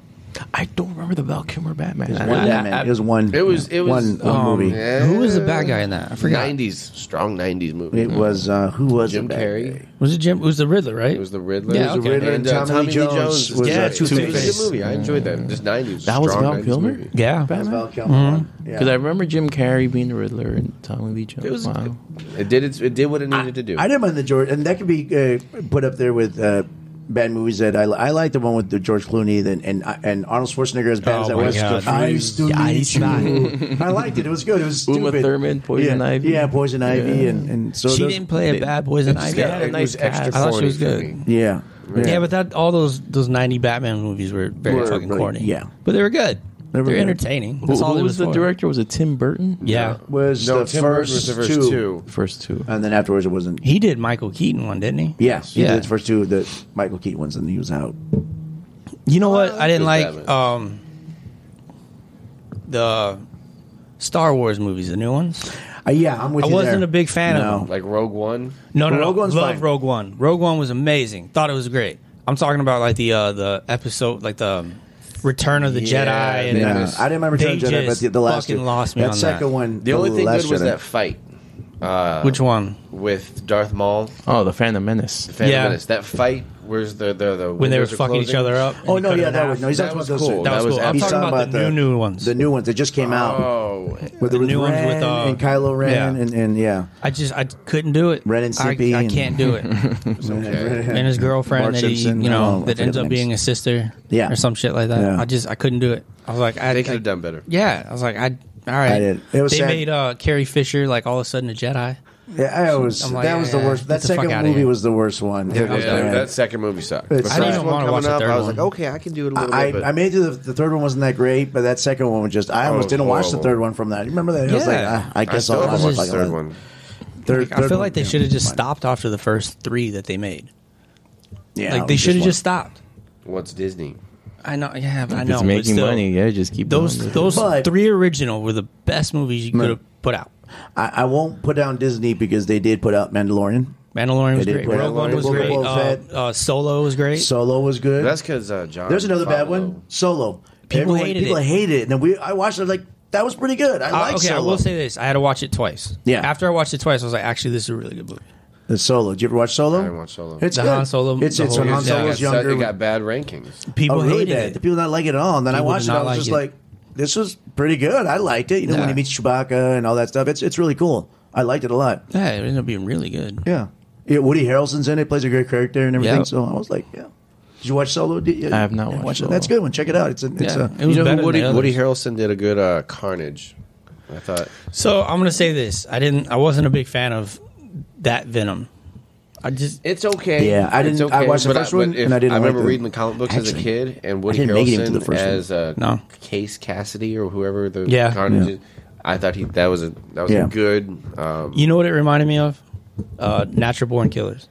[SPEAKER 5] I don't remember the Val Kilmer Batman. I-
[SPEAKER 4] One
[SPEAKER 5] I-
[SPEAKER 4] Batman.
[SPEAKER 5] I-
[SPEAKER 4] it was one.
[SPEAKER 2] It was- it was,
[SPEAKER 4] one, one
[SPEAKER 3] Um,
[SPEAKER 4] movie.
[SPEAKER 3] Who was the bad guy in that? I forgot.
[SPEAKER 2] Nineties strong nineties movie.
[SPEAKER 4] It was uh, who was
[SPEAKER 2] Jim
[SPEAKER 4] it back
[SPEAKER 2] Carrey.
[SPEAKER 3] Was it Jim? It was the Riddler, right?
[SPEAKER 2] It was the Riddler.
[SPEAKER 3] Yeah, It was the okay.
[SPEAKER 4] Riddler and
[SPEAKER 2] uh,
[SPEAKER 4] Tommy Lee Jones was,
[SPEAKER 2] yeah,
[SPEAKER 3] uh,
[SPEAKER 2] it was a good
[SPEAKER 3] Two-Face.
[SPEAKER 2] movie. I enjoyed that. Just nineties.
[SPEAKER 5] That was Val Kilmer?
[SPEAKER 3] yeah.
[SPEAKER 4] That was Val Kilmer. one.
[SPEAKER 3] Mm-hmm.
[SPEAKER 4] Yeah.
[SPEAKER 5] Because I remember Jim Carrey being the Riddler and Tommy Lee Jones.
[SPEAKER 2] It was.
[SPEAKER 5] wow.
[SPEAKER 2] It did. It, it did what it needed to do.
[SPEAKER 4] I didn't mind the George, and that could be uh, put up there with uh, bad movies that I, li- I like. The one with the George Clooney and and, uh, and Arnold Schwarzenegger as bad
[SPEAKER 3] Oh
[SPEAKER 4] as that
[SPEAKER 3] my
[SPEAKER 4] was.
[SPEAKER 3] God.
[SPEAKER 4] I still
[SPEAKER 3] Yeah,
[SPEAKER 4] need
[SPEAKER 3] he's
[SPEAKER 4] you.
[SPEAKER 3] not.
[SPEAKER 4] *laughs* I liked it. It was good. It was
[SPEAKER 5] Uma
[SPEAKER 4] stupid.
[SPEAKER 5] Thurman, Poison
[SPEAKER 4] yeah.
[SPEAKER 5] Ivy.
[SPEAKER 4] Yeah, Poison Ivy, and and so
[SPEAKER 3] she
[SPEAKER 4] those-
[SPEAKER 3] didn't play a bad poison
[SPEAKER 2] It's
[SPEAKER 3] ivy.
[SPEAKER 2] got-
[SPEAKER 5] had a
[SPEAKER 2] it
[SPEAKER 5] nice
[SPEAKER 2] was extra
[SPEAKER 5] cast. I
[SPEAKER 3] thought she
[SPEAKER 2] corny
[SPEAKER 3] was
[SPEAKER 2] for
[SPEAKER 3] good.
[SPEAKER 2] me.
[SPEAKER 4] Yeah.
[SPEAKER 3] Yeah. but that all those those ninety Batman movies were very
[SPEAKER 2] Were
[SPEAKER 3] fucking
[SPEAKER 2] really-
[SPEAKER 3] corny.
[SPEAKER 4] yeah.
[SPEAKER 3] but they were good. They
[SPEAKER 4] were
[SPEAKER 3] were
[SPEAKER 4] good.
[SPEAKER 3] entertaining.
[SPEAKER 5] Who,
[SPEAKER 3] That's all
[SPEAKER 5] who
[SPEAKER 3] it
[SPEAKER 5] was the
[SPEAKER 3] for.
[SPEAKER 5] director? Was it Tim Burton?
[SPEAKER 3] Yeah,
[SPEAKER 4] was
[SPEAKER 2] No,
[SPEAKER 4] the
[SPEAKER 2] Tim Burton
[SPEAKER 4] first
[SPEAKER 2] was the first
[SPEAKER 4] two.
[SPEAKER 2] two.
[SPEAKER 5] The first two.
[SPEAKER 4] and then afterwards it wasn't.
[SPEAKER 3] he did Michael Keaton one, didn't he?
[SPEAKER 4] Yes, yeah.
[SPEAKER 3] yeah.
[SPEAKER 4] the first two that Michael Keaton ones, and he was out.
[SPEAKER 3] You know what? I didn't
[SPEAKER 2] good
[SPEAKER 3] like
[SPEAKER 2] Batman.
[SPEAKER 3] um, the Star Wars movies, the new ones.
[SPEAKER 4] Uh, yeah, I'm with
[SPEAKER 3] I
[SPEAKER 4] you.
[SPEAKER 3] wasn't
[SPEAKER 4] there.
[SPEAKER 3] a big fan of
[SPEAKER 4] No.
[SPEAKER 3] them.
[SPEAKER 2] Like Rogue One.
[SPEAKER 3] No, no,
[SPEAKER 4] Rogue
[SPEAKER 3] no.
[SPEAKER 4] One's
[SPEAKER 3] Love
[SPEAKER 4] fine.
[SPEAKER 3] Rogue One. Rogue One was amazing. Thought it was great. I'm talking about like the uh, the episode, like the um, Return of the
[SPEAKER 2] Yeah,
[SPEAKER 3] Jedi. And
[SPEAKER 4] Yeah,
[SPEAKER 2] Yes.
[SPEAKER 4] I didn't remember
[SPEAKER 3] They
[SPEAKER 4] Return of Jedi, but
[SPEAKER 3] just
[SPEAKER 4] the, the last
[SPEAKER 3] fucking
[SPEAKER 4] two.
[SPEAKER 3] lost me
[SPEAKER 4] that
[SPEAKER 3] on
[SPEAKER 4] second
[SPEAKER 3] that.
[SPEAKER 4] one.
[SPEAKER 2] The only thing
[SPEAKER 4] last
[SPEAKER 2] good was
[SPEAKER 4] Jedi.
[SPEAKER 2] that fight
[SPEAKER 3] Which one?
[SPEAKER 2] with Darth Maul.
[SPEAKER 5] Oh, The Phantom Menace.
[SPEAKER 2] Phantom
[SPEAKER 3] Yeah.
[SPEAKER 2] Menace. That fight. Where's the the, the
[SPEAKER 3] When they were
[SPEAKER 2] windows are
[SPEAKER 3] fucking each
[SPEAKER 2] closing?
[SPEAKER 3] other up. and
[SPEAKER 4] Oh
[SPEAKER 3] they
[SPEAKER 4] no,
[SPEAKER 3] cut
[SPEAKER 4] yeah,
[SPEAKER 3] in
[SPEAKER 4] that
[SPEAKER 3] half.
[SPEAKER 4] was no. He's
[SPEAKER 2] That
[SPEAKER 4] not
[SPEAKER 2] was
[SPEAKER 4] talking about
[SPEAKER 2] cool.
[SPEAKER 4] those. two.
[SPEAKER 3] That was
[SPEAKER 2] was
[SPEAKER 3] cool. I'm
[SPEAKER 4] He's
[SPEAKER 3] talking about, the, new new ones.
[SPEAKER 4] The new ones that just came out
[SPEAKER 2] Oh,
[SPEAKER 4] with the
[SPEAKER 3] new ones
[SPEAKER 4] Ren
[SPEAKER 3] with, uh,
[SPEAKER 4] and Kylo Ren
[SPEAKER 3] yeah.
[SPEAKER 4] and, and yeah,
[SPEAKER 3] I just I couldn't do it.
[SPEAKER 4] Ren and
[SPEAKER 3] I,
[SPEAKER 4] Stimpy
[SPEAKER 3] I
[SPEAKER 4] and-
[SPEAKER 3] can't do it.
[SPEAKER 4] *laughs*
[SPEAKER 2] okay.
[SPEAKER 3] and his girlfriend
[SPEAKER 4] Bart
[SPEAKER 3] that he,
[SPEAKER 4] Simpson.
[SPEAKER 3] you
[SPEAKER 4] Oh, I
[SPEAKER 3] know, that
[SPEAKER 4] forget
[SPEAKER 3] ends
[SPEAKER 4] the
[SPEAKER 3] up being
[SPEAKER 4] names.
[SPEAKER 3] his sister,
[SPEAKER 4] Yeah.
[SPEAKER 3] or some shit like that.
[SPEAKER 4] Yeah.
[SPEAKER 3] I just I couldn't do it. I was like, I,
[SPEAKER 2] they could
[SPEAKER 3] I-
[SPEAKER 2] have done better.
[SPEAKER 3] yeah, I was like, I all right.
[SPEAKER 4] I did. It was
[SPEAKER 3] they
[SPEAKER 4] sad.
[SPEAKER 3] made uh, Carrie Fisher like all of a sudden a Jedi.
[SPEAKER 4] yeah. I was
[SPEAKER 3] I'm like,
[SPEAKER 4] that was the
[SPEAKER 3] yeah,
[SPEAKER 4] worst. That
[SPEAKER 3] get the fuck
[SPEAKER 4] second
[SPEAKER 3] outta
[SPEAKER 4] movie
[SPEAKER 3] here.
[SPEAKER 4] was the worst one. It
[SPEAKER 2] Yeah,
[SPEAKER 4] was bad.
[SPEAKER 2] that second movie sucked. The
[SPEAKER 4] It's
[SPEAKER 2] first
[SPEAKER 4] I don't even
[SPEAKER 2] one
[SPEAKER 3] wanna watch
[SPEAKER 2] coming
[SPEAKER 3] the
[SPEAKER 2] up,
[SPEAKER 3] third
[SPEAKER 2] I was like,
[SPEAKER 3] one.
[SPEAKER 2] okay, I can do it a little
[SPEAKER 4] I,
[SPEAKER 2] bit. But
[SPEAKER 4] I made it to the, the third one wasn't that great, but that second one was just. I almost
[SPEAKER 2] was
[SPEAKER 4] didn't watch the
[SPEAKER 2] horrible.
[SPEAKER 4] third one from that. You remember that? I was like,
[SPEAKER 3] Yeah.
[SPEAKER 4] ah, I guess
[SPEAKER 2] still
[SPEAKER 4] I'll
[SPEAKER 2] haven't watched
[SPEAKER 4] watch the
[SPEAKER 2] the
[SPEAKER 4] second
[SPEAKER 2] third
[SPEAKER 4] one.
[SPEAKER 2] one.
[SPEAKER 4] Third-
[SPEAKER 3] I
[SPEAKER 4] third
[SPEAKER 3] feel
[SPEAKER 4] one,
[SPEAKER 3] like they
[SPEAKER 4] yeah.
[SPEAKER 3] should have just stopped after the first three that they made.
[SPEAKER 4] Yeah,
[SPEAKER 3] Like they should have just stopped.
[SPEAKER 2] What's Disney?
[SPEAKER 3] I know. Yeah, I
[SPEAKER 5] If
[SPEAKER 3] know.
[SPEAKER 5] it's
[SPEAKER 3] but
[SPEAKER 5] making
[SPEAKER 3] still,
[SPEAKER 5] money. Yeah, just keep
[SPEAKER 3] Those
[SPEAKER 5] going with
[SPEAKER 3] those
[SPEAKER 4] But-
[SPEAKER 3] three original were the best movies you could have put out.
[SPEAKER 4] I, I won't put down Disney because they did put out Mandalorian.
[SPEAKER 3] Mandalorian was
[SPEAKER 4] They did
[SPEAKER 3] great.
[SPEAKER 4] put
[SPEAKER 3] Rogue
[SPEAKER 4] out
[SPEAKER 3] One was
[SPEAKER 4] Boba
[SPEAKER 3] great. Uh,
[SPEAKER 4] Fett.
[SPEAKER 3] uh, Solo was great.
[SPEAKER 4] Solo was good.
[SPEAKER 2] That's because uh, John.
[SPEAKER 4] There's another bad
[SPEAKER 2] Favreau-
[SPEAKER 4] one. Solo.
[SPEAKER 3] People
[SPEAKER 4] Everyone-
[SPEAKER 3] hated
[SPEAKER 4] people
[SPEAKER 3] it.
[SPEAKER 4] hated it. And then we, I watched it. I was like that was pretty good. I
[SPEAKER 3] Uh,
[SPEAKER 4] like
[SPEAKER 3] okay,
[SPEAKER 4] Solo.
[SPEAKER 3] I will say this: I had to watch it twice.
[SPEAKER 4] Yeah.
[SPEAKER 3] After I watched it twice, I was like, actually, this is a really good movie.
[SPEAKER 4] The Solo. Did you ever watch Solo? I
[SPEAKER 2] didn't watch Solo.
[SPEAKER 4] It's
[SPEAKER 3] The
[SPEAKER 4] good.
[SPEAKER 3] Han Solo-
[SPEAKER 4] It's,
[SPEAKER 3] the
[SPEAKER 4] it's when
[SPEAKER 3] whole-
[SPEAKER 4] Han
[SPEAKER 3] yeah,
[SPEAKER 4] Solo
[SPEAKER 2] It
[SPEAKER 4] was
[SPEAKER 2] got, it
[SPEAKER 4] younger.
[SPEAKER 2] got bad rankings.
[SPEAKER 3] People
[SPEAKER 4] oh, really
[SPEAKER 3] hated
[SPEAKER 4] bad. The
[SPEAKER 3] it.
[SPEAKER 4] people not like it at all. And then I
[SPEAKER 3] People did
[SPEAKER 4] watched it. I
[SPEAKER 3] not
[SPEAKER 4] was
[SPEAKER 3] like
[SPEAKER 4] just
[SPEAKER 3] it.
[SPEAKER 4] like, this was pretty good. I liked it. You know, when
[SPEAKER 3] Yeah.
[SPEAKER 4] he meets Chewbacca and all that stuff, it's it's really cool. I liked it a lot.
[SPEAKER 3] Yeah, it ended up being really good.
[SPEAKER 4] Yeah. yeah Woody Harrelson's in it, plays a great character and everything.
[SPEAKER 3] Yeah.
[SPEAKER 4] So I was like, yeah. Did you watch Solo? Did you,
[SPEAKER 5] I have not
[SPEAKER 4] yeah,
[SPEAKER 5] watched
[SPEAKER 4] watch it.
[SPEAKER 5] Solo.
[SPEAKER 4] That's a good one. Check it out. It's a, it's
[SPEAKER 3] Yeah,
[SPEAKER 4] a
[SPEAKER 3] it was
[SPEAKER 2] You know
[SPEAKER 3] better
[SPEAKER 2] who
[SPEAKER 3] than
[SPEAKER 2] Woody,
[SPEAKER 3] the others.
[SPEAKER 2] Woody Harrelson did a good uh, Carnage. I thought
[SPEAKER 3] So I'm gonna say this: I didn't. I wasn't a big fan of that Venom. I just
[SPEAKER 2] it's okay.
[SPEAKER 4] Yeah, I
[SPEAKER 2] It's
[SPEAKER 4] didn't- I watched the
[SPEAKER 2] but
[SPEAKER 4] first
[SPEAKER 2] but
[SPEAKER 4] one,
[SPEAKER 2] if-
[SPEAKER 4] and I didn't
[SPEAKER 2] I
[SPEAKER 4] like
[SPEAKER 2] remember
[SPEAKER 4] the-
[SPEAKER 2] reading the comic books as a
[SPEAKER 4] Actually,
[SPEAKER 2] kid, and Woody
[SPEAKER 4] didn't make it into the
[SPEAKER 2] Harrelson
[SPEAKER 4] first one.
[SPEAKER 2] as uh,
[SPEAKER 3] No.
[SPEAKER 2] Case Cassidy or whoever the
[SPEAKER 3] Yeah.
[SPEAKER 2] Carnage.
[SPEAKER 4] Yeah.
[SPEAKER 2] Is, I thought he that was a that was
[SPEAKER 4] Yeah.
[SPEAKER 2] a good. Um,
[SPEAKER 3] you know what it reminded me of? Uh, Natural Born Killers.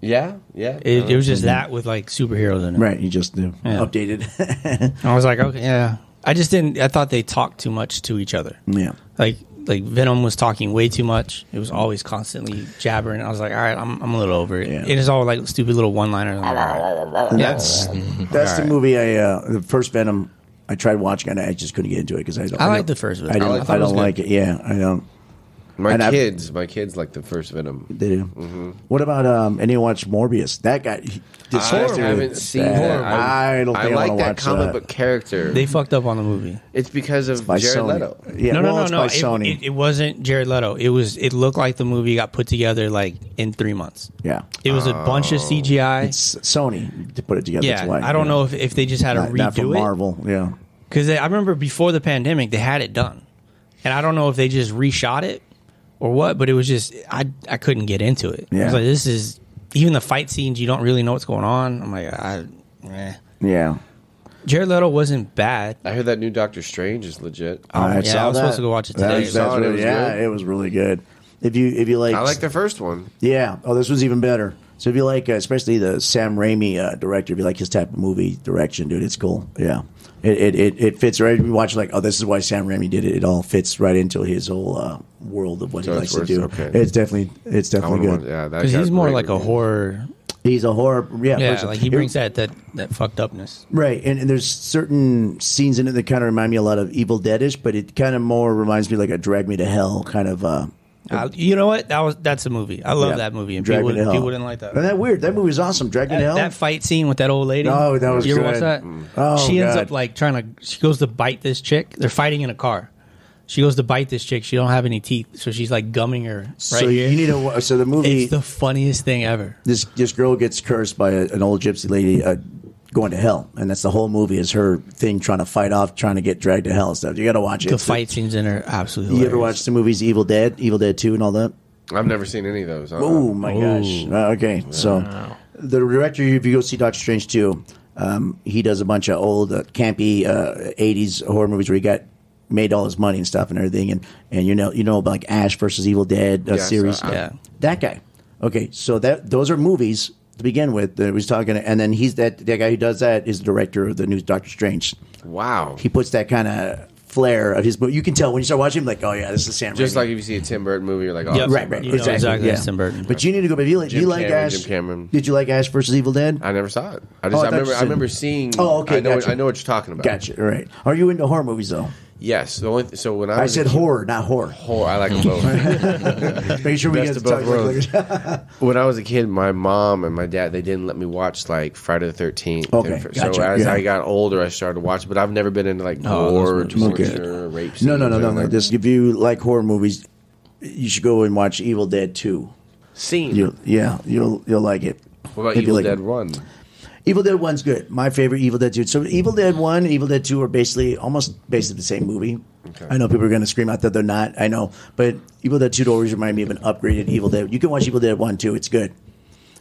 [SPEAKER 2] yeah, yeah.
[SPEAKER 3] It, it was just that with like superheroes in it.
[SPEAKER 4] Mm-hmm. right. You just uh,
[SPEAKER 3] Yeah.
[SPEAKER 4] updated. *laughs*
[SPEAKER 3] And I was like, okay, yeah. I just didn't. I thought they talked too much to each other.
[SPEAKER 4] yeah.
[SPEAKER 3] Like like Venom was talking way too much. It was always constantly jabbering. I was like, all right, I'm I'm a little over it.
[SPEAKER 4] Yeah.
[SPEAKER 3] It is all like stupid little one liners. *laughs*
[SPEAKER 4] That's that's the
[SPEAKER 2] Alright.
[SPEAKER 4] movie. I uh, the first Venom. I tried watching it. I just couldn't get into it because I don't.
[SPEAKER 3] I
[SPEAKER 4] don't-
[SPEAKER 3] liked the first Venom.
[SPEAKER 4] I don't.
[SPEAKER 3] I
[SPEAKER 4] I,
[SPEAKER 3] liked- I thought it was
[SPEAKER 4] don't
[SPEAKER 3] good.
[SPEAKER 4] like it. Yeah, I don't.
[SPEAKER 2] my
[SPEAKER 4] and I-
[SPEAKER 2] kids, my kids like the first Venom.
[SPEAKER 4] They do.
[SPEAKER 2] Mm-hmm.
[SPEAKER 4] What about um? Anyone watch Morbius? That guy. He, disgusting.
[SPEAKER 2] I haven't seen
[SPEAKER 4] That-
[SPEAKER 2] that.
[SPEAKER 4] I, don't think I,
[SPEAKER 2] like
[SPEAKER 4] want to
[SPEAKER 2] that
[SPEAKER 4] watch
[SPEAKER 2] comic
[SPEAKER 4] that.
[SPEAKER 2] book character.
[SPEAKER 3] They fucked up on the movie.
[SPEAKER 2] it's because of
[SPEAKER 4] by
[SPEAKER 2] Jared
[SPEAKER 4] Sony.
[SPEAKER 2] Leto.
[SPEAKER 4] Yeah,
[SPEAKER 3] no, no,
[SPEAKER 4] well,
[SPEAKER 3] no,
[SPEAKER 4] it's
[SPEAKER 3] no.
[SPEAKER 4] by
[SPEAKER 3] It,
[SPEAKER 4] Sony.
[SPEAKER 3] It, it wasn't Jared Leto. It was. It looked like the movie got put together like in three months.
[SPEAKER 4] yeah,
[SPEAKER 3] It was a bunch of CGI.
[SPEAKER 4] Oh. it's Sony to put it together.
[SPEAKER 3] yeah,
[SPEAKER 4] that's why,
[SPEAKER 3] I don't know if, if they just had to
[SPEAKER 4] Not, not from
[SPEAKER 3] redo it
[SPEAKER 4] Marvel. Yeah,
[SPEAKER 3] because I remember before the pandemic they had it done, and I don't know if they just reshot it or what, but it was just I I couldn't get into it. I
[SPEAKER 4] Yeah.
[SPEAKER 3] was like, this is even the fight scenes you don't really know what's going on. I'm like, I, eh.
[SPEAKER 4] yeah.
[SPEAKER 3] Jared Leto wasn't bad.
[SPEAKER 2] I heard that new Doctor Strange is legit.
[SPEAKER 4] I
[SPEAKER 3] Um, yeah,
[SPEAKER 4] saw
[SPEAKER 3] I was
[SPEAKER 4] that.
[SPEAKER 3] supposed to go watch it
[SPEAKER 4] That
[SPEAKER 3] today.
[SPEAKER 4] was- that's
[SPEAKER 2] Saw it, it
[SPEAKER 4] really-
[SPEAKER 2] was
[SPEAKER 4] yeah,
[SPEAKER 2] good?
[SPEAKER 4] it was really good. If you if you like,
[SPEAKER 2] I like the first one.
[SPEAKER 4] Yeah. Oh, this was even better. So if you like, uh, especially the Sam Raimi uh, director, if you like his type of movie direction, dude, it's cool. Yeah. It it, it, it fits right. We watch like, oh, this is why Sam Raimi did it. It all fits right into his whole uh, world of what
[SPEAKER 2] So
[SPEAKER 4] he likes
[SPEAKER 2] it's
[SPEAKER 4] to do.
[SPEAKER 2] worth- okay.
[SPEAKER 4] It's definitely it's
[SPEAKER 2] I
[SPEAKER 4] definitely
[SPEAKER 2] wouldn't
[SPEAKER 4] good.
[SPEAKER 2] want- yeah, that
[SPEAKER 3] Because
[SPEAKER 2] got
[SPEAKER 3] he's more
[SPEAKER 2] great
[SPEAKER 3] like a
[SPEAKER 2] reviews.
[SPEAKER 3] horror.
[SPEAKER 4] He's a horror. Yeah.
[SPEAKER 3] Yeah,
[SPEAKER 4] person.
[SPEAKER 3] like he
[SPEAKER 4] Here-
[SPEAKER 3] brings that that that fucked upness.
[SPEAKER 4] Right, and, and there's certain scenes in it that kind of remind me a lot of Evil Deadish, but it kind of more reminds me like a Drag Me to Hell kind of. Uh,
[SPEAKER 3] I, you know what? That was that's a movie. I love
[SPEAKER 4] yeah,
[SPEAKER 3] that movie, and
[SPEAKER 4] Drag
[SPEAKER 3] people,
[SPEAKER 4] Me to Hell.
[SPEAKER 3] people wouldn't like that.
[SPEAKER 4] Isn't that weird? That movie was awesome. Drag Me
[SPEAKER 3] That,
[SPEAKER 4] to Hell.
[SPEAKER 3] that fight scene with that old lady.
[SPEAKER 4] Oh, that was
[SPEAKER 3] you ever
[SPEAKER 4] good.
[SPEAKER 3] watch that?
[SPEAKER 4] Oh,
[SPEAKER 3] she ends
[SPEAKER 4] God.
[SPEAKER 3] up like trying to. She goes to bite this chick. They're fighting in a car. She goes to bite this chick. She don't have any teeth, so she's like gumming her right
[SPEAKER 4] so
[SPEAKER 3] here.
[SPEAKER 4] you need to. wa- So the movie.
[SPEAKER 3] it's the funniest thing ever.
[SPEAKER 4] this this girl gets cursed by a, an old gypsy lady uh, going to hell, and that's the whole movie is her thing trying to fight off, trying to get dragged to hell and stuff. You got to watch it.
[SPEAKER 3] The fight scenes in her absolutely.
[SPEAKER 4] You ever watch the movies Evil Dead, Evil Dead Two, and all that?
[SPEAKER 2] I've never seen any of those. uh-uh.
[SPEAKER 4] Oh my gosh! Uh, okay, so the director, if you go see Doctor Strange Two, um, he does a bunch of old uh, campy uh, '80s horror movies where he got made all his money and stuff and everything, and and you know you know about like Ash versus Evil Dead uh,
[SPEAKER 2] Yes,
[SPEAKER 4] series,
[SPEAKER 2] uh,
[SPEAKER 3] Yeah.
[SPEAKER 4] that guy. Okay, so that those are movies to begin with that he was talking, and then he's that that guy who does that is the director of the new Doctor Strange.
[SPEAKER 2] Wow.
[SPEAKER 4] He puts that kind of flair of his, but you can tell when you start watching him, like, oh yeah, this is Sam.
[SPEAKER 2] Just
[SPEAKER 4] Raimi.
[SPEAKER 2] like if you see a Tim Burton movie, you're like, oh,
[SPEAKER 3] Yep.
[SPEAKER 2] Tim
[SPEAKER 4] Right, right,
[SPEAKER 2] Burton.
[SPEAKER 3] You know
[SPEAKER 4] exactly.
[SPEAKER 3] exactly
[SPEAKER 4] yeah.
[SPEAKER 3] it's Tim Burton.
[SPEAKER 4] But you need to go. But do you like, do you
[SPEAKER 2] Jim
[SPEAKER 4] like
[SPEAKER 2] Cameron,
[SPEAKER 4] Ash?
[SPEAKER 2] Jim Cameron.
[SPEAKER 4] Did you like Ash versus Evil Dead?
[SPEAKER 2] I never saw it. I
[SPEAKER 4] Oh, I
[SPEAKER 2] just I
[SPEAKER 4] thought you
[SPEAKER 2] remember I
[SPEAKER 4] said-
[SPEAKER 2] remember seeing.
[SPEAKER 4] Oh, okay,
[SPEAKER 2] I know
[SPEAKER 4] gotcha.
[SPEAKER 2] what, I know what you're talking about.
[SPEAKER 4] Gotcha. All right. Are you into horror movies though?
[SPEAKER 2] Yes. The only th- so when I,
[SPEAKER 4] I
[SPEAKER 2] was a
[SPEAKER 4] said
[SPEAKER 2] kid-
[SPEAKER 4] horror,
[SPEAKER 2] *laughs*
[SPEAKER 4] not horror.
[SPEAKER 2] Horror. I like them
[SPEAKER 4] *laughs*
[SPEAKER 2] both.
[SPEAKER 4] Make sure we
[SPEAKER 2] Best
[SPEAKER 4] get to
[SPEAKER 2] of
[SPEAKER 4] talk
[SPEAKER 2] both
[SPEAKER 4] like,
[SPEAKER 2] worlds. when I was a kid, my mom and my dad they didn't let me watch like Friday the Thirteenth.
[SPEAKER 4] Okay,
[SPEAKER 2] So
[SPEAKER 4] gotcha,
[SPEAKER 2] as
[SPEAKER 4] yeah.
[SPEAKER 2] I got older, I started watching, but I've never been into like
[SPEAKER 3] Oh, those
[SPEAKER 2] gore,
[SPEAKER 3] movies are
[SPEAKER 2] torture, rape.
[SPEAKER 4] *laughs* No, no,
[SPEAKER 2] scenes, *laughs*
[SPEAKER 4] no, no, no.
[SPEAKER 2] anything.
[SPEAKER 4] Just if you like horror movies, you should go and watch Evil Dead Two.
[SPEAKER 2] scene.
[SPEAKER 4] You, yeah, you'll you'll like it.
[SPEAKER 2] what about
[SPEAKER 4] If you
[SPEAKER 2] Evil
[SPEAKER 4] like
[SPEAKER 2] Dead
[SPEAKER 4] it.
[SPEAKER 2] One?
[SPEAKER 4] Evil Dead One's good. My favorite Evil Dead Two. So Evil Dead One, Evil Dead Two are basically almost basically the same movie. I know people are going to scream out that they're not. I know, but Evil Dead Two always remind me of an upgraded Evil Dead. You can watch Evil Dead One too. It's good.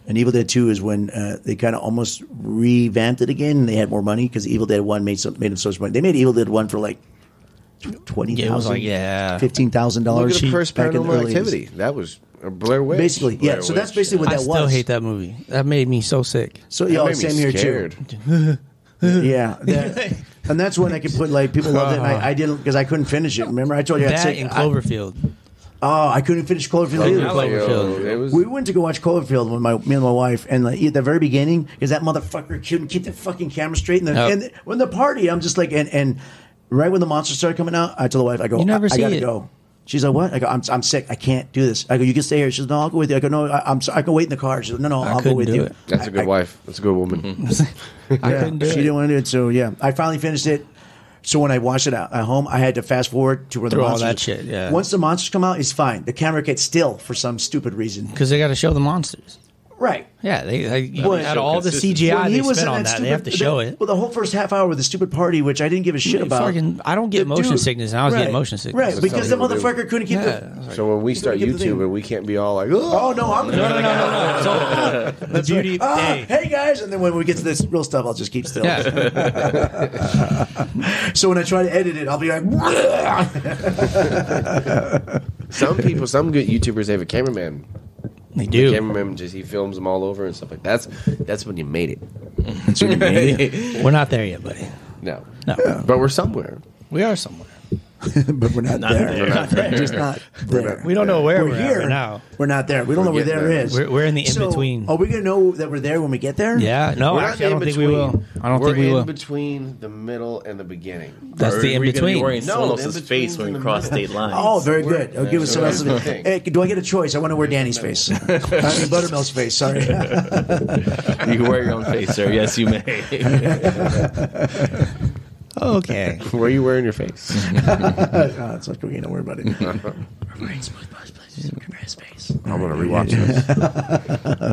[SPEAKER 4] And Evil Dead Two is when uh, they kind of almost revamped it again. and They had more money because Evil Dead One made some, made them so much money. They made Evil Dead One for like twenty
[SPEAKER 3] Yeah, it was
[SPEAKER 4] thousand,
[SPEAKER 3] like, yeah.
[SPEAKER 4] fifteen thousand
[SPEAKER 2] Look
[SPEAKER 4] dollars.
[SPEAKER 2] at the first
[SPEAKER 4] back in the
[SPEAKER 2] Paranormal
[SPEAKER 4] early 80s.
[SPEAKER 2] Activity. That was a Blair Witch.
[SPEAKER 4] Basically, yeah.
[SPEAKER 2] Blair
[SPEAKER 4] So that's
[SPEAKER 2] Witch.
[SPEAKER 4] basically what
[SPEAKER 3] I
[SPEAKER 4] that
[SPEAKER 3] still
[SPEAKER 4] was.
[SPEAKER 3] hate that movie. That made me so sick.
[SPEAKER 4] So
[SPEAKER 2] That
[SPEAKER 4] yeah,
[SPEAKER 2] made me
[SPEAKER 4] same here too.
[SPEAKER 2] scared. *laughs*
[SPEAKER 4] Yeah, that- and that's when I could put like people loved it. And
[SPEAKER 2] Uh-huh.
[SPEAKER 4] I, I didn't because I couldn't finish it. Remember, I told you I
[SPEAKER 3] that
[SPEAKER 4] said
[SPEAKER 3] and Cloverfield.
[SPEAKER 4] oh, I couldn't finish Cloverfield either.
[SPEAKER 3] Cloverfield. Cloverfield.
[SPEAKER 2] It was
[SPEAKER 4] We went to go watch Cloverfield with my me and my wife, and like, at the very beginning, because that motherfucker couldn't keep the fucking camera straight. And, the,
[SPEAKER 3] Yep.
[SPEAKER 4] and when the party, I'm just like, and and right when the monsters started coming out, I told the wife, I go,
[SPEAKER 3] You never
[SPEAKER 4] I, I
[SPEAKER 3] see
[SPEAKER 4] gotta
[SPEAKER 3] it.
[SPEAKER 4] go. She's like, what? I go, I'm, I'm sick. I can't do this. I go, you can stay here. She's no, I'll go with you. I go, no, I, I'm, so- I can wait in the car. She's like, no, no, I'll go
[SPEAKER 3] couldn't
[SPEAKER 4] with
[SPEAKER 3] do
[SPEAKER 4] you.
[SPEAKER 3] it.
[SPEAKER 2] That's a good
[SPEAKER 4] I- I-
[SPEAKER 2] wife. That's a good woman.
[SPEAKER 3] I
[SPEAKER 4] yeah,
[SPEAKER 3] couldn't do
[SPEAKER 4] she
[SPEAKER 3] it.
[SPEAKER 4] didn't want to do it. So yeah, I finally finished it. So when I watched it at at home, I had to fast forward to where the
[SPEAKER 3] Through all
[SPEAKER 4] monsters.
[SPEAKER 3] that shit, yeah.
[SPEAKER 4] Once the monsters come out, it's fine. The camera gets still for some stupid reason.
[SPEAKER 3] because they got to show the monsters.
[SPEAKER 4] Right.
[SPEAKER 3] Yeah, they, they you
[SPEAKER 4] Well,
[SPEAKER 3] out of all the
[SPEAKER 5] consistency.
[SPEAKER 3] CGI
[SPEAKER 4] When
[SPEAKER 3] they
[SPEAKER 4] he was
[SPEAKER 3] spent
[SPEAKER 4] in
[SPEAKER 3] on that, they have to show
[SPEAKER 4] the-
[SPEAKER 3] it.
[SPEAKER 4] Well, the whole first half hour with the stupid party, which I didn't give a shit
[SPEAKER 3] Dude,
[SPEAKER 4] about.
[SPEAKER 3] fucking- I don't get
[SPEAKER 4] The
[SPEAKER 3] motion sickness, and I was
[SPEAKER 4] right,
[SPEAKER 3] getting motion sickness.
[SPEAKER 4] Right,
[SPEAKER 3] That's
[SPEAKER 4] because the
[SPEAKER 2] how people do.
[SPEAKER 4] motherfucker couldn't keep
[SPEAKER 3] Yeah.
[SPEAKER 4] the.
[SPEAKER 2] So when we start
[SPEAKER 4] Give the thing.
[SPEAKER 2] YouTubing, we can't be all like,
[SPEAKER 4] Oh
[SPEAKER 2] oh,
[SPEAKER 4] no, I'm the.
[SPEAKER 3] No, no, no, no, no. So the beauty,
[SPEAKER 4] Ah,
[SPEAKER 3] hey,
[SPEAKER 4] hey guys, and then when we get to this real stuff, I'll just keep still.
[SPEAKER 3] yeah,
[SPEAKER 4] *laughs* So when I try to edit it, I'll be like,
[SPEAKER 2] *gasps* some people, some good YouTubers, they have a cameraman.
[SPEAKER 3] they do.
[SPEAKER 2] Cameraman just he films them all over and stuff like that. That's that's when you made it.
[SPEAKER 3] *laughs* We're not there yet, buddy.
[SPEAKER 2] No,
[SPEAKER 3] No,
[SPEAKER 2] but we're somewhere.
[SPEAKER 3] we are somewhere.
[SPEAKER 4] but we're not, there.
[SPEAKER 5] there.
[SPEAKER 4] We're not there. We're just not there.
[SPEAKER 3] We don't know where
[SPEAKER 4] We're,
[SPEAKER 3] we're, at
[SPEAKER 4] here
[SPEAKER 3] right now.
[SPEAKER 4] We're not there. We don't know where
[SPEAKER 2] getting
[SPEAKER 4] there
[SPEAKER 2] there.
[SPEAKER 4] is.
[SPEAKER 3] We're, we're in the in
[SPEAKER 4] So,
[SPEAKER 3] between.
[SPEAKER 4] Are we gonna know that we're there when we get there?
[SPEAKER 3] yeah, no,
[SPEAKER 2] We're not
[SPEAKER 3] actually,
[SPEAKER 2] in
[SPEAKER 3] I don't think we will.
[SPEAKER 2] between.
[SPEAKER 3] I don't
[SPEAKER 2] We're
[SPEAKER 3] think we
[SPEAKER 2] in
[SPEAKER 3] will.
[SPEAKER 2] between the middle and the beginning.
[SPEAKER 3] That's the in
[SPEAKER 5] We're gonna be
[SPEAKER 3] between.
[SPEAKER 5] wearing
[SPEAKER 2] No, the
[SPEAKER 5] someone else's
[SPEAKER 2] in-between's
[SPEAKER 5] face when
[SPEAKER 2] in
[SPEAKER 5] we
[SPEAKER 2] the
[SPEAKER 5] cross
[SPEAKER 2] middle.
[SPEAKER 5] state lines.
[SPEAKER 4] Oh, very good. I'll give us some
[SPEAKER 2] That's
[SPEAKER 4] else.
[SPEAKER 2] the thing.
[SPEAKER 4] Hey, do I get a choice? I want to wear
[SPEAKER 2] *laughs*
[SPEAKER 4] Danny's face. I mean, Buttermilk's face. Sorry. Uh,
[SPEAKER 5] you can wear your own face, sir. Yes, you may.
[SPEAKER 3] Okay.
[SPEAKER 2] Where are you wearing your *laughs* face?
[SPEAKER 4] Oh, it's like okay. Don't worry about it.
[SPEAKER 2] I'm gonna *laughs* rewatch this.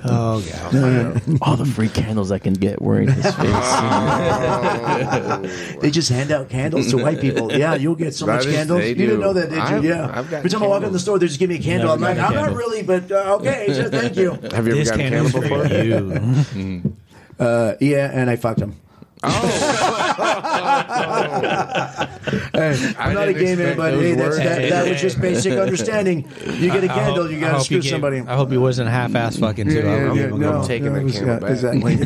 [SPEAKER 3] Oh god.
[SPEAKER 5] All the free candles I can get wearing his *laughs* face.
[SPEAKER 2] Oh.
[SPEAKER 4] They just hand out candles to white
[SPEAKER 2] *laughs*
[SPEAKER 4] people. Yeah, you'll get so
[SPEAKER 2] That
[SPEAKER 4] much
[SPEAKER 2] is-
[SPEAKER 4] candles.
[SPEAKER 2] they
[SPEAKER 4] You didn't
[SPEAKER 2] do.
[SPEAKER 4] know that, did you?
[SPEAKER 2] I've-
[SPEAKER 4] yeah.
[SPEAKER 2] I've got
[SPEAKER 4] Every time I walk in the
[SPEAKER 2] candles.
[SPEAKER 4] store, they just give me a candle.
[SPEAKER 3] Never
[SPEAKER 4] I'm like,
[SPEAKER 3] got a
[SPEAKER 4] I'm not
[SPEAKER 3] candle.
[SPEAKER 4] really, but uh, okay, *laughs* so thank you.
[SPEAKER 2] Have you ever
[SPEAKER 3] This
[SPEAKER 2] gotten
[SPEAKER 3] can
[SPEAKER 2] candle before?
[SPEAKER 3] for you.
[SPEAKER 4] Uh, yeah, and I fucked him. hey, I'm not a
[SPEAKER 2] didn't
[SPEAKER 4] gay man,
[SPEAKER 2] expect
[SPEAKER 4] but
[SPEAKER 2] those
[SPEAKER 4] hey, that's,
[SPEAKER 2] words.
[SPEAKER 4] that, that was just basic understanding. You get a candle, you gotta screw somebody.
[SPEAKER 3] I hope he wasn't half-ass fucking too. I
[SPEAKER 4] Yeah,
[SPEAKER 3] don't
[SPEAKER 4] yeah,
[SPEAKER 3] even
[SPEAKER 4] no,
[SPEAKER 3] know.
[SPEAKER 2] taking
[SPEAKER 4] no,
[SPEAKER 2] that
[SPEAKER 4] it was-
[SPEAKER 2] candle
[SPEAKER 4] yeah, Exactly.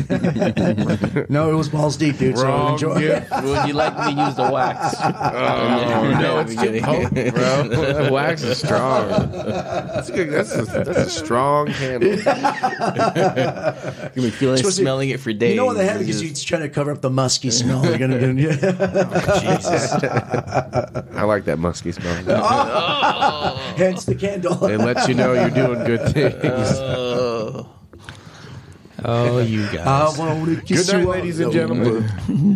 [SPEAKER 4] no, it was balls deep, dude. So
[SPEAKER 2] *laughs* Wrong
[SPEAKER 4] enjoy.
[SPEAKER 2] gift.
[SPEAKER 5] Would you like me to use the
[SPEAKER 4] *laughs*
[SPEAKER 5] wax? *laughs*
[SPEAKER 2] Oh no, it's too potent, *laughs* bro. That wax is strong. That's a, that's a, that's a strong candle.
[SPEAKER 5] You've been feeling
[SPEAKER 4] Supposed to-
[SPEAKER 5] smelling it for days.
[SPEAKER 4] You know what they have
[SPEAKER 5] It's
[SPEAKER 4] because
[SPEAKER 5] just-
[SPEAKER 4] you're trying to cover up the musky smell. You're gonna, gonna
[SPEAKER 2] I like that musky smell.
[SPEAKER 4] hence the candle.
[SPEAKER 2] It lets you know you're doing good things.
[SPEAKER 3] Oh, you
[SPEAKER 4] *laughs* *laughs* I
[SPEAKER 3] guys.
[SPEAKER 4] want to kiss
[SPEAKER 2] good night,
[SPEAKER 4] you all
[SPEAKER 2] ladies and
[SPEAKER 4] over.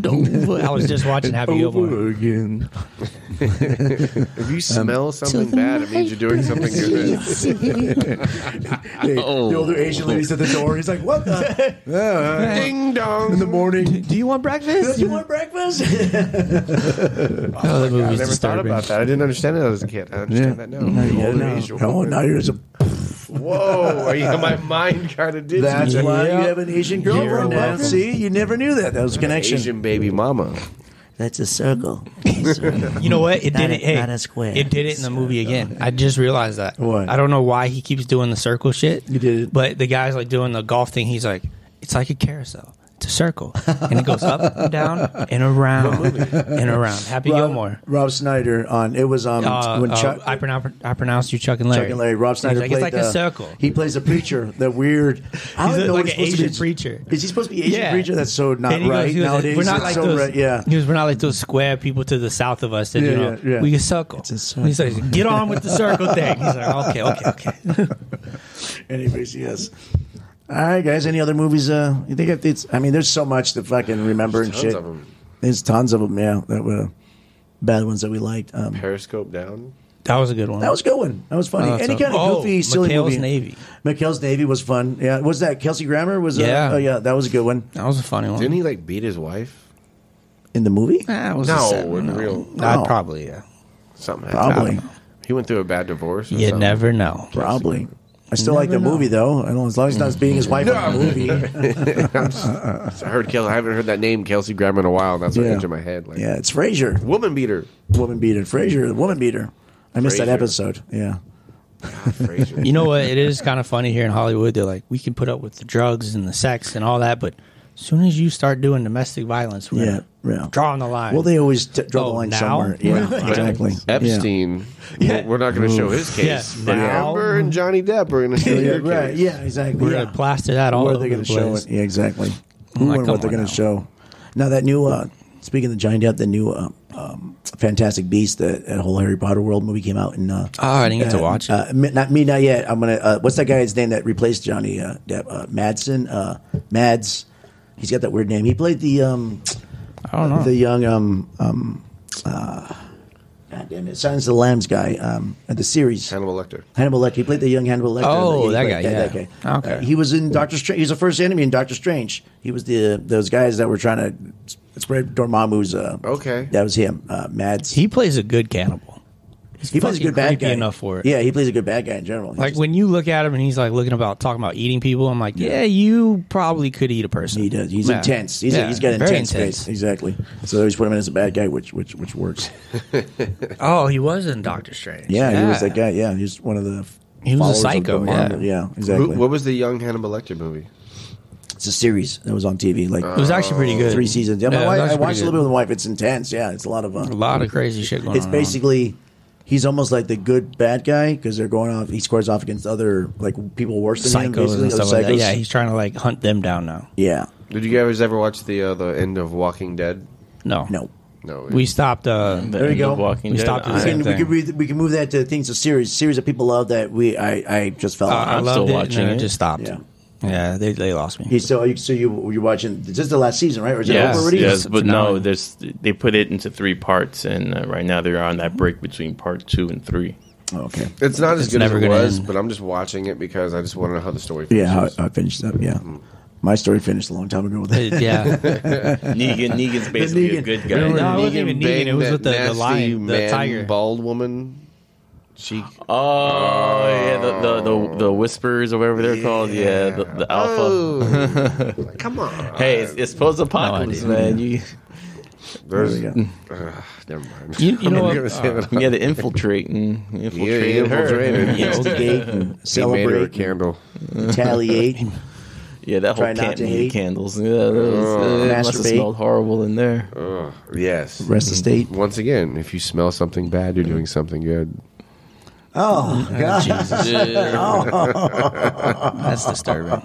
[SPEAKER 2] gentlemen.
[SPEAKER 3] I was just watching Happy Gilmore.
[SPEAKER 4] again.
[SPEAKER 2] If you smell something bad, it means you're doing something good.
[SPEAKER 4] Hey, The older Asian lady's at the door. He's like,
[SPEAKER 2] *laughs*
[SPEAKER 4] "What the?
[SPEAKER 2] Ding dong.
[SPEAKER 4] In the morning?
[SPEAKER 3] Do you want breakfast?
[SPEAKER 4] Do you want breakfast?" *laughs*
[SPEAKER 3] Oh, that
[SPEAKER 2] I never
[SPEAKER 3] movie's
[SPEAKER 2] thought
[SPEAKER 3] disturbing.
[SPEAKER 2] about that. I didn't understand it as a kid. I understand that now. The older
[SPEAKER 4] no.
[SPEAKER 2] Asian
[SPEAKER 4] Oh,
[SPEAKER 2] woman.
[SPEAKER 4] now you're just a. *laughs*
[SPEAKER 2] Whoa, are you- my mind kind of did.
[SPEAKER 4] That's
[SPEAKER 2] that.
[SPEAKER 4] why you
[SPEAKER 3] Yeah.
[SPEAKER 4] have an Asian girlfriend now.
[SPEAKER 3] welcome.
[SPEAKER 4] See, you never knew that. That was a connection.
[SPEAKER 2] Asian baby mama.
[SPEAKER 6] That's a circle.
[SPEAKER 3] You know what? It did it.
[SPEAKER 6] a-
[SPEAKER 3] Hey,
[SPEAKER 6] not a square.
[SPEAKER 3] It did it in the movie again. I just realized that.
[SPEAKER 4] What?
[SPEAKER 3] I don't know why he keeps doing the circle shit.
[SPEAKER 4] You did it.
[SPEAKER 3] But the guy's like doing the golf thing. He's like, it's like a carousel. It's a circle, and it goes up,
[SPEAKER 4] *laughs*
[SPEAKER 3] and down, and around, and around. Happy
[SPEAKER 4] Rob,
[SPEAKER 3] Gilmore.
[SPEAKER 4] Rob Snyder on it was um
[SPEAKER 3] Uh,
[SPEAKER 4] when
[SPEAKER 3] uh,
[SPEAKER 4] Chuck
[SPEAKER 3] I, pronounce, I pronounce you Chuck and Larry.
[SPEAKER 4] Chuck and Larry. Rob
[SPEAKER 3] He's
[SPEAKER 4] Snyder
[SPEAKER 3] like,
[SPEAKER 4] played
[SPEAKER 3] it's like
[SPEAKER 4] the,
[SPEAKER 3] a circle.
[SPEAKER 4] He plays a preacher. That weird. I
[SPEAKER 3] He's
[SPEAKER 4] don't
[SPEAKER 3] a-
[SPEAKER 4] know.
[SPEAKER 3] like an
[SPEAKER 4] he's supposed to be-
[SPEAKER 3] Asian preacher.
[SPEAKER 4] Is he supposed to be Asian preacher? That's so not
[SPEAKER 3] And he goes,
[SPEAKER 4] Uh, right
[SPEAKER 3] he goes,
[SPEAKER 4] nowadays.
[SPEAKER 3] We're not
[SPEAKER 4] It's
[SPEAKER 3] like
[SPEAKER 4] so
[SPEAKER 3] those.
[SPEAKER 4] right- yeah.
[SPEAKER 3] he goes, we're not like those square people to the south of us. That
[SPEAKER 4] Yeah,
[SPEAKER 3] you know,
[SPEAKER 4] yeah, yeah.
[SPEAKER 3] we can circle.
[SPEAKER 4] It's a circle.
[SPEAKER 3] He's like, get on with the circle thing. He's like, okay, okay, okay.
[SPEAKER 4] *laughs* Anyways, yes. All right, guys. Any other movies? Uh, you think if it's? I mean, there's so much to fucking remember and
[SPEAKER 2] Tons
[SPEAKER 4] shit.
[SPEAKER 2] of 'em.
[SPEAKER 4] There's tons of them. Yeah, that were bad ones that we liked. Um,
[SPEAKER 2] Periscope down.
[SPEAKER 3] That was a good one.
[SPEAKER 4] that was a good one. That was funny.
[SPEAKER 3] Oh,
[SPEAKER 4] Any
[SPEAKER 3] so-
[SPEAKER 4] kind of
[SPEAKER 3] Oh,
[SPEAKER 4] goofy, silly
[SPEAKER 3] McHale's
[SPEAKER 4] movie.
[SPEAKER 3] Navy.
[SPEAKER 4] McHale's Navy was fun. Yeah, was that Kelsey Grammer? Was uh,
[SPEAKER 3] Yeah.
[SPEAKER 4] oh yeah, that was a good one
[SPEAKER 3] That was a funny one.
[SPEAKER 2] Didn't he like beat his wife?
[SPEAKER 4] in the movie. Oh,
[SPEAKER 3] That was
[SPEAKER 2] No,
[SPEAKER 3] a sad
[SPEAKER 2] in
[SPEAKER 3] one.
[SPEAKER 2] real-
[SPEAKER 3] Nah,
[SPEAKER 4] No.
[SPEAKER 3] probably yeah.
[SPEAKER 2] Something. happened.
[SPEAKER 4] Probably,
[SPEAKER 2] He went through a bad divorce. Or
[SPEAKER 3] You
[SPEAKER 2] something.
[SPEAKER 3] never know.
[SPEAKER 4] probably. I still like the
[SPEAKER 3] Never know.
[SPEAKER 4] movie though. I don't, as long as he's not being his
[SPEAKER 2] *laughs*
[SPEAKER 4] wife in the movie.
[SPEAKER 2] I heard Kelsey. I haven't heard that name Kelsey Grammer in a while. And that's what
[SPEAKER 4] Yeah.
[SPEAKER 2] entered my head. Like
[SPEAKER 4] Yeah, it's Frasier,
[SPEAKER 2] woman beater.
[SPEAKER 4] woman beater. Frasier, the woman beater. I missed that
[SPEAKER 2] Frasier.
[SPEAKER 4] episode. Yeah.
[SPEAKER 2] Fraser.
[SPEAKER 3] You know what? It is kind of funny here in Hollywood. They're like, we can put up with the drugs and the sex and all that, but as soon as you start doing domestic violence, we're
[SPEAKER 4] Yeah,
[SPEAKER 3] gonna
[SPEAKER 4] yeah.
[SPEAKER 3] drawing the line.
[SPEAKER 4] Well, they always t- draw the
[SPEAKER 3] Oh,
[SPEAKER 4] line
[SPEAKER 3] now?
[SPEAKER 4] somewhere. Yeah, exactly.
[SPEAKER 2] Epstein. Well, We're not going to show his case.
[SPEAKER 3] Yeah,
[SPEAKER 2] But
[SPEAKER 3] now-
[SPEAKER 2] Amber and Johnny Depp are going to show
[SPEAKER 4] *laughs* Yeah, yeah
[SPEAKER 2] your
[SPEAKER 4] right.
[SPEAKER 2] case.
[SPEAKER 4] Yeah, exactly.
[SPEAKER 3] we're
[SPEAKER 4] yeah.
[SPEAKER 3] gonna plaster that all
[SPEAKER 4] Where
[SPEAKER 3] over
[SPEAKER 4] they're
[SPEAKER 3] the
[SPEAKER 4] going to show
[SPEAKER 3] place.
[SPEAKER 4] it? Yeah, exactly. Who
[SPEAKER 3] Like,
[SPEAKER 4] and
[SPEAKER 3] come
[SPEAKER 4] what they're
[SPEAKER 3] on
[SPEAKER 4] going
[SPEAKER 3] now.
[SPEAKER 4] to show? Now that new. Uh, speaking of the Johnny Depp, the new um, um, Fantastic Beast, that, that whole Harry Potter world movie came out in. Uh,
[SPEAKER 3] Oh, I didn't get to watch it.
[SPEAKER 4] Uh, me- not me, not yet. I'm gonna. Uh, what's that guy's name that replaced Johnny uh, Depp? Uh, Madsen, uh, Mads. He's got that weird name. He played the um,
[SPEAKER 3] I don't know.
[SPEAKER 4] the young um, um, God damn it, Silence of the Lambs guy um, at the series.
[SPEAKER 2] Hannibal Lecter.
[SPEAKER 4] Hannibal Lecter. He played the young Hannibal Lecter.
[SPEAKER 7] Oh,
[SPEAKER 4] Yeah, he
[SPEAKER 7] that
[SPEAKER 4] played-
[SPEAKER 7] guy, yeah.
[SPEAKER 4] that guy.
[SPEAKER 7] Okay.
[SPEAKER 4] Uh, he was in Doctor Strange. He was the first enemy in Doctor Strange. He was the those guys that were trying to s- spread Dormammu's. Uh,
[SPEAKER 2] Okay.
[SPEAKER 4] That was him. Uh, Mads.
[SPEAKER 3] He plays a good cannibal.
[SPEAKER 4] he plays a
[SPEAKER 3] fucking
[SPEAKER 4] good bad
[SPEAKER 3] creepy
[SPEAKER 4] guy
[SPEAKER 3] enough for it.
[SPEAKER 4] Yeah, he plays a good bad guy in general. He
[SPEAKER 3] Like
[SPEAKER 4] just-
[SPEAKER 3] when you look at him and he's like looking about talking about eating people, I'm like, yeah, you probably could eat a person.
[SPEAKER 4] he does. He's
[SPEAKER 3] Yeah.
[SPEAKER 4] intense. He's,
[SPEAKER 3] Yeah,
[SPEAKER 4] he's got
[SPEAKER 3] very
[SPEAKER 4] intense, face. Exactly. So they always put him in as a bad guy, which which which works.
[SPEAKER 3] Oh, he was in Doctor Strange.
[SPEAKER 4] Yeah, he was that guy. Yeah, he was one of the.
[SPEAKER 3] He was a
[SPEAKER 4] followers of
[SPEAKER 3] psycho,
[SPEAKER 4] Dormammu.
[SPEAKER 3] yeah.
[SPEAKER 4] yeah, exactly.
[SPEAKER 2] Who, what was the young Hannibal Lecter movie?
[SPEAKER 4] It's a series that was on TV, like
[SPEAKER 3] It was actually pretty good.
[SPEAKER 4] three seasons. Yeah, my
[SPEAKER 3] it was
[SPEAKER 4] wife, I
[SPEAKER 3] actually
[SPEAKER 4] watched a
[SPEAKER 3] pretty
[SPEAKER 4] little bit with my wife. It's intense. Yeah, it's a lot of uh,
[SPEAKER 3] good. A lot of crazy shit going
[SPEAKER 4] It's
[SPEAKER 3] on.
[SPEAKER 4] basically he's almost like the good bad guy because they're going off. He scores off against other like people worse than him.
[SPEAKER 3] psychos
[SPEAKER 4] basically,
[SPEAKER 3] and
[SPEAKER 4] other
[SPEAKER 3] stuff like that.
[SPEAKER 4] psychos.
[SPEAKER 3] Yeah, he's trying to like hunt them down now.
[SPEAKER 4] yeah.
[SPEAKER 2] Did you guys ever watch the uh, the end of Walking Dead?
[SPEAKER 3] No,
[SPEAKER 4] No,
[SPEAKER 2] No.
[SPEAKER 3] we stopped. Uh,
[SPEAKER 5] The
[SPEAKER 4] There you
[SPEAKER 5] end of
[SPEAKER 4] go.
[SPEAKER 5] Walking
[SPEAKER 3] We
[SPEAKER 5] Dead.
[SPEAKER 3] stopped at the
[SPEAKER 4] we
[SPEAKER 5] I-
[SPEAKER 3] same
[SPEAKER 4] can, we
[SPEAKER 3] thing.
[SPEAKER 4] can read, we can move that to things of series series that people love that we I I just fell
[SPEAKER 3] I-
[SPEAKER 4] off.
[SPEAKER 3] I
[SPEAKER 5] I'm
[SPEAKER 3] loved
[SPEAKER 5] still
[SPEAKER 3] it,
[SPEAKER 5] watching
[SPEAKER 3] and then
[SPEAKER 5] it.
[SPEAKER 3] I just stopped.
[SPEAKER 4] Yeah.
[SPEAKER 3] Yeah, they they lost me.
[SPEAKER 4] You- so you so you you're watching this is the last season right or is it
[SPEAKER 5] Yes,
[SPEAKER 4] over already?
[SPEAKER 5] yes, but no,
[SPEAKER 3] phenomenal.
[SPEAKER 5] there's they put it into three parts, and uh, right now they're on that break between part two and three.
[SPEAKER 4] Oh, okay.
[SPEAKER 2] It's not as
[SPEAKER 3] It's
[SPEAKER 2] good as
[SPEAKER 3] never
[SPEAKER 2] it
[SPEAKER 3] gonna
[SPEAKER 2] was,
[SPEAKER 3] end.
[SPEAKER 2] but I'm just watching it because I just want to know how the story.
[SPEAKER 4] Yeah, uh,
[SPEAKER 2] finishes.
[SPEAKER 4] how, how it finished up. Yeah, my story finished a long time ago *laughs* with that.
[SPEAKER 3] yeah,
[SPEAKER 5] *laughs* Negan, Negan's basically a
[SPEAKER 4] Negan.
[SPEAKER 5] good
[SPEAKER 2] Remember
[SPEAKER 5] guy.
[SPEAKER 3] No,
[SPEAKER 2] when
[SPEAKER 3] it wasn't
[SPEAKER 2] Negan
[SPEAKER 3] even Negan, it
[SPEAKER 2] banged
[SPEAKER 3] was
[SPEAKER 2] that
[SPEAKER 3] with the- the
[SPEAKER 2] nasty
[SPEAKER 3] lion, the
[SPEAKER 2] man,
[SPEAKER 3] tiger.
[SPEAKER 2] bald woman. She
[SPEAKER 5] Oh, yeah, the, the the the whispers or whatever they're called. Yeah, the, the alpha.
[SPEAKER 3] *laughs*
[SPEAKER 2] Oh, come on.
[SPEAKER 5] Hey, it's, it's post apocalypse,
[SPEAKER 3] No
[SPEAKER 5] man. You
[SPEAKER 2] There's,
[SPEAKER 4] There we
[SPEAKER 2] Ugh, *laughs* never mind.
[SPEAKER 3] You-
[SPEAKER 2] *laughs*
[SPEAKER 3] you know what,
[SPEAKER 2] gonna say
[SPEAKER 3] uh,
[SPEAKER 2] that.
[SPEAKER 5] you had to infiltrate and infiltrate
[SPEAKER 2] Yeah,
[SPEAKER 3] *laughs*
[SPEAKER 5] her.
[SPEAKER 2] infiltrated.
[SPEAKER 4] Investigate, and
[SPEAKER 2] He made her a
[SPEAKER 4] celebrate,
[SPEAKER 2] candle.
[SPEAKER 4] retaliate.
[SPEAKER 5] Yeah, that
[SPEAKER 4] Try
[SPEAKER 5] whole
[SPEAKER 4] not
[SPEAKER 5] can't
[SPEAKER 4] to
[SPEAKER 5] need
[SPEAKER 4] hate.
[SPEAKER 5] candles. Yeah, that was, it must have
[SPEAKER 4] Masturbate.
[SPEAKER 5] smelled horrible in there.
[SPEAKER 2] Ugh, yes.
[SPEAKER 4] Rest
[SPEAKER 3] *laughs*
[SPEAKER 4] the state.
[SPEAKER 2] Once again, if you smell something bad, you're doing something good.
[SPEAKER 4] Oh God!
[SPEAKER 3] that's disturbing.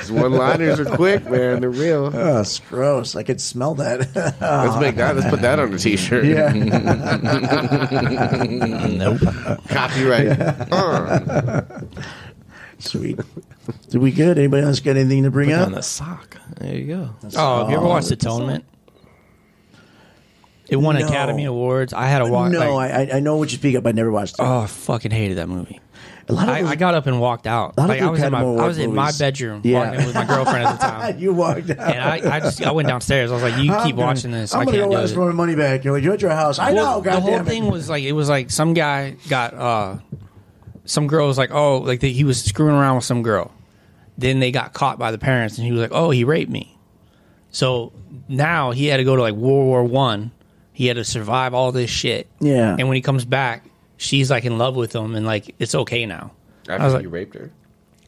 [SPEAKER 2] These one-liners are quick, man. They're real.
[SPEAKER 4] Oh, it's gross. I could smell that. *laughs*
[SPEAKER 2] Let's make that. Let's put that on a t-shirt.
[SPEAKER 4] yeah.
[SPEAKER 3] nope.
[SPEAKER 4] *laughs*
[SPEAKER 2] Copyright. Uh,
[SPEAKER 4] Sweet. Did we good? Anybody else got anything to bring
[SPEAKER 5] On
[SPEAKER 4] up?
[SPEAKER 5] the sock. There you go.
[SPEAKER 3] *laughs* Oh, have you ever watched Atonement? It won
[SPEAKER 4] No.
[SPEAKER 3] Academy Awards. I had a watch.
[SPEAKER 4] No,
[SPEAKER 3] like,
[SPEAKER 4] I I know what you speak of. I never watched it.
[SPEAKER 3] oh, I fucking hated that movie.
[SPEAKER 4] a lot of
[SPEAKER 3] I,
[SPEAKER 4] those-
[SPEAKER 3] I got up and walked out.
[SPEAKER 4] A lot of
[SPEAKER 3] Like, I was in my
[SPEAKER 4] Academy
[SPEAKER 3] I was
[SPEAKER 4] Award
[SPEAKER 3] in my
[SPEAKER 4] movies.
[SPEAKER 3] bedroom
[SPEAKER 4] Yeah.
[SPEAKER 3] walking with my girlfriend at the
[SPEAKER 4] *laughs*
[SPEAKER 3] time.
[SPEAKER 4] *laughs* you walked out.
[SPEAKER 3] And I, I just I went downstairs. I was like, "You
[SPEAKER 4] I'm
[SPEAKER 3] keep
[SPEAKER 4] gonna-
[SPEAKER 3] watching this.
[SPEAKER 4] I'm
[SPEAKER 3] I
[SPEAKER 4] gonna
[SPEAKER 3] can't
[SPEAKER 4] go
[SPEAKER 3] do
[SPEAKER 4] ask
[SPEAKER 3] it."
[SPEAKER 4] for my money back. You're like, you're at your house. I know.
[SPEAKER 3] Well,
[SPEAKER 4] God
[SPEAKER 3] the whole
[SPEAKER 4] damn it.
[SPEAKER 3] thing was like it was like some guy got uh some girl was like oh like they, he was screwing around with some girl then they got caught by the parents and he was like oh he raped me so now he had to go to like world war one he had to survive all this shit
[SPEAKER 4] Yeah.
[SPEAKER 3] and when he comes back she's like in love with him and like it's okay now
[SPEAKER 2] after
[SPEAKER 3] was like-
[SPEAKER 2] you raped her.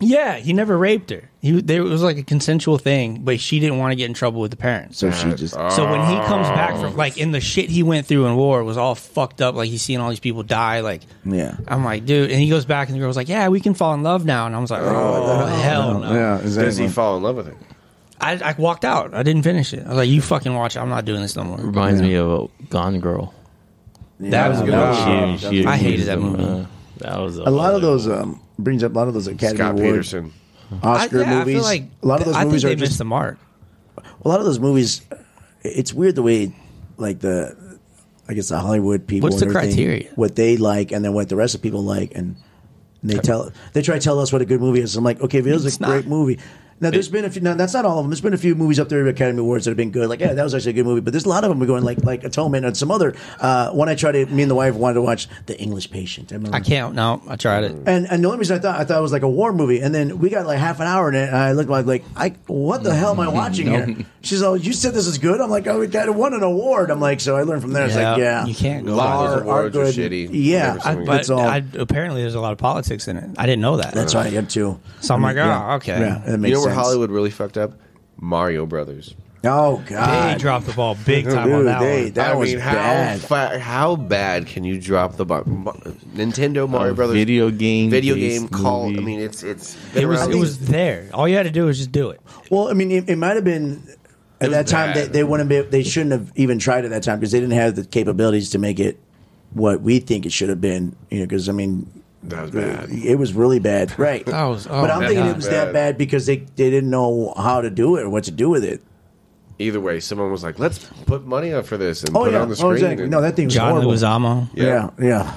[SPEAKER 3] yeah he never raped her he there it was like a consensual thing but she didn't want to get in trouble with the parents
[SPEAKER 4] so she just.
[SPEAKER 3] so when he comes back
[SPEAKER 4] Oh.
[SPEAKER 3] from like in the shit he went through in war was all fucked up. Like he's seeing all these people die. Like
[SPEAKER 4] Yeah.
[SPEAKER 3] I'm like, dude. And he goes back and the girl's like, yeah, we can fall in love now. And I was like, oh, hell no.
[SPEAKER 4] Yeah.
[SPEAKER 2] Does he
[SPEAKER 4] Exactly.
[SPEAKER 2] fall in love with her?
[SPEAKER 3] I, I walked out. I didn't finish it. I was like, you fucking watch it. I'm not doing this no more.
[SPEAKER 5] Reminds me of a Gone Girl.
[SPEAKER 3] That was a good
[SPEAKER 4] Yeah.
[SPEAKER 5] She- she-
[SPEAKER 3] I hated that movie.
[SPEAKER 5] uh, that was a,
[SPEAKER 4] A lot of those um, brings up a lot of those Academy
[SPEAKER 2] Scott
[SPEAKER 4] Award
[SPEAKER 2] Peterson.
[SPEAKER 4] Oscar
[SPEAKER 3] I, yeah, I
[SPEAKER 4] movies.
[SPEAKER 3] feel like
[SPEAKER 4] a lot of those
[SPEAKER 3] I
[SPEAKER 4] movies
[SPEAKER 3] think
[SPEAKER 4] are
[SPEAKER 3] they
[SPEAKER 4] just
[SPEAKER 3] missed the mark.
[SPEAKER 4] a lot of those movies it's weird the way like the i guess the hollywood people
[SPEAKER 3] What's
[SPEAKER 4] and
[SPEAKER 3] the
[SPEAKER 4] everything,
[SPEAKER 3] criteria?
[SPEAKER 4] what they like and then what the rest of people like and and they tell they try to tell us what a good movie is i'm like okay if it was
[SPEAKER 3] It's
[SPEAKER 4] a
[SPEAKER 3] not.
[SPEAKER 4] great movie now there's been a few. Now that's not all of them. There's been a few movies up there at Academy Awards that have been good. Like yeah, that was actually a good movie. But there's a lot of them are going like like Atonement and some other uh, one. I tried to. Me and the wife wanted to watch The English Patient. I, remember.
[SPEAKER 3] I can't. No, I tried it.
[SPEAKER 4] And, and the only reason I thought I thought it was like a war movie, and then we got like half an hour in it, and I looked like like I what the hell am I
[SPEAKER 2] *laughs*
[SPEAKER 4] watching here? She's all, you said this is good. I'm like, oh, it got- it won an award. I'm like, so I learned from there. It's like, yeah,
[SPEAKER 3] you can't go.
[SPEAKER 2] Lot
[SPEAKER 3] by
[SPEAKER 2] of
[SPEAKER 3] this.
[SPEAKER 2] those
[SPEAKER 4] are-
[SPEAKER 2] awards
[SPEAKER 4] are
[SPEAKER 2] are
[SPEAKER 4] good.
[SPEAKER 2] shitty.
[SPEAKER 4] Yeah,
[SPEAKER 2] Never
[SPEAKER 4] I-
[SPEAKER 2] seen
[SPEAKER 3] But
[SPEAKER 4] That's all.
[SPEAKER 3] I, apparently, there's a lot of politics in it. I didn't know that.
[SPEAKER 4] That's what I am too.
[SPEAKER 3] So I'm
[SPEAKER 4] I mean,
[SPEAKER 3] like, oh,
[SPEAKER 4] yeah.
[SPEAKER 3] okay.
[SPEAKER 4] Yeah, that
[SPEAKER 2] You
[SPEAKER 4] makes
[SPEAKER 2] know where
[SPEAKER 4] sense.
[SPEAKER 2] Hollywood really fucked up? Mario Brothers.
[SPEAKER 4] Oh
[SPEAKER 3] they
[SPEAKER 4] god,
[SPEAKER 3] dropped the ball big time on
[SPEAKER 4] dude,
[SPEAKER 3] that
[SPEAKER 4] they,
[SPEAKER 3] one.
[SPEAKER 4] that was
[SPEAKER 2] how
[SPEAKER 4] bad.
[SPEAKER 2] fa- how bad can you drop the bar- Ma- Nintendo Mario Brothers
[SPEAKER 5] video game
[SPEAKER 2] video
[SPEAKER 5] based
[SPEAKER 2] game call? I
[SPEAKER 5] movie.
[SPEAKER 2] mean, it's it's
[SPEAKER 3] It
[SPEAKER 2] been
[SPEAKER 3] was,
[SPEAKER 2] around-
[SPEAKER 3] it was there. All you had to do was just do it.
[SPEAKER 4] Well, I mean, it, it might have been at that time
[SPEAKER 2] bad.
[SPEAKER 4] they, they wouldn't be, they shouldn't have even tried at that time because they didn't have the capabilities to make it what we think it should have been. You know, because I mean,
[SPEAKER 2] That was
[SPEAKER 4] the-
[SPEAKER 2] bad.
[SPEAKER 4] it was really
[SPEAKER 2] *laughs*
[SPEAKER 4] bad, right?
[SPEAKER 3] That was- oh
[SPEAKER 4] but I'm
[SPEAKER 3] my
[SPEAKER 4] thinking it
[SPEAKER 3] God.
[SPEAKER 4] was
[SPEAKER 2] Bad.
[SPEAKER 4] that bad because they they didn't know how to do it or what to do with it.
[SPEAKER 2] Either way, someone was like, "Let's put money up for this and
[SPEAKER 4] Oh
[SPEAKER 2] put it
[SPEAKER 4] yeah,
[SPEAKER 2] on the
[SPEAKER 4] oh,
[SPEAKER 2] screen."
[SPEAKER 4] exactly.
[SPEAKER 2] and-
[SPEAKER 4] No, that thing was
[SPEAKER 3] John
[SPEAKER 4] horrible.
[SPEAKER 3] Leguizamo.
[SPEAKER 4] Yeah, yeah.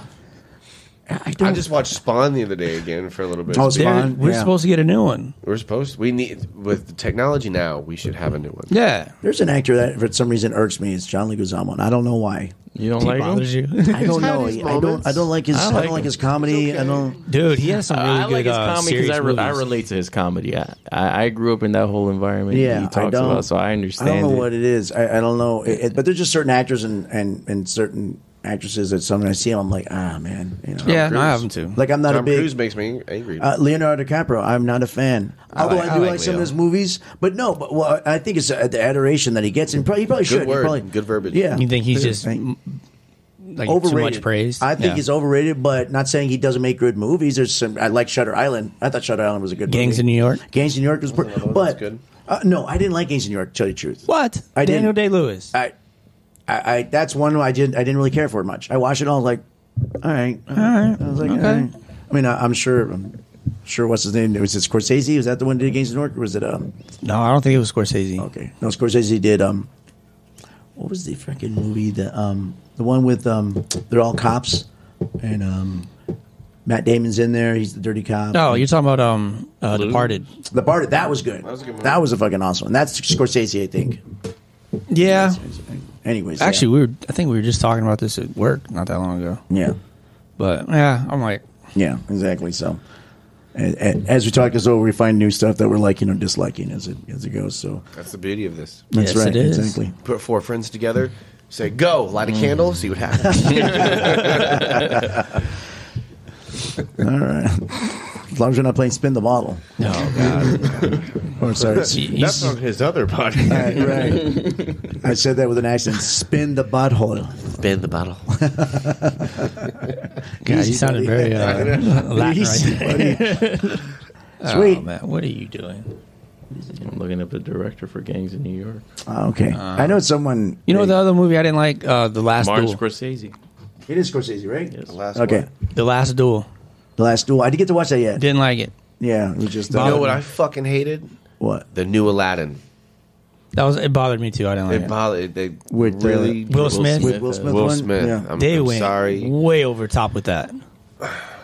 [SPEAKER 4] I don't.
[SPEAKER 2] I just watched Spawn the other day again for a little bit.
[SPEAKER 4] Oh,
[SPEAKER 2] It's-
[SPEAKER 4] Spawn.
[SPEAKER 3] They're-
[SPEAKER 4] Fine,
[SPEAKER 3] We're
[SPEAKER 4] yeah.
[SPEAKER 3] supposed to get a new one.
[SPEAKER 2] We're supposed we need with the technology now. We should have a new one.
[SPEAKER 3] Yeah.
[SPEAKER 4] There's an actor that for some reason irks me. It's John Leguizamo. and I don't know why.
[SPEAKER 5] You don't like him?
[SPEAKER 3] bothers you. *laughs*
[SPEAKER 4] I
[SPEAKER 2] had
[SPEAKER 4] don't know.
[SPEAKER 2] his
[SPEAKER 4] I don't. I
[SPEAKER 2] moments.
[SPEAKER 4] don't like his. I,
[SPEAKER 5] like
[SPEAKER 4] don't like
[SPEAKER 5] him.
[SPEAKER 4] his comedy. I don't.
[SPEAKER 3] Dude, he has some really
[SPEAKER 5] I like
[SPEAKER 3] good
[SPEAKER 5] his
[SPEAKER 3] uh,
[SPEAKER 5] comedy because
[SPEAKER 3] serious
[SPEAKER 5] I, re- I
[SPEAKER 3] movies.
[SPEAKER 5] relate to his comedy. I, I, I grew up in that whole environment.
[SPEAKER 4] Yeah,
[SPEAKER 5] he
[SPEAKER 4] I
[SPEAKER 5] talks
[SPEAKER 4] don't.
[SPEAKER 5] about, so I understand.
[SPEAKER 4] I don't know
[SPEAKER 5] it.
[SPEAKER 4] what it is. I, I don't know. It, it- but there's just certain actors and and and certain actresses that some I see them. I'm like, ah, man. You know?
[SPEAKER 3] Yeah, no, I
[SPEAKER 2] Cruise.
[SPEAKER 3] have them too.
[SPEAKER 4] Like I'm not a
[SPEAKER 2] Tom
[SPEAKER 4] big.
[SPEAKER 2] Cruise makes me angry.
[SPEAKER 4] Uh, Leonardo DiCaprio, I'm not a fan. Although I,
[SPEAKER 5] like-
[SPEAKER 4] do
[SPEAKER 5] I
[SPEAKER 4] like,
[SPEAKER 5] like
[SPEAKER 4] some of
[SPEAKER 5] Leo.
[SPEAKER 4] his movies, but no. But well, I think it's uh, the adoration that he gets, and probably, he probably should. He
[SPEAKER 2] word,
[SPEAKER 4] probably-
[SPEAKER 2] good verbiage.
[SPEAKER 4] Yeah,
[SPEAKER 3] You think he's just
[SPEAKER 4] Thank-
[SPEAKER 3] m- like too
[SPEAKER 4] overrated.
[SPEAKER 3] much praise?
[SPEAKER 4] I think
[SPEAKER 3] Yeah.
[SPEAKER 4] he's overrated, but not saying he doesn't make good movies. There's some. I like Shutter Island. I thought Shutter Island was a good.
[SPEAKER 3] Gangs
[SPEAKER 4] movie.
[SPEAKER 3] in New York?
[SPEAKER 4] Gangs in New York was, per-
[SPEAKER 2] that
[SPEAKER 4] but
[SPEAKER 2] was good.
[SPEAKER 4] Uh, no, I didn't like Gangs in New York. E. To tell you the truth,
[SPEAKER 3] What?
[SPEAKER 4] I didn't-
[SPEAKER 3] Daniel Day Lewis.
[SPEAKER 4] I, I, I that's one I didn't. I didn't really care for it much. I watched it all like, all right, all right. I was like,
[SPEAKER 3] Okay.
[SPEAKER 4] all right. I mean, I, I'm sure. I'm sure. What's his name? Was it Scorsese? Was that the one that did Gangs in New York? Or was it um?
[SPEAKER 3] No, I don't think it was Scorsese.
[SPEAKER 4] Okay, no, Scorsese did um. What was the freaking movie? The um, the one with um, they're all cops, and um, Matt Damon's in there. He's the dirty cop.
[SPEAKER 3] No, you're talking about um uh, Departed.
[SPEAKER 4] The part that was good. That
[SPEAKER 2] was a good movie.
[SPEAKER 4] That was a fucking awesome one. That's Scorsese, I think.
[SPEAKER 3] Yeah.
[SPEAKER 4] Anyways, yeah.
[SPEAKER 3] Actually, we were. I think we were just talking about this at work not that long ago.
[SPEAKER 4] yeah.
[SPEAKER 3] But yeah, I'm like,
[SPEAKER 4] Yeah, exactly. So, a- a- as we talk this over, we find new stuff that we're liking or disliking as it as it goes. So
[SPEAKER 2] That's the beauty of this.
[SPEAKER 4] that's
[SPEAKER 3] Yes, it
[SPEAKER 4] right,
[SPEAKER 3] is.
[SPEAKER 4] exactly.
[SPEAKER 2] Put four friends together, say go, light a
[SPEAKER 4] Mm.
[SPEAKER 2] candle, see what
[SPEAKER 4] *laughs*
[SPEAKER 2] happens.
[SPEAKER 4] All right. As long as you're not playing spin the bottle.
[SPEAKER 3] no, God.
[SPEAKER 4] *laughs* Or sorry, s-
[SPEAKER 2] *laughs*
[SPEAKER 3] He's-
[SPEAKER 2] That's on his other podcast.
[SPEAKER 4] right, right. I said that with an accent. Spin the butthole.
[SPEAKER 6] Bend the bottle.
[SPEAKER 3] God, he sounded *laughs* very uh, Latin right
[SPEAKER 2] *laughs*
[SPEAKER 3] there. *laughs*
[SPEAKER 4] *laughs* Sweet.
[SPEAKER 3] Oh, man, what are you doing?
[SPEAKER 5] I'm looking up the director for Gangs in New York.
[SPEAKER 4] Ah, okay. I know someone.
[SPEAKER 3] Uh, You know the other movie I didn't like, uh, the last
[SPEAKER 5] Martin
[SPEAKER 3] duel.
[SPEAKER 5] Scorsese.
[SPEAKER 4] It is Scorsese, right?
[SPEAKER 5] Yes.
[SPEAKER 4] Okay.
[SPEAKER 3] The last duel.
[SPEAKER 4] The last duel. I didn't get to watch that yet.
[SPEAKER 3] Didn't like it.
[SPEAKER 4] Yeah. We just. uh,
[SPEAKER 2] You know what I fucking hated?
[SPEAKER 4] What?
[SPEAKER 2] The new Aladdin.
[SPEAKER 3] That was it. Bothered me too. I didn't
[SPEAKER 2] It
[SPEAKER 3] like it.
[SPEAKER 2] bothered. They
[SPEAKER 4] With, uh,
[SPEAKER 2] really
[SPEAKER 3] Will Smith.
[SPEAKER 4] With
[SPEAKER 5] uh,
[SPEAKER 4] Will Smith.
[SPEAKER 2] Will
[SPEAKER 4] one?
[SPEAKER 2] Smith.
[SPEAKER 4] Yeah.
[SPEAKER 2] I'm,
[SPEAKER 3] They
[SPEAKER 2] I'm
[SPEAKER 3] went
[SPEAKER 2] sorry.
[SPEAKER 3] way over top with that.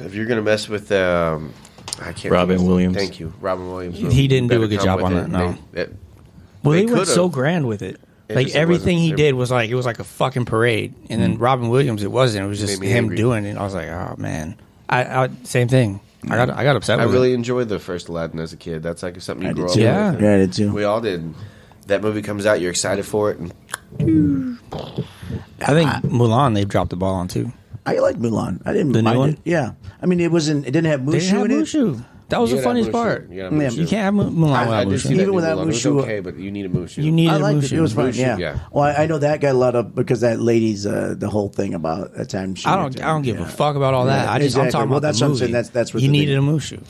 [SPEAKER 2] If you're gonna mess with um, I can't.
[SPEAKER 5] Robin
[SPEAKER 2] think of-
[SPEAKER 5] Williams.
[SPEAKER 2] Thank you, Robin Williams.
[SPEAKER 3] He didn't do
[SPEAKER 2] Better
[SPEAKER 3] a good
[SPEAKER 2] come
[SPEAKER 3] job
[SPEAKER 2] with
[SPEAKER 3] on
[SPEAKER 2] it.
[SPEAKER 3] that, no.
[SPEAKER 2] They- it-
[SPEAKER 3] Well,
[SPEAKER 2] They
[SPEAKER 3] they, went
[SPEAKER 2] could've.
[SPEAKER 3] so grand with it.
[SPEAKER 2] It
[SPEAKER 3] like
[SPEAKER 2] just- it
[SPEAKER 3] everything he
[SPEAKER 2] wasn't- Mm.
[SPEAKER 3] did was like it was like a fucking parade, and then Robin Williams it wasn't. It was just
[SPEAKER 2] Made me
[SPEAKER 3] him
[SPEAKER 2] angry.
[SPEAKER 3] doing it. I was like, oh man, I, I same thing. I got I got upset.
[SPEAKER 2] Mm. I
[SPEAKER 3] with
[SPEAKER 2] really
[SPEAKER 3] it.
[SPEAKER 2] enjoyed the first Aladdin as a kid. That's like something you
[SPEAKER 4] I
[SPEAKER 2] grew
[SPEAKER 4] did
[SPEAKER 2] up
[SPEAKER 4] too.
[SPEAKER 2] with.
[SPEAKER 3] Yeah.
[SPEAKER 4] Yeah, I did too.
[SPEAKER 2] We all did. That movie comes out, you're excited for it, and
[SPEAKER 3] I think Mulan they dropped the ball on too.
[SPEAKER 4] I like Mulan. I didn't
[SPEAKER 3] The new
[SPEAKER 4] mind
[SPEAKER 3] one?
[SPEAKER 4] it. Yeah. I mean, it wasn't. It didn't have Mushu
[SPEAKER 3] They didn't have
[SPEAKER 4] in it.
[SPEAKER 3] Mushu. That was
[SPEAKER 2] You
[SPEAKER 3] the
[SPEAKER 2] gotta
[SPEAKER 3] funniest
[SPEAKER 2] have Mushu.
[SPEAKER 3] part.
[SPEAKER 2] You, gotta
[SPEAKER 4] Yeah,
[SPEAKER 2] have
[SPEAKER 4] you
[SPEAKER 2] Mushu.
[SPEAKER 3] You can't have Mu- Mulan
[SPEAKER 2] I, I
[SPEAKER 3] without
[SPEAKER 2] did see
[SPEAKER 3] Mushu.
[SPEAKER 2] that
[SPEAKER 4] Even
[SPEAKER 2] new
[SPEAKER 4] without
[SPEAKER 2] Mulan. It was
[SPEAKER 4] Mushu,
[SPEAKER 2] okay, but you needed Mushu.
[SPEAKER 3] You needed
[SPEAKER 4] I liked it.
[SPEAKER 3] Mushu.
[SPEAKER 4] It was fun. Yeah.
[SPEAKER 2] yeah.
[SPEAKER 4] Well, I, I know that got a lot of because that lady's uh, the whole thing about that time. She
[SPEAKER 3] I don't. I don't give a
[SPEAKER 4] yeah.
[SPEAKER 3] fuck about all that.
[SPEAKER 4] Yeah,
[SPEAKER 3] I just.
[SPEAKER 4] exactly.
[SPEAKER 3] I'm talking
[SPEAKER 4] Well,
[SPEAKER 3] about
[SPEAKER 4] that's
[SPEAKER 3] the
[SPEAKER 4] what I'm
[SPEAKER 3] movie.
[SPEAKER 4] saying. That's- that's what
[SPEAKER 3] you
[SPEAKER 4] the
[SPEAKER 3] needed a Mushu.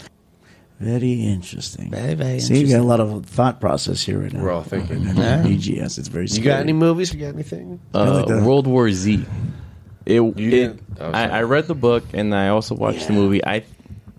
[SPEAKER 4] Very interesting.
[SPEAKER 3] Very, very
[SPEAKER 4] See, you got a lot of thought process here right now.
[SPEAKER 2] We're all thinking.
[SPEAKER 3] *laughs* Yeah.
[SPEAKER 4] BGS, it's very.
[SPEAKER 2] You
[SPEAKER 4] Scary.
[SPEAKER 2] got any movies? You got anything?
[SPEAKER 5] Uh,
[SPEAKER 4] like that.
[SPEAKER 5] World War Z. It. it
[SPEAKER 2] didn't- oh, sorry.
[SPEAKER 5] I, I read the book and I also watched the movie. I,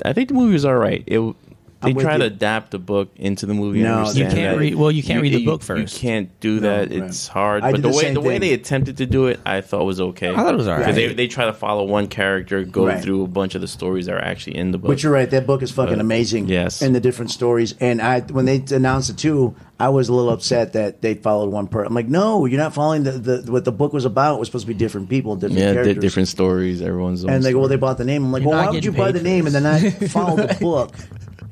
[SPEAKER 5] I think the movie was all right. It. They
[SPEAKER 4] I'm with
[SPEAKER 5] try to
[SPEAKER 4] you.
[SPEAKER 5] adapt the book into the movie.
[SPEAKER 4] No,
[SPEAKER 5] I
[SPEAKER 4] you
[SPEAKER 5] understand
[SPEAKER 4] can't
[SPEAKER 5] that.
[SPEAKER 3] read- well, you can't read the book first.
[SPEAKER 5] You can't do that.
[SPEAKER 4] right.
[SPEAKER 5] It's hard.
[SPEAKER 4] I
[SPEAKER 5] but
[SPEAKER 4] did
[SPEAKER 5] the,
[SPEAKER 4] the
[SPEAKER 5] way
[SPEAKER 4] same
[SPEAKER 5] the way
[SPEAKER 4] thing.
[SPEAKER 5] they attempted to do it, I thought was okay. I
[SPEAKER 3] thought it was all right.
[SPEAKER 5] they they try to follow one character, go
[SPEAKER 4] Right.
[SPEAKER 5] through a bunch of the stories that are actually in the book.
[SPEAKER 4] But you're right. That book is fucking amazing.
[SPEAKER 5] Uh, yes.
[SPEAKER 4] And the different stories. And I, when they announced the two, I was a little upset that they followed one part. I'm like, no, you're not following the, the what the book was about. It was supposed to be different people, different
[SPEAKER 5] Yeah, di-
[SPEAKER 4] characters.
[SPEAKER 5] different stories. Everyone's own
[SPEAKER 4] And they go, well,
[SPEAKER 5] story.
[SPEAKER 4] they bought the name. I'm like,
[SPEAKER 3] You're
[SPEAKER 4] well,
[SPEAKER 3] not
[SPEAKER 4] why would you
[SPEAKER 3] getting
[SPEAKER 4] buy
[SPEAKER 3] paid
[SPEAKER 4] the
[SPEAKER 3] for
[SPEAKER 4] name and then I *laughs* follow the book?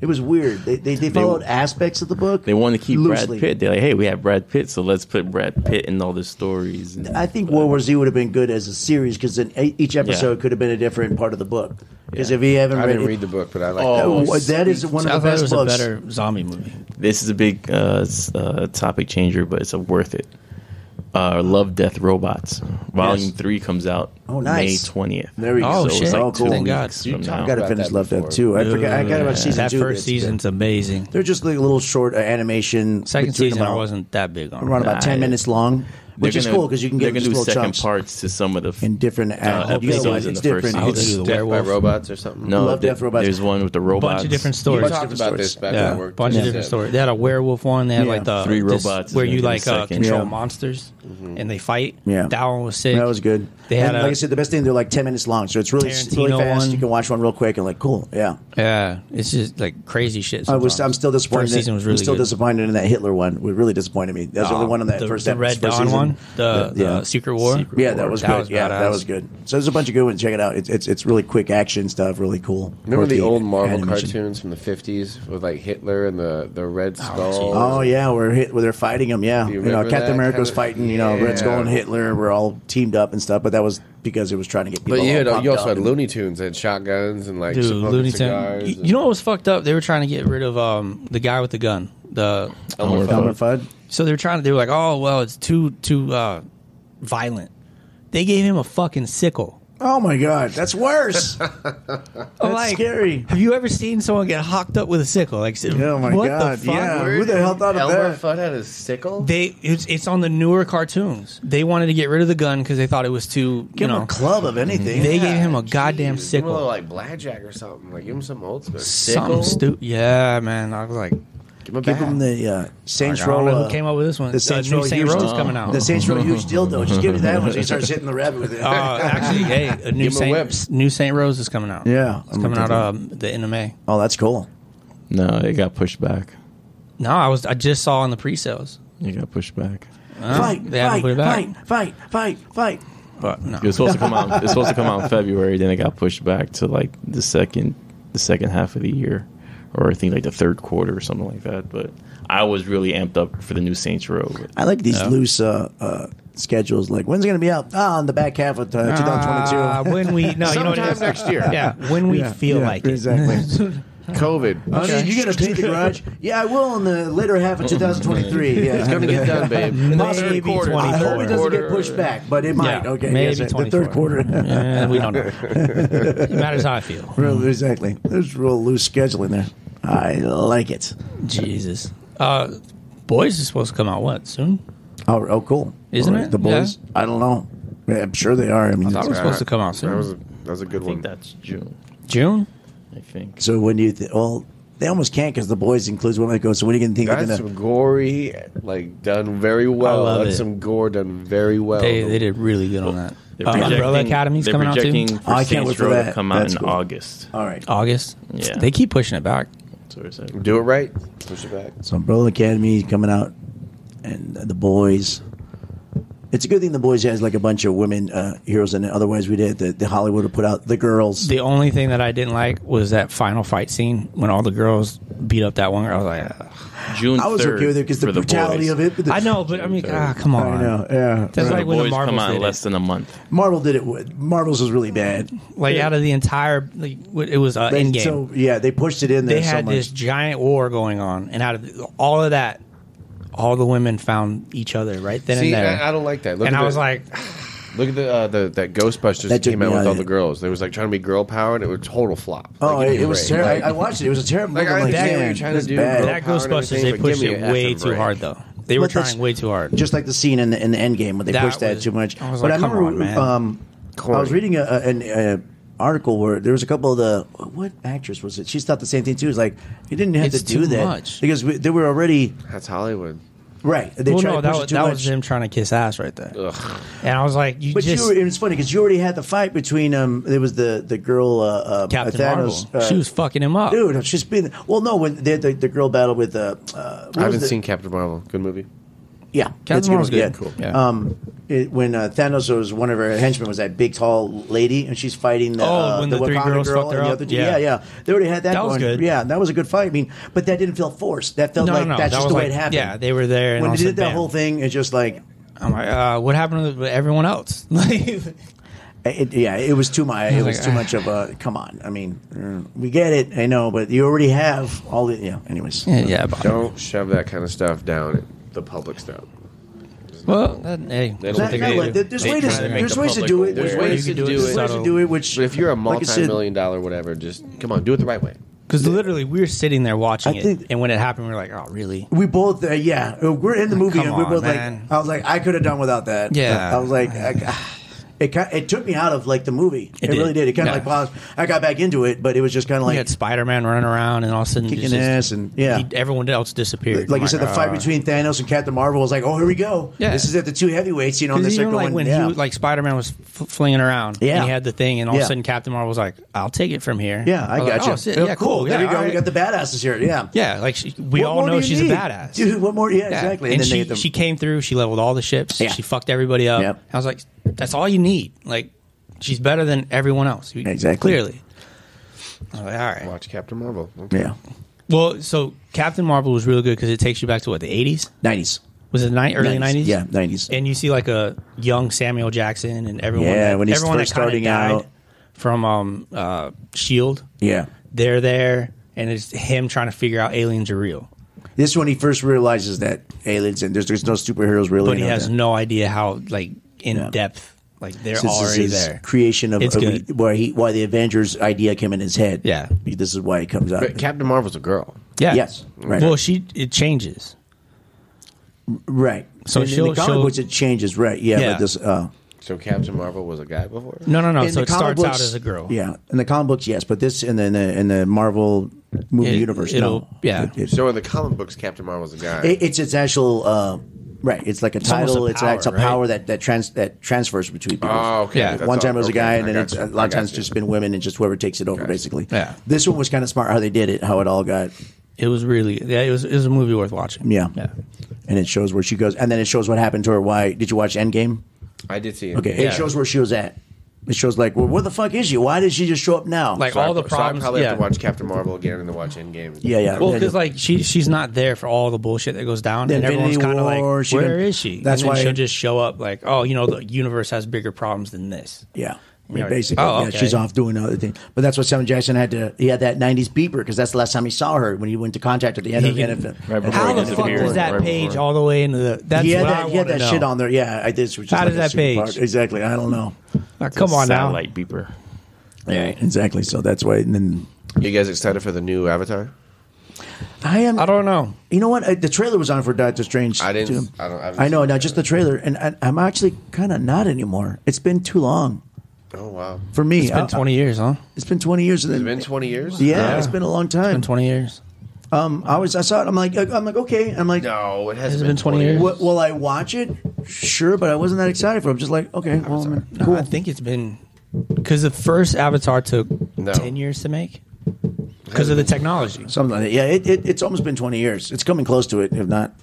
[SPEAKER 4] It was weird. They they, they followed aspects of the book.
[SPEAKER 5] They want to keep
[SPEAKER 4] loosely.
[SPEAKER 5] Brad Pitt. They're like, hey, we have Brad Pitt, so let's put Brad Pitt in all the stories. And-
[SPEAKER 4] I think World War Z would have been good as a series because then e- each episode
[SPEAKER 5] Yeah.
[SPEAKER 4] could have been a different part of the book. Because if you haven't
[SPEAKER 2] I
[SPEAKER 4] read,
[SPEAKER 2] didn't
[SPEAKER 4] it-
[SPEAKER 2] read the book, but I like
[SPEAKER 5] Oh,
[SPEAKER 2] that one.
[SPEAKER 4] Oh, that is one of
[SPEAKER 3] I
[SPEAKER 4] the
[SPEAKER 3] thought it
[SPEAKER 4] best
[SPEAKER 3] was a
[SPEAKER 4] books.
[SPEAKER 3] better zombie movie.
[SPEAKER 5] this is a big uh, s- uh, topic changer, but it's a worth it. Uh, Love, Death, Robots, Volume
[SPEAKER 4] Yes.
[SPEAKER 5] Three comes out
[SPEAKER 4] Oh,
[SPEAKER 5] May
[SPEAKER 4] nice.
[SPEAKER 5] twentieth.
[SPEAKER 4] There we
[SPEAKER 3] Oh,
[SPEAKER 4] go.
[SPEAKER 5] it's
[SPEAKER 3] shit.
[SPEAKER 4] Oh,
[SPEAKER 5] two
[SPEAKER 4] cool.
[SPEAKER 3] Thank God.
[SPEAKER 5] weeks from
[SPEAKER 2] You
[SPEAKER 5] now.
[SPEAKER 2] talked
[SPEAKER 4] I gotta
[SPEAKER 2] about
[SPEAKER 4] finish
[SPEAKER 2] that
[SPEAKER 4] Left Up
[SPEAKER 2] before.
[SPEAKER 4] too. I forgot. I gotta watch season
[SPEAKER 3] that
[SPEAKER 4] two.
[SPEAKER 3] first
[SPEAKER 4] It's-
[SPEAKER 3] season's amazing.
[SPEAKER 4] They're just like a little short uh, animation.
[SPEAKER 3] Second
[SPEAKER 4] between
[SPEAKER 3] season,
[SPEAKER 4] about,
[SPEAKER 3] I wasn't that big on.
[SPEAKER 4] around
[SPEAKER 5] Nah,
[SPEAKER 4] about ten
[SPEAKER 5] yeah.
[SPEAKER 4] minutes long. which
[SPEAKER 5] They're
[SPEAKER 4] is
[SPEAKER 5] gonna-
[SPEAKER 4] cool because you can
[SPEAKER 5] they're
[SPEAKER 4] get just
[SPEAKER 5] gonna do
[SPEAKER 4] little
[SPEAKER 5] second
[SPEAKER 4] chunks
[SPEAKER 5] parts to some of the
[SPEAKER 4] in different
[SPEAKER 5] uh,
[SPEAKER 4] you know,
[SPEAKER 5] episodes in
[SPEAKER 4] it's
[SPEAKER 5] the first
[SPEAKER 4] different.
[SPEAKER 5] season.
[SPEAKER 4] It's-
[SPEAKER 3] The
[SPEAKER 2] Death by
[SPEAKER 3] werewolf.
[SPEAKER 2] robots or something.
[SPEAKER 5] No,
[SPEAKER 4] Love
[SPEAKER 5] the-
[SPEAKER 4] Death Robots.
[SPEAKER 5] There's one with the robots.
[SPEAKER 3] bunch of different
[SPEAKER 2] we
[SPEAKER 3] stories.
[SPEAKER 2] talked about this back
[SPEAKER 3] Yeah,
[SPEAKER 2] when we worked
[SPEAKER 3] bunch of
[SPEAKER 2] together.
[SPEAKER 3] different stories. They had a werewolf one. They had
[SPEAKER 4] Yeah.
[SPEAKER 3] like the
[SPEAKER 5] Three
[SPEAKER 3] this-
[SPEAKER 5] robots is
[SPEAKER 3] where
[SPEAKER 5] gonna
[SPEAKER 3] you
[SPEAKER 5] be the
[SPEAKER 3] like uh,
[SPEAKER 5] second. Mm-hmm.
[SPEAKER 3] control
[SPEAKER 4] Yeah.
[SPEAKER 3] monsters and they fight.
[SPEAKER 4] Yeah.
[SPEAKER 3] that one was sick.
[SPEAKER 4] That was good.
[SPEAKER 3] They had
[SPEAKER 4] and
[SPEAKER 3] a-
[SPEAKER 4] like I said, the best thing they're like ten minutes long, so it's really it's really
[SPEAKER 3] Tarantino
[SPEAKER 4] fast.
[SPEAKER 3] one.
[SPEAKER 4] You can watch one real quick and like cool, yeah.
[SPEAKER 3] Yeah, it's just like crazy shit.
[SPEAKER 4] I was.
[SPEAKER 3] sometimes.
[SPEAKER 4] I'm still disappointed.
[SPEAKER 3] First season
[SPEAKER 4] that-
[SPEAKER 3] was really
[SPEAKER 4] I'm still
[SPEAKER 3] good. Ah,
[SPEAKER 4] disappointed in that Hitler one. It really disappointed me. That's the only one on that
[SPEAKER 3] the,
[SPEAKER 4] first.
[SPEAKER 3] the
[SPEAKER 4] ep-
[SPEAKER 3] Red
[SPEAKER 4] first
[SPEAKER 3] Dawn
[SPEAKER 4] season.
[SPEAKER 3] one, the,
[SPEAKER 4] Yeah.
[SPEAKER 3] the Secret War.
[SPEAKER 4] Yeah, that was good. yeah, that
[SPEAKER 3] badass.
[SPEAKER 4] was good. So there's a bunch of good ones. Check it out. It's it's, it's really quick action stuff. Really cool.
[SPEAKER 2] Remember the
[SPEAKER 4] Quirky
[SPEAKER 2] old Marvel
[SPEAKER 4] animation.
[SPEAKER 2] cartoons from the fifties with like Hitler and the, the Red Skull?
[SPEAKER 4] Oh yeah, we're hit. Where they're fighting them. Yeah,
[SPEAKER 2] Do
[SPEAKER 4] you,
[SPEAKER 2] you
[SPEAKER 4] know,
[SPEAKER 2] remember
[SPEAKER 4] Captain
[SPEAKER 2] that
[SPEAKER 4] America
[SPEAKER 2] kind
[SPEAKER 4] was
[SPEAKER 2] of-
[SPEAKER 4] fighting. You know, Red Skull
[SPEAKER 2] Yeah.
[SPEAKER 4] and Hitler were all teamed up and stuff. But that was because it was trying to get people.
[SPEAKER 2] But you
[SPEAKER 4] all
[SPEAKER 2] had,
[SPEAKER 4] pumped
[SPEAKER 2] you also
[SPEAKER 4] up
[SPEAKER 2] had
[SPEAKER 4] and-
[SPEAKER 2] Looney Tunes that had shotguns and like
[SPEAKER 3] Dude,
[SPEAKER 2] smoking
[SPEAKER 3] Looney Tunes.
[SPEAKER 2] cigars.
[SPEAKER 3] You, you know what was fucked up? They were trying to get rid of um the guy with the gun. The
[SPEAKER 5] Elmer
[SPEAKER 4] Elmer
[SPEAKER 5] Fudd.
[SPEAKER 4] Fudd.
[SPEAKER 3] so they were trying to. They were like, oh well, it's too too uh, violent. They gave him a fucking sickle.
[SPEAKER 4] Oh my god, that's
[SPEAKER 3] *laughs*
[SPEAKER 4] worse. that's
[SPEAKER 3] I'm like,
[SPEAKER 4] scary.
[SPEAKER 3] Have you ever seen someone get hocked up with a sickle? Like,
[SPEAKER 4] Oh my
[SPEAKER 3] what
[SPEAKER 4] god.
[SPEAKER 3] the fuck?
[SPEAKER 4] Yeah, who the hell thought of
[SPEAKER 5] Elmer
[SPEAKER 4] that?
[SPEAKER 5] Fudd had a sickle.
[SPEAKER 3] They it's, it's on the newer cartoons. They wanted to get rid of the gun because they thought it was too.
[SPEAKER 4] Give
[SPEAKER 3] you
[SPEAKER 4] him
[SPEAKER 3] know,
[SPEAKER 4] a club of anything.
[SPEAKER 3] they gave him a goddamn
[SPEAKER 2] Jeez, give him a little,
[SPEAKER 3] sickle.
[SPEAKER 2] like blackjack or something. Like give him some old school.
[SPEAKER 3] Something stupid. Yeah, man. I was like,
[SPEAKER 2] Give him a
[SPEAKER 4] Give
[SPEAKER 2] bat.
[SPEAKER 4] him the uh,
[SPEAKER 3] Mm-hmm. I
[SPEAKER 4] Saints Row.
[SPEAKER 3] don't know
[SPEAKER 4] uh,
[SPEAKER 3] who came up with this one.
[SPEAKER 4] the
[SPEAKER 3] The,
[SPEAKER 4] Saints
[SPEAKER 3] new
[SPEAKER 4] Row
[SPEAKER 3] Saint
[SPEAKER 4] used-
[SPEAKER 3] Row's coming out.
[SPEAKER 4] The Saints Row huge dildo. Just give me that one. He starts hitting the rabbit with it.
[SPEAKER 3] Uh, actually, hey, a new
[SPEAKER 2] Give 'em a whip.
[SPEAKER 3] Saint new Saint Rose is coming out.
[SPEAKER 4] Yeah,
[SPEAKER 3] it's
[SPEAKER 4] I'm
[SPEAKER 3] coming out
[SPEAKER 4] thinking-
[SPEAKER 3] um, the end of May.
[SPEAKER 4] oh, that's cool.
[SPEAKER 5] No, it got pushed back.
[SPEAKER 3] No, I was I just saw in the pre-sales,
[SPEAKER 5] It got pushed back.
[SPEAKER 4] uh, Fight,
[SPEAKER 3] they haven't
[SPEAKER 4] fight,
[SPEAKER 3] put it
[SPEAKER 4] fight,
[SPEAKER 3] back.
[SPEAKER 4] fight, fight, fight.
[SPEAKER 3] but no.
[SPEAKER 5] It was supposed to come out. It was supposed to come out in February. Then it got pushed back to like the second, the second half of the year, or I think like the third quarter or something like that. But I was really amped up for the new Saints Row.
[SPEAKER 4] I like these loose uh, uh, schedules. Like, when's it going to be out? Ah, in the back half of uh, 2022.
[SPEAKER 3] Uh, when we no, you know what it
[SPEAKER 2] Sometime
[SPEAKER 3] is?
[SPEAKER 2] next year.
[SPEAKER 3] Yeah, when we feel
[SPEAKER 4] Yeah,
[SPEAKER 3] like it.
[SPEAKER 4] *laughs* exactly.
[SPEAKER 2] COVID.
[SPEAKER 4] Oh,
[SPEAKER 2] Okay.
[SPEAKER 4] dude, you gonna paint the garage? Yeah, I will in the later half of *laughs* 2023. Yeah,
[SPEAKER 2] It's gonna get done, babe.
[SPEAKER 3] Maybe
[SPEAKER 2] Third quarter.
[SPEAKER 3] 24.
[SPEAKER 4] I heard it doesn't
[SPEAKER 2] Quarter.
[SPEAKER 4] get pushed back, but it might.
[SPEAKER 3] Yeah,
[SPEAKER 4] okay,
[SPEAKER 3] maybe
[SPEAKER 4] yes, the
[SPEAKER 3] 24.
[SPEAKER 4] third quarter. *laughs*
[SPEAKER 3] Eh, we don't know. it matters how I feel.
[SPEAKER 4] Real- exactly. There's real loose scheduling there. I like it.
[SPEAKER 3] Jesus. Uh, Boys is supposed to come out what soon?
[SPEAKER 4] Oh, oh cool.
[SPEAKER 3] Isn't
[SPEAKER 4] All right,
[SPEAKER 3] it?
[SPEAKER 4] The boys? I don't know. Yeah, I'm sure they are. I mean,
[SPEAKER 3] I thought it was
[SPEAKER 4] it's-
[SPEAKER 3] supposed to come out
[SPEAKER 2] That was
[SPEAKER 3] soon.
[SPEAKER 2] a, that was a good
[SPEAKER 5] I think
[SPEAKER 2] one.
[SPEAKER 5] that's June.
[SPEAKER 3] June.
[SPEAKER 5] I think.
[SPEAKER 4] so when do you think? Well, they almost can't because the boys includes one that goes. So when are you gonna think
[SPEAKER 2] That's
[SPEAKER 4] they're gonna?
[SPEAKER 2] some gory, like done very well.
[SPEAKER 3] I love
[SPEAKER 2] That's
[SPEAKER 3] it.
[SPEAKER 2] some gore done very well.
[SPEAKER 3] They they did really good on that.
[SPEAKER 5] They're
[SPEAKER 3] Uh, Umbrella
[SPEAKER 5] projecting-
[SPEAKER 3] Academy's
[SPEAKER 5] they're
[SPEAKER 3] coming out
[SPEAKER 5] projecting
[SPEAKER 3] too.
[SPEAKER 5] For
[SPEAKER 4] Oh, I
[SPEAKER 5] I
[SPEAKER 4] can't
[SPEAKER 5] can't Saints
[SPEAKER 4] wait for
[SPEAKER 5] Row
[SPEAKER 4] that.
[SPEAKER 5] To come out
[SPEAKER 4] That's
[SPEAKER 5] in
[SPEAKER 4] cool.
[SPEAKER 5] August.
[SPEAKER 4] All right.
[SPEAKER 3] August.
[SPEAKER 5] Yeah.
[SPEAKER 3] They keep pushing it back.
[SPEAKER 5] So it's like-
[SPEAKER 2] Do it right. Push it back.
[SPEAKER 4] So Umbrella Academy coming out, and the boys. It's a good thing the boys has like a bunch of women uh, heroes in it. Otherwise, we'd have the, the Hollywood would put out the girls.
[SPEAKER 3] The only thing that I didn't like was that final fight scene when all the girls beat up that one girl. I was like, "Ugh."
[SPEAKER 5] June.
[SPEAKER 4] I was
[SPEAKER 5] 3rd
[SPEAKER 4] okay with it because the
[SPEAKER 5] for
[SPEAKER 4] brutality
[SPEAKER 5] boys.
[SPEAKER 4] of it. But the,
[SPEAKER 3] I know, but I mean, ah, come on.
[SPEAKER 4] I know. Yeah, Uh,
[SPEAKER 3] That's
[SPEAKER 5] The
[SPEAKER 3] like when the
[SPEAKER 5] boys come
[SPEAKER 3] Marvels
[SPEAKER 5] out
[SPEAKER 3] did
[SPEAKER 5] in less
[SPEAKER 3] it.
[SPEAKER 5] than a month.
[SPEAKER 4] Marvel did it. with- Marvel's was really bad.
[SPEAKER 3] Like out of the entire, like, what- it was uh,
[SPEAKER 4] They-
[SPEAKER 3] Endgame.
[SPEAKER 4] So yeah, they pushed it in there.
[SPEAKER 3] they
[SPEAKER 4] so
[SPEAKER 3] had
[SPEAKER 4] much.
[SPEAKER 3] this giant war going on, and out of the- all of that, all the women found each other right then
[SPEAKER 2] See,
[SPEAKER 3] and there.
[SPEAKER 4] uh,
[SPEAKER 2] I, I don't like that. Look
[SPEAKER 3] and
[SPEAKER 2] at
[SPEAKER 3] I
[SPEAKER 2] the-
[SPEAKER 3] was like,
[SPEAKER 2] look at the uh, the that Ghostbusters
[SPEAKER 4] That
[SPEAKER 2] that
[SPEAKER 4] took
[SPEAKER 2] came out
[SPEAKER 4] me
[SPEAKER 2] with
[SPEAKER 4] out
[SPEAKER 2] all
[SPEAKER 4] of
[SPEAKER 2] the
[SPEAKER 4] it.
[SPEAKER 2] girls. There was like trying to be girl power, and it was a total flop.
[SPEAKER 4] Oh,
[SPEAKER 2] Like,
[SPEAKER 4] it, it was
[SPEAKER 2] great.
[SPEAKER 4] terrible. I, I
[SPEAKER 2] Like,
[SPEAKER 4] watched it. It was a terrible.
[SPEAKER 2] Like,
[SPEAKER 4] movie.
[SPEAKER 2] I
[SPEAKER 4] I'm
[SPEAKER 2] understand what
[SPEAKER 4] man,
[SPEAKER 2] you're trying to
[SPEAKER 4] that's
[SPEAKER 2] do,
[SPEAKER 4] bad.
[SPEAKER 2] but
[SPEAKER 3] that
[SPEAKER 2] power and
[SPEAKER 3] Ghostbusters,
[SPEAKER 2] everything,
[SPEAKER 3] they
[SPEAKER 2] but
[SPEAKER 3] pushed
[SPEAKER 2] give me
[SPEAKER 3] it
[SPEAKER 2] an
[SPEAKER 3] way
[SPEAKER 2] effing
[SPEAKER 3] too
[SPEAKER 2] break.
[SPEAKER 3] hard, though. They were
[SPEAKER 4] But that's-
[SPEAKER 3] trying way too hard.
[SPEAKER 4] Just like the scene in the in the end game when they
[SPEAKER 3] That
[SPEAKER 4] pushed that
[SPEAKER 3] was-
[SPEAKER 4] too much.
[SPEAKER 3] I was
[SPEAKER 4] but
[SPEAKER 3] like,
[SPEAKER 4] I
[SPEAKER 3] come
[SPEAKER 4] remember,
[SPEAKER 3] on, man.
[SPEAKER 4] Um, I was
[SPEAKER 2] Corny.
[SPEAKER 4] reading a, a, an a article where there was a couple of the what actress was it? She thought the same thing too. It's like you didn't have
[SPEAKER 3] It's
[SPEAKER 4] to do
[SPEAKER 3] too
[SPEAKER 4] that
[SPEAKER 3] much.
[SPEAKER 4] because we, they were already
[SPEAKER 2] That's Hollywood.
[SPEAKER 4] right. They
[SPEAKER 3] well,
[SPEAKER 4] tried
[SPEAKER 3] no,
[SPEAKER 4] to
[SPEAKER 3] that,
[SPEAKER 4] push
[SPEAKER 3] was,
[SPEAKER 4] it too
[SPEAKER 3] that
[SPEAKER 4] much.
[SPEAKER 3] was them trying to kiss ass right there.
[SPEAKER 2] Ugh.
[SPEAKER 3] And I was like, you
[SPEAKER 4] But
[SPEAKER 3] just
[SPEAKER 4] you were, it was funny because you already had the fight between um. There was the the girl uh, uh
[SPEAKER 3] Captain
[SPEAKER 4] Thanos.
[SPEAKER 3] Marvel.
[SPEAKER 4] uh,
[SPEAKER 3] she was fucking him up.
[SPEAKER 4] dude. She's been well. No, when they had the, the girl battle with uh, uh what
[SPEAKER 2] I
[SPEAKER 4] was
[SPEAKER 2] haven't
[SPEAKER 4] the-
[SPEAKER 2] seen Captain Marvel. Good movie.
[SPEAKER 4] Yeah, that's a
[SPEAKER 3] Marvel's
[SPEAKER 4] one.
[SPEAKER 3] good.
[SPEAKER 4] Yeah.
[SPEAKER 3] Cool. Yeah.
[SPEAKER 4] Um, it, when uh, Thanos was one of her henchmen was that big tall lady, and she's fighting the,
[SPEAKER 3] Oh,
[SPEAKER 4] uh,
[SPEAKER 3] when
[SPEAKER 4] the,
[SPEAKER 3] the three
[SPEAKER 4] Wakanda
[SPEAKER 3] girls
[SPEAKER 4] girl
[SPEAKER 3] fucked her
[SPEAKER 4] and the
[SPEAKER 3] up?
[SPEAKER 4] other two. Yeah.
[SPEAKER 3] Yeah.
[SPEAKER 4] yeah, They already had that.
[SPEAKER 3] That was
[SPEAKER 4] going.
[SPEAKER 3] good.
[SPEAKER 4] Yeah, that was a good fight. I mean, but that didn't feel forced. That felt
[SPEAKER 3] no,
[SPEAKER 4] like
[SPEAKER 3] no, no,
[SPEAKER 4] that's
[SPEAKER 3] that
[SPEAKER 4] just
[SPEAKER 3] was
[SPEAKER 4] the way
[SPEAKER 3] like-
[SPEAKER 4] it happened.
[SPEAKER 3] Yeah, they were there. And
[SPEAKER 4] when
[SPEAKER 3] all
[SPEAKER 4] they
[SPEAKER 3] of a
[SPEAKER 4] did
[SPEAKER 3] sudden,
[SPEAKER 4] that
[SPEAKER 3] bam.
[SPEAKER 4] whole thing, it's just like
[SPEAKER 3] I'm like, uh, what happened to everyone else? *laughs* Like,
[SPEAKER 4] It, yeah, it was too much. It was
[SPEAKER 3] like,
[SPEAKER 4] too
[SPEAKER 3] ah.
[SPEAKER 4] much of a come on. I mean, uh, we get it. I know, but you already have all the. Yeah. Anyways,
[SPEAKER 3] yeah, but-
[SPEAKER 2] Don't shove that kind of stuff down the public's throat.
[SPEAKER 3] well, that, hey,
[SPEAKER 2] They don't
[SPEAKER 3] I
[SPEAKER 4] Not-
[SPEAKER 3] think
[SPEAKER 4] not
[SPEAKER 3] they
[SPEAKER 4] like-
[SPEAKER 3] do.
[SPEAKER 4] there's
[SPEAKER 5] They
[SPEAKER 4] ways.
[SPEAKER 5] try to make
[SPEAKER 4] There's
[SPEAKER 5] the
[SPEAKER 4] ways to
[SPEAKER 5] public
[SPEAKER 4] do it. There's
[SPEAKER 5] aware.
[SPEAKER 2] You
[SPEAKER 4] ways to
[SPEAKER 2] can
[SPEAKER 4] do
[SPEAKER 2] do
[SPEAKER 4] it.
[SPEAKER 2] it
[SPEAKER 4] There's ways to
[SPEAKER 3] subtle.
[SPEAKER 4] do it. Which,
[SPEAKER 2] But if you're a
[SPEAKER 4] like I said-
[SPEAKER 2] multi-million dollar whatever, just come on, do it the right way.
[SPEAKER 3] Because literally, we were sitting there watching
[SPEAKER 4] I
[SPEAKER 3] it,
[SPEAKER 4] think-
[SPEAKER 3] and when it happened, we were like, "Oh, really?"
[SPEAKER 4] We both, uh, yeah, we're in the movie,
[SPEAKER 3] Come
[SPEAKER 4] and we're
[SPEAKER 3] on,
[SPEAKER 4] both
[SPEAKER 3] man.
[SPEAKER 4] like, I was like, I could have done without that.
[SPEAKER 3] Yeah.
[SPEAKER 4] I was like, I, it ki- it took me out of like the movie. It,
[SPEAKER 3] did.
[SPEAKER 4] really did. It kind
[SPEAKER 3] Yeah.
[SPEAKER 4] of like paused. I got back into it, but it was just kind of
[SPEAKER 3] We
[SPEAKER 4] like
[SPEAKER 3] had Spider Man running around, and all of a sudden,
[SPEAKER 4] kicking
[SPEAKER 3] just-
[SPEAKER 4] ass and yeah.
[SPEAKER 3] he- everyone else disappeared.
[SPEAKER 4] like
[SPEAKER 3] I'm
[SPEAKER 4] you said, the
[SPEAKER 3] "Oh."
[SPEAKER 4] fight between Thanos and Captain Marvel was like, oh, here we go.
[SPEAKER 3] Yeah.
[SPEAKER 4] This is at the two heavyweights, you know, and they're
[SPEAKER 3] Because even
[SPEAKER 4] going,
[SPEAKER 3] like when
[SPEAKER 4] yeah.
[SPEAKER 3] he was, like Spider Man was f- flinging around,
[SPEAKER 4] Yeah.
[SPEAKER 3] and he had the thing, and all of
[SPEAKER 4] Yeah.
[SPEAKER 3] a sudden Captain Marvel was like, "I'll take it from here."
[SPEAKER 4] yeah, I
[SPEAKER 3] was
[SPEAKER 4] got
[SPEAKER 3] like,
[SPEAKER 4] you.
[SPEAKER 3] "Oh, shit,
[SPEAKER 4] Yeah,
[SPEAKER 3] yeah, cool.
[SPEAKER 4] There
[SPEAKER 3] yeah,
[SPEAKER 4] you go.
[SPEAKER 3] all right."
[SPEAKER 4] We got the badasses here. Yeah.
[SPEAKER 3] yeah, like she, we
[SPEAKER 4] What
[SPEAKER 3] all
[SPEAKER 4] more do
[SPEAKER 3] know
[SPEAKER 4] you
[SPEAKER 3] she's
[SPEAKER 4] need?
[SPEAKER 3] a badass.
[SPEAKER 4] Dude, what more? Yeah,
[SPEAKER 3] Yeah.
[SPEAKER 4] exactly.
[SPEAKER 3] And,
[SPEAKER 4] then they
[SPEAKER 3] she,
[SPEAKER 4] hit them.
[SPEAKER 3] she came through. She leveled all the ships.
[SPEAKER 4] Yeah.
[SPEAKER 3] She fucked everybody up.
[SPEAKER 4] Yep.
[SPEAKER 3] I was like, that's all you need. Like, she's better than everyone else. You-
[SPEAKER 4] Exactly.
[SPEAKER 3] Clearly. I was like, all right.
[SPEAKER 2] Watch Captain Marvel. Okay.
[SPEAKER 4] yeah.
[SPEAKER 3] Well, so Captain Marvel was real good because it takes you back to what the eighties
[SPEAKER 4] Nineties.
[SPEAKER 3] was it ni- early nineties?
[SPEAKER 4] Yeah, nineties.
[SPEAKER 3] And you see like a young Samuel Jackson and everyone.
[SPEAKER 4] Yeah,
[SPEAKER 3] that,
[SPEAKER 4] when he's
[SPEAKER 3] everyone
[SPEAKER 4] first
[SPEAKER 3] that kinda
[SPEAKER 4] starting
[SPEAKER 3] died
[SPEAKER 4] out.
[SPEAKER 3] from um uh Shield.
[SPEAKER 4] Yeah.
[SPEAKER 3] They're there, and it's him trying to figure out aliens are real,
[SPEAKER 4] This is when he first realizes that aliens and there's there's no superheroes really.
[SPEAKER 3] but he
[SPEAKER 4] and all
[SPEAKER 3] has
[SPEAKER 4] that.
[SPEAKER 3] no idea how like in
[SPEAKER 4] Yeah.
[SPEAKER 3] depth like they're
[SPEAKER 4] This is
[SPEAKER 3] already
[SPEAKER 4] his
[SPEAKER 3] there.
[SPEAKER 4] Creation of
[SPEAKER 3] It's
[SPEAKER 4] of-
[SPEAKER 3] good.
[SPEAKER 4] where he why the Avengers idea came in his head.
[SPEAKER 3] Yeah.
[SPEAKER 4] This is why it comes out.
[SPEAKER 2] But Captain Marvel's a girl.
[SPEAKER 3] Yeah.
[SPEAKER 4] Yes. Right.
[SPEAKER 3] Well, she it changes.
[SPEAKER 4] Right.
[SPEAKER 3] So
[SPEAKER 4] and in
[SPEAKER 3] she'll-
[SPEAKER 4] the comic
[SPEAKER 3] she'll-
[SPEAKER 4] books it changes, right. Yeah,
[SPEAKER 3] Yeah.
[SPEAKER 4] but this uh
[SPEAKER 2] So Captain Marvel was a guy before.
[SPEAKER 3] No, no, no.
[SPEAKER 4] in
[SPEAKER 3] so
[SPEAKER 4] the
[SPEAKER 3] it
[SPEAKER 4] comic
[SPEAKER 3] starts out
[SPEAKER 4] books-
[SPEAKER 3] as a girl.
[SPEAKER 4] Yeah. In the comic books, yes, but this in the in the, in the Marvel movie
[SPEAKER 3] It-
[SPEAKER 4] universe, no.
[SPEAKER 3] it'll- yeah.
[SPEAKER 4] It- it-
[SPEAKER 2] So in the comic books, Captain Marvel's a guy.
[SPEAKER 4] It, it's its actual uh, right. It's like a
[SPEAKER 3] almost
[SPEAKER 4] title.
[SPEAKER 3] a
[SPEAKER 4] it's
[SPEAKER 3] power,
[SPEAKER 4] it's a
[SPEAKER 3] right?
[SPEAKER 4] power that that trans that transfers between people.
[SPEAKER 2] Oh, okay.
[SPEAKER 3] Yeah.
[SPEAKER 2] That's
[SPEAKER 4] One time
[SPEAKER 2] all-
[SPEAKER 4] it was
[SPEAKER 2] okay,
[SPEAKER 4] a guy, and
[SPEAKER 2] I
[SPEAKER 4] then
[SPEAKER 2] got
[SPEAKER 4] it's
[SPEAKER 2] you.
[SPEAKER 4] a
[SPEAKER 2] I
[SPEAKER 4] lot of
[SPEAKER 2] got
[SPEAKER 4] times
[SPEAKER 2] you.
[SPEAKER 4] just been women, and just whoever takes it over,
[SPEAKER 2] Gotcha.
[SPEAKER 4] basically.
[SPEAKER 3] Yeah.
[SPEAKER 4] This one was kind of smart how they did it, how it all got,
[SPEAKER 3] It was really yeah, it was it was a movie worth watching.
[SPEAKER 4] Yeah.
[SPEAKER 3] Yeah.
[SPEAKER 4] and it shows where she goes, and then it shows what happened to her. Why did you watch Endgame?
[SPEAKER 2] I did see it.
[SPEAKER 4] Okay,
[SPEAKER 3] Yeah.
[SPEAKER 4] it shows where she was at. It shows like, well, where the fuck is she? Why did she just show up now?
[SPEAKER 3] Like
[SPEAKER 2] So
[SPEAKER 3] all
[SPEAKER 2] I-
[SPEAKER 3] the problems.
[SPEAKER 2] So I probably
[SPEAKER 3] yeah.
[SPEAKER 2] have to watch Captain Marvel again and then watch Endgame.
[SPEAKER 4] yeah, yeah.
[SPEAKER 3] Well,
[SPEAKER 4] yeah,
[SPEAKER 3] because
[SPEAKER 4] yeah.
[SPEAKER 3] like she she's not there for all the bullshit that goes down,
[SPEAKER 4] The
[SPEAKER 3] and everyone's
[SPEAKER 4] Infinity
[SPEAKER 3] kind of like,
[SPEAKER 4] War,
[SPEAKER 3] "Where is
[SPEAKER 4] she didn't-
[SPEAKER 3] she?"
[SPEAKER 4] that's
[SPEAKER 3] and then
[SPEAKER 4] why-
[SPEAKER 3] she'll just show up like, "Oh, you know, the universe has bigger problems than this."
[SPEAKER 4] Yeah. I
[SPEAKER 3] You
[SPEAKER 4] mean,
[SPEAKER 3] know,
[SPEAKER 4] basically,
[SPEAKER 3] oh,
[SPEAKER 4] yeah,
[SPEAKER 3] okay.
[SPEAKER 4] she's off doing other things. But that's what Samuel Jackson had to. He had that '90s beeper because that's the last time he saw her when he went to contact at the end
[SPEAKER 3] He
[SPEAKER 4] of
[SPEAKER 3] can-
[SPEAKER 4] the NFL.
[SPEAKER 5] Right before
[SPEAKER 3] How
[SPEAKER 5] he
[SPEAKER 3] the fuck
[SPEAKER 5] disappeared.
[SPEAKER 3] was that
[SPEAKER 5] Right
[SPEAKER 3] page
[SPEAKER 5] before.
[SPEAKER 3] all the way into the? That's
[SPEAKER 4] He had
[SPEAKER 3] what
[SPEAKER 4] that,
[SPEAKER 3] I
[SPEAKER 4] he had
[SPEAKER 3] wanna
[SPEAKER 4] that shit
[SPEAKER 3] know.
[SPEAKER 4] on there. Yeah, I did. Which is
[SPEAKER 3] How
[SPEAKER 4] like
[SPEAKER 3] did
[SPEAKER 4] a
[SPEAKER 3] that
[SPEAKER 4] super
[SPEAKER 3] page-
[SPEAKER 4] part. Exactly. I don't know.
[SPEAKER 3] Like, come on now,
[SPEAKER 5] Satellite beeper.
[SPEAKER 4] Yeah, exactly. So that's why. And then
[SPEAKER 2] You guys excited for the new Avatar?
[SPEAKER 4] I am.
[SPEAKER 3] I don't know.
[SPEAKER 4] You know what? I, the trailer was on for Doctor Strange.
[SPEAKER 2] I didn't-
[SPEAKER 4] too.
[SPEAKER 2] I don't- I haven't
[SPEAKER 4] I know.
[SPEAKER 2] seen
[SPEAKER 4] Now
[SPEAKER 2] it.
[SPEAKER 4] just the trailer, and I, I'm actually kind of not anymore. It's been too long
[SPEAKER 2] Oh wow,
[SPEAKER 4] for me. Uh,
[SPEAKER 3] It's been twenty years, huh?
[SPEAKER 4] It's been 20 years. And
[SPEAKER 2] it's
[SPEAKER 4] then,
[SPEAKER 2] been twenty years.
[SPEAKER 4] yeah, it's been a long time.
[SPEAKER 3] Been twenty years.
[SPEAKER 4] um, I was. I saw it. I'm like. I'm like. Okay. I'm like.
[SPEAKER 2] No, it
[SPEAKER 3] Has
[SPEAKER 2] hasn't
[SPEAKER 3] it
[SPEAKER 2] been,
[SPEAKER 3] been 20 years?
[SPEAKER 4] Will, will I watch it? Sure, but I wasn't that excited for. it. I'm just like, okay, well, man,
[SPEAKER 3] No,
[SPEAKER 4] cool.
[SPEAKER 3] I think it's been because the first Avatar took
[SPEAKER 2] No.
[SPEAKER 3] ten years to make because of the technology.
[SPEAKER 4] Something like that. Yeah, it, it, it's almost been 20 years. It's coming close to it, if not.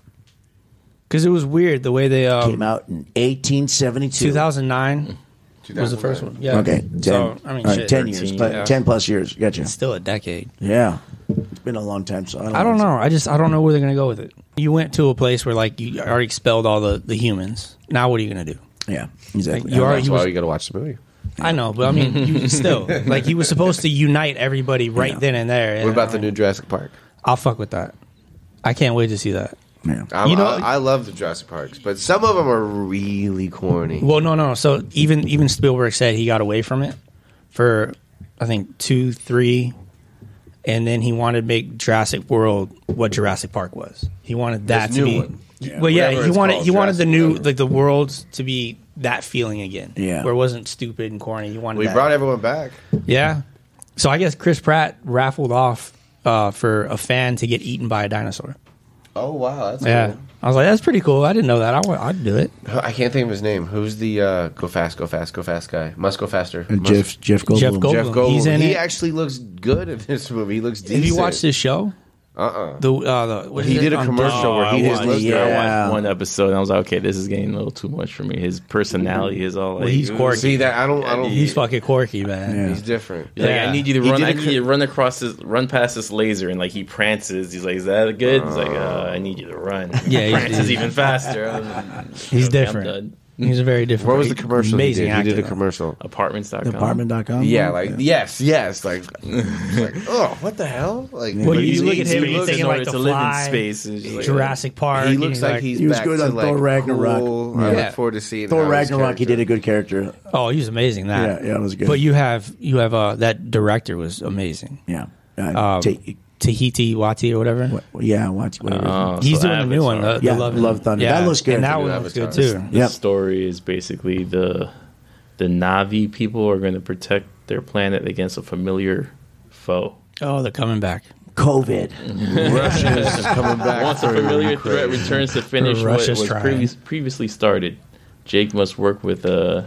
[SPEAKER 3] Because it was weird the way they um,
[SPEAKER 4] Came out in 1872.
[SPEAKER 3] 2009 was the
[SPEAKER 2] 2009.
[SPEAKER 3] first one. Yeah.
[SPEAKER 4] Okay, 10.
[SPEAKER 3] So, I mean,
[SPEAKER 4] All right,
[SPEAKER 3] shit,
[SPEAKER 4] 10
[SPEAKER 5] 13,
[SPEAKER 4] years, but
[SPEAKER 3] yeah.
[SPEAKER 4] 10 plus years. Gotcha.
[SPEAKER 3] Still a decade.
[SPEAKER 4] Yeah. It's been a long time, so I don't,
[SPEAKER 3] I don't know. I just I don't know where they're gonna go with it. You went to a place where like you already expelled all the, the humans. Now what are you gonna do?
[SPEAKER 4] Yeah,
[SPEAKER 3] Like,
[SPEAKER 4] exactly.
[SPEAKER 3] you already
[SPEAKER 2] That's why
[SPEAKER 3] was-
[SPEAKER 2] you got to watch the movie.
[SPEAKER 3] I know, but I mean, *laughs* you still like he was supposed to unite everybody right then and there.
[SPEAKER 2] What about the
[SPEAKER 3] new?
[SPEAKER 2] new Jurassic Park?
[SPEAKER 3] I'll fuck with that. I can't wait to see that.
[SPEAKER 4] Yeah.
[SPEAKER 2] I'm,
[SPEAKER 3] You know-
[SPEAKER 2] I, I love the Jurassic Parks, but some of them are really corny.
[SPEAKER 3] Well, no, no. So even even Spielberg said he got away from it for I think two, three, and then he wanted to make Jurassic World what Jurassic Park was. He wanted that
[SPEAKER 2] This
[SPEAKER 3] to
[SPEAKER 2] new
[SPEAKER 3] be.
[SPEAKER 2] one. Yeah,
[SPEAKER 3] well, yeah,
[SPEAKER 2] whatever
[SPEAKER 3] he
[SPEAKER 2] it's
[SPEAKER 3] wanted
[SPEAKER 2] called,
[SPEAKER 3] he wanted the
[SPEAKER 2] Jurassic
[SPEAKER 3] new
[SPEAKER 2] whatever.
[SPEAKER 3] like the world to be that feeling again.
[SPEAKER 4] Yeah.
[SPEAKER 3] where it wasn't stupid and corny. He wanted
[SPEAKER 2] we
[SPEAKER 3] that.
[SPEAKER 2] brought everyone back.
[SPEAKER 3] yeah. So I guess Chris Pratt raffled off uh, for a fan to get eaten by a dinosaur.
[SPEAKER 2] Oh wow, that's
[SPEAKER 3] Yeah. I was like, that's pretty cool. I didn't know that. I want, I'd do it.
[SPEAKER 2] cool. I can't think of his name. Who's the uh, go fast, go fast, go fast guy? Must go faster. Must-
[SPEAKER 4] Uh, Jeff, Jeff Goldblum.
[SPEAKER 3] Jeff Gold-
[SPEAKER 2] Jeff
[SPEAKER 3] Goldblum.
[SPEAKER 2] Goldblum.
[SPEAKER 3] He's in
[SPEAKER 2] he
[SPEAKER 3] it.
[SPEAKER 2] actually looks good in this movie. He looks decent.
[SPEAKER 3] Have you watched this show?
[SPEAKER 2] Uh-uh.
[SPEAKER 3] The uh, the what
[SPEAKER 2] He
[SPEAKER 3] is
[SPEAKER 2] did
[SPEAKER 3] it?
[SPEAKER 2] a
[SPEAKER 3] On
[SPEAKER 2] commercial
[SPEAKER 3] Disney?
[SPEAKER 2] where he
[SPEAKER 5] I
[SPEAKER 2] just
[SPEAKER 5] watched-
[SPEAKER 2] looked
[SPEAKER 4] yeah.
[SPEAKER 2] good.
[SPEAKER 5] I watched one episode and I was like, okay, this is getting a little too much for me. His personality is all like,
[SPEAKER 3] he's
[SPEAKER 5] ooh.
[SPEAKER 3] quirky.
[SPEAKER 2] See that? I don't. I don't.
[SPEAKER 3] He's fucking quirky, man.
[SPEAKER 2] He's different.
[SPEAKER 5] He's like,
[SPEAKER 3] Yeah.
[SPEAKER 5] I need you to
[SPEAKER 2] He
[SPEAKER 5] run.
[SPEAKER 2] did
[SPEAKER 5] I
[SPEAKER 2] a
[SPEAKER 5] need
[SPEAKER 2] cr-
[SPEAKER 5] you to run across this, run past this laser, and like he prances. He's like, "Is that good?" He's like, uh, "I need you to run."
[SPEAKER 3] *laughs* Yeah, he's-
[SPEAKER 5] prances even faster. I'm like,
[SPEAKER 3] *laughs* He's
[SPEAKER 5] okay, I'm
[SPEAKER 3] different.
[SPEAKER 5] done.
[SPEAKER 3] He's a very different.
[SPEAKER 2] Where was the commercial? He
[SPEAKER 3] Amazing
[SPEAKER 2] did? He did a
[SPEAKER 3] actor, though.
[SPEAKER 2] commercial.
[SPEAKER 5] Apartments.com.
[SPEAKER 4] Apartment.com.
[SPEAKER 2] Yeah, like yes, yes,
[SPEAKER 4] *laughs*
[SPEAKER 2] like, like oh, what the hell? Like,
[SPEAKER 3] Well,
[SPEAKER 5] But
[SPEAKER 3] you
[SPEAKER 5] he's
[SPEAKER 3] look at him,
[SPEAKER 5] eating space
[SPEAKER 3] he's
[SPEAKER 5] in
[SPEAKER 3] thinking
[SPEAKER 5] order
[SPEAKER 3] like
[SPEAKER 5] to
[SPEAKER 3] the
[SPEAKER 5] live in
[SPEAKER 3] fly,
[SPEAKER 5] space. It's just like-
[SPEAKER 3] Jurassic Park.
[SPEAKER 2] he
[SPEAKER 3] and
[SPEAKER 2] looks like he's
[SPEAKER 4] He was
[SPEAKER 2] back
[SPEAKER 4] good
[SPEAKER 2] to
[SPEAKER 4] on
[SPEAKER 2] like
[SPEAKER 4] Thor Ragnarok.
[SPEAKER 2] cool. I
[SPEAKER 4] Yeah.
[SPEAKER 2] look forward to seeing
[SPEAKER 4] Thor
[SPEAKER 2] how his
[SPEAKER 4] Ragnarok,
[SPEAKER 2] character-
[SPEAKER 4] he did a good character.
[SPEAKER 3] oh, he was amazing. in That
[SPEAKER 4] Yeah, yeah, it was good.
[SPEAKER 3] But you have you have uh, that director was amazing.
[SPEAKER 4] Yeah. Uh, take-
[SPEAKER 3] Tahiti Wati or whatever.
[SPEAKER 4] yeah, watch whatever.
[SPEAKER 5] Oh,
[SPEAKER 3] He's
[SPEAKER 5] so
[SPEAKER 3] doing a new
[SPEAKER 5] Avatar.
[SPEAKER 3] one. The, the
[SPEAKER 4] Yeah,
[SPEAKER 3] Love,
[SPEAKER 4] Love Thunder. That looks good.
[SPEAKER 3] And that
[SPEAKER 4] Dude,
[SPEAKER 3] one looks good
[SPEAKER 2] Avatar.
[SPEAKER 3] too.
[SPEAKER 5] the
[SPEAKER 4] Yep.
[SPEAKER 5] story is basically the the Navi people are going to protect their planet against a familiar foe.
[SPEAKER 3] Oh, they're coming back.
[SPEAKER 4] COVID.
[SPEAKER 2] Russia's coming back.
[SPEAKER 5] Once a
[SPEAKER 2] through
[SPEAKER 5] familiar
[SPEAKER 2] Ukraine.
[SPEAKER 5] threat returns to finish what
[SPEAKER 3] Russia's
[SPEAKER 5] was
[SPEAKER 3] trying.
[SPEAKER 5] previous, previously started, Jake must work with uh,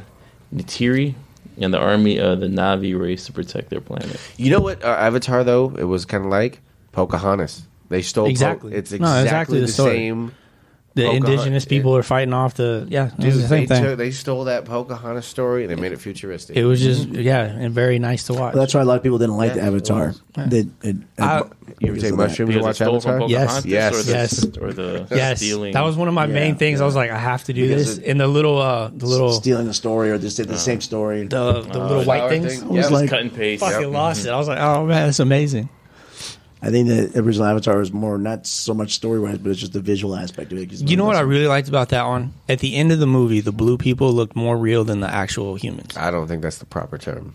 [SPEAKER 5] Nitiri and the army of the Navi race to protect their planet.
[SPEAKER 2] You know what uh, Avatar though? It was kind of like Pocahontas. They stole Po-
[SPEAKER 3] Exactly.
[SPEAKER 2] it's
[SPEAKER 3] No,
[SPEAKER 2] exactly,
[SPEAKER 3] exactly
[SPEAKER 2] the,
[SPEAKER 3] the story.
[SPEAKER 2] same.
[SPEAKER 3] The
[SPEAKER 2] Pocahontas,
[SPEAKER 3] indigenous
[SPEAKER 2] yeah.
[SPEAKER 3] people are fighting off the yeah. it was the
[SPEAKER 2] they,
[SPEAKER 3] same thing.
[SPEAKER 2] took- they stole that Pocahontas story and they made it futuristic.
[SPEAKER 3] it was just yeah, and very nice to watch.
[SPEAKER 4] Well, that's why a lot of people didn't like
[SPEAKER 2] Yeah,
[SPEAKER 4] the Avatar.
[SPEAKER 2] it
[SPEAKER 4] They- it-
[SPEAKER 3] I-
[SPEAKER 2] you ever
[SPEAKER 4] because
[SPEAKER 2] take
[SPEAKER 4] of that.
[SPEAKER 2] mushrooms and
[SPEAKER 5] Because it
[SPEAKER 2] watch
[SPEAKER 5] stole from
[SPEAKER 2] Avatar?
[SPEAKER 3] Yes.
[SPEAKER 5] Pocahontas
[SPEAKER 2] Yes.
[SPEAKER 5] or
[SPEAKER 3] Yes.
[SPEAKER 5] the, or the
[SPEAKER 3] yes,
[SPEAKER 5] stealing.
[SPEAKER 3] that was one of my main
[SPEAKER 4] Yeah.
[SPEAKER 3] things. I was like, I have to do
[SPEAKER 2] Because
[SPEAKER 3] this.
[SPEAKER 2] it-
[SPEAKER 3] And the little uh, the little Uh,
[SPEAKER 4] stealing the story or just did the same story.
[SPEAKER 3] the, the little white
[SPEAKER 2] Flower
[SPEAKER 3] things.
[SPEAKER 2] thing?
[SPEAKER 4] was
[SPEAKER 2] Yep.
[SPEAKER 4] like-
[SPEAKER 5] cut and paste.
[SPEAKER 3] Fucking lost it. I was like, oh man, that's amazing.
[SPEAKER 4] I think the original Avatar was more not so much story wise, but it's just the visual aspect of it. 'Cause
[SPEAKER 3] You know what I really liked about that one? At the end of the movie, the blue people looked more real than the
[SPEAKER 2] *laughs*
[SPEAKER 3] actual humans.
[SPEAKER 2] I don't think that's the proper term.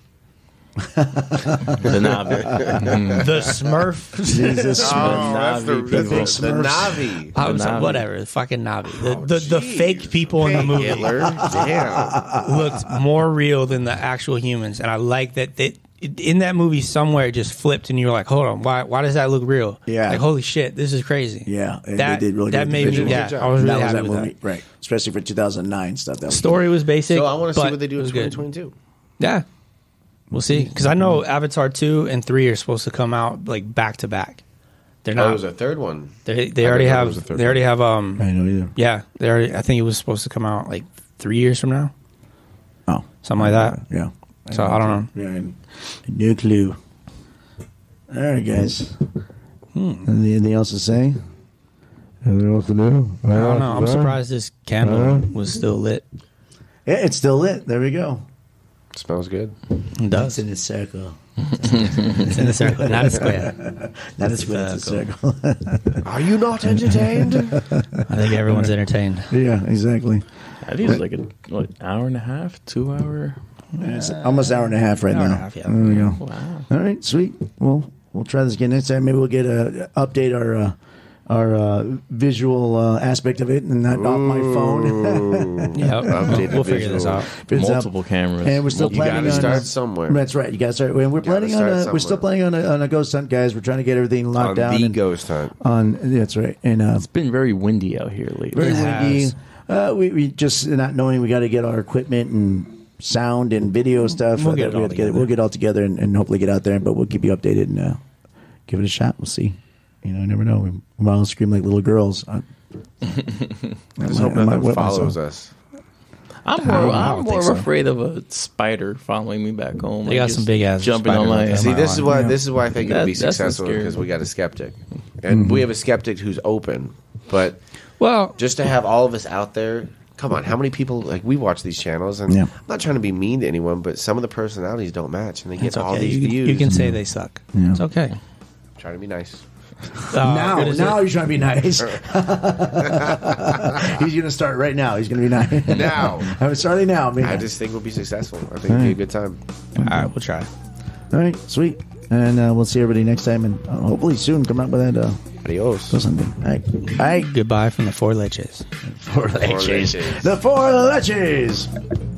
[SPEAKER 5] The
[SPEAKER 2] *laughs*
[SPEAKER 5] Navi.
[SPEAKER 3] The Smurf.
[SPEAKER 4] *laughs* Jesus,
[SPEAKER 5] Oh, that's the- that's the-
[SPEAKER 4] the Smurfs.
[SPEAKER 2] Navi.
[SPEAKER 3] I was like,
[SPEAKER 5] Navi.
[SPEAKER 3] whatever, the fucking Navi. The, the, the fake people in the movie *laughs*
[SPEAKER 2] *laughs* Damn.
[SPEAKER 3] looked more real than the actual humans. And I like that they, in that movie somewhere it just flipped and you were like, hold on, why, why does that look real?
[SPEAKER 4] Yeah.
[SPEAKER 3] Like, holy shit, this is crazy.
[SPEAKER 4] Yeah, and they
[SPEAKER 3] That,
[SPEAKER 4] did really
[SPEAKER 3] that
[SPEAKER 4] good
[SPEAKER 3] made me,
[SPEAKER 4] visuals.
[SPEAKER 3] yeah,
[SPEAKER 2] Good job.
[SPEAKER 3] I was really
[SPEAKER 4] that was
[SPEAKER 3] happy
[SPEAKER 4] that
[SPEAKER 3] with
[SPEAKER 4] movie,
[SPEAKER 3] that.
[SPEAKER 4] right? Especially for 2009 stuff. That was
[SPEAKER 3] Story was basic.
[SPEAKER 2] So I want to see
[SPEAKER 3] but
[SPEAKER 2] what they do
[SPEAKER 3] it
[SPEAKER 2] in
[SPEAKER 3] was good.
[SPEAKER 2] 2022.
[SPEAKER 3] Yeah. We'll see. Because I know Avatar 2 and 3 are supposed to come out like back to back. They're
[SPEAKER 2] Oh,
[SPEAKER 3] not.
[SPEAKER 2] it was a third one.
[SPEAKER 3] they they
[SPEAKER 2] I
[SPEAKER 3] already
[SPEAKER 2] thought it was a
[SPEAKER 3] have.
[SPEAKER 2] third
[SPEAKER 3] They already have. Um.
[SPEAKER 4] I know either.
[SPEAKER 3] Yeah. They already. I think it was supposed to come out like three years from now,
[SPEAKER 4] Oh,
[SPEAKER 3] something like that.
[SPEAKER 4] yeah.
[SPEAKER 3] So I don't know.
[SPEAKER 4] Yeah, no clue. All right, guys.
[SPEAKER 3] Hmm.
[SPEAKER 4] Anything else to say?
[SPEAKER 3] I don't know. I'm surprised this candle was still lit.
[SPEAKER 4] Yeah, it's still lit. There we go.
[SPEAKER 2] Smells
[SPEAKER 3] *laughs*
[SPEAKER 2] good.
[SPEAKER 3] It
[SPEAKER 6] It's
[SPEAKER 3] does.
[SPEAKER 6] in a circle.
[SPEAKER 3] It's in the circle, not a square.
[SPEAKER 4] That is when it's a circle. *laughs*
[SPEAKER 2] Are you not entertained?
[SPEAKER 3] I think everyone's entertained.
[SPEAKER 4] yeah, exactly.
[SPEAKER 5] I think it was like an what, hour and a half, two hour.
[SPEAKER 4] It's almost hour and a half right
[SPEAKER 3] Uh, Hour and
[SPEAKER 4] now.
[SPEAKER 3] a half, yeah.
[SPEAKER 2] Hmm.
[SPEAKER 4] There we go.
[SPEAKER 5] Wow.
[SPEAKER 4] All right, sweet. Well, we'll try this again next time. Maybe we'll get a update our uh, our uh, visual uh, aspect of it, and not off my phone. *laughs*
[SPEAKER 3] Yeah,
[SPEAKER 2] Updated
[SPEAKER 3] we'll figure this
[SPEAKER 2] visual.
[SPEAKER 3] out.
[SPEAKER 4] It's up.
[SPEAKER 5] Multiple cameras.
[SPEAKER 4] And we're still
[SPEAKER 2] You
[SPEAKER 4] planning
[SPEAKER 2] gotta
[SPEAKER 4] on
[SPEAKER 2] start somewhere.
[SPEAKER 4] That's right. You guys start. And we're planning on
[SPEAKER 2] start
[SPEAKER 4] a. We're still
[SPEAKER 2] somewhere.
[SPEAKER 4] planning on a, on a ghost hunt, guys. We're trying to get everything locked
[SPEAKER 2] On
[SPEAKER 4] down.
[SPEAKER 2] the
[SPEAKER 4] and-
[SPEAKER 2] ghost hunt.
[SPEAKER 4] on that's right. And uh,
[SPEAKER 5] It's been very windy out here lately.
[SPEAKER 4] very
[SPEAKER 3] It
[SPEAKER 4] windy.
[SPEAKER 3] has.
[SPEAKER 4] Uh, we, we just not knowing we got to get our equipment and sound and video stuff.
[SPEAKER 3] Mm-hmm. We'll
[SPEAKER 4] uh,
[SPEAKER 3] get
[SPEAKER 4] that
[SPEAKER 3] it
[SPEAKER 4] we
[SPEAKER 3] all
[SPEAKER 4] have to get
[SPEAKER 3] together.
[SPEAKER 4] We'll get all together and, and hopefully get out there. But we'll keep you updated and uh, give it a shot. We'll see. You know, you never know. We might all scream like
[SPEAKER 2] *laughs*
[SPEAKER 4] little girls. I, I
[SPEAKER 2] Just
[SPEAKER 4] might-
[SPEAKER 2] hope
[SPEAKER 4] I might
[SPEAKER 2] nothing
[SPEAKER 4] whip myself.
[SPEAKER 2] follows us.
[SPEAKER 5] I'm more, I'm
[SPEAKER 3] think
[SPEAKER 5] more
[SPEAKER 3] so.
[SPEAKER 5] afraid of a spider following me back home.
[SPEAKER 3] They got
[SPEAKER 5] just
[SPEAKER 3] some big ass
[SPEAKER 5] jumping on
[SPEAKER 3] spiders out
[SPEAKER 5] my.
[SPEAKER 3] there.
[SPEAKER 2] See, this is why
[SPEAKER 4] Yeah.
[SPEAKER 2] this is why I think it'll
[SPEAKER 5] That-
[SPEAKER 2] be
[SPEAKER 5] that's what's
[SPEAKER 2] successful
[SPEAKER 5] scary.
[SPEAKER 2] because we got a skeptic, and we have a skeptic who's open. But
[SPEAKER 3] Mm-hmm. Well,
[SPEAKER 2] just to have all of us out there, come on, how many people like we watch these channels? And
[SPEAKER 4] Yeah.
[SPEAKER 2] I'm not trying to be mean to anyone, but some of the personalities don't match, and they get
[SPEAKER 3] it's
[SPEAKER 2] all
[SPEAKER 3] okay.
[SPEAKER 2] these
[SPEAKER 3] You, can-
[SPEAKER 2] views.
[SPEAKER 3] you can say they suck. It's okay.
[SPEAKER 2] try to be nice.
[SPEAKER 3] Uh,
[SPEAKER 4] Now,
[SPEAKER 3] what is
[SPEAKER 4] now
[SPEAKER 3] it?
[SPEAKER 4] you're trying to
[SPEAKER 2] *laughs*
[SPEAKER 4] be nice. He's gonna start right now. He's gonna be nice.
[SPEAKER 2] Now.
[SPEAKER 4] *laughs* I'm starting now, man.
[SPEAKER 2] I just think we'll be successful. I think it'll be a good time.
[SPEAKER 3] all right, we'll try.
[SPEAKER 4] All right, sweet. And uh, we'll see everybody next time, and uh, hopefully soon. Come out with that uh,
[SPEAKER 2] Adios.
[SPEAKER 4] or something. All right, all right.
[SPEAKER 3] Goodbye from the four leches.
[SPEAKER 4] Four
[SPEAKER 2] leches.
[SPEAKER 4] The four leches.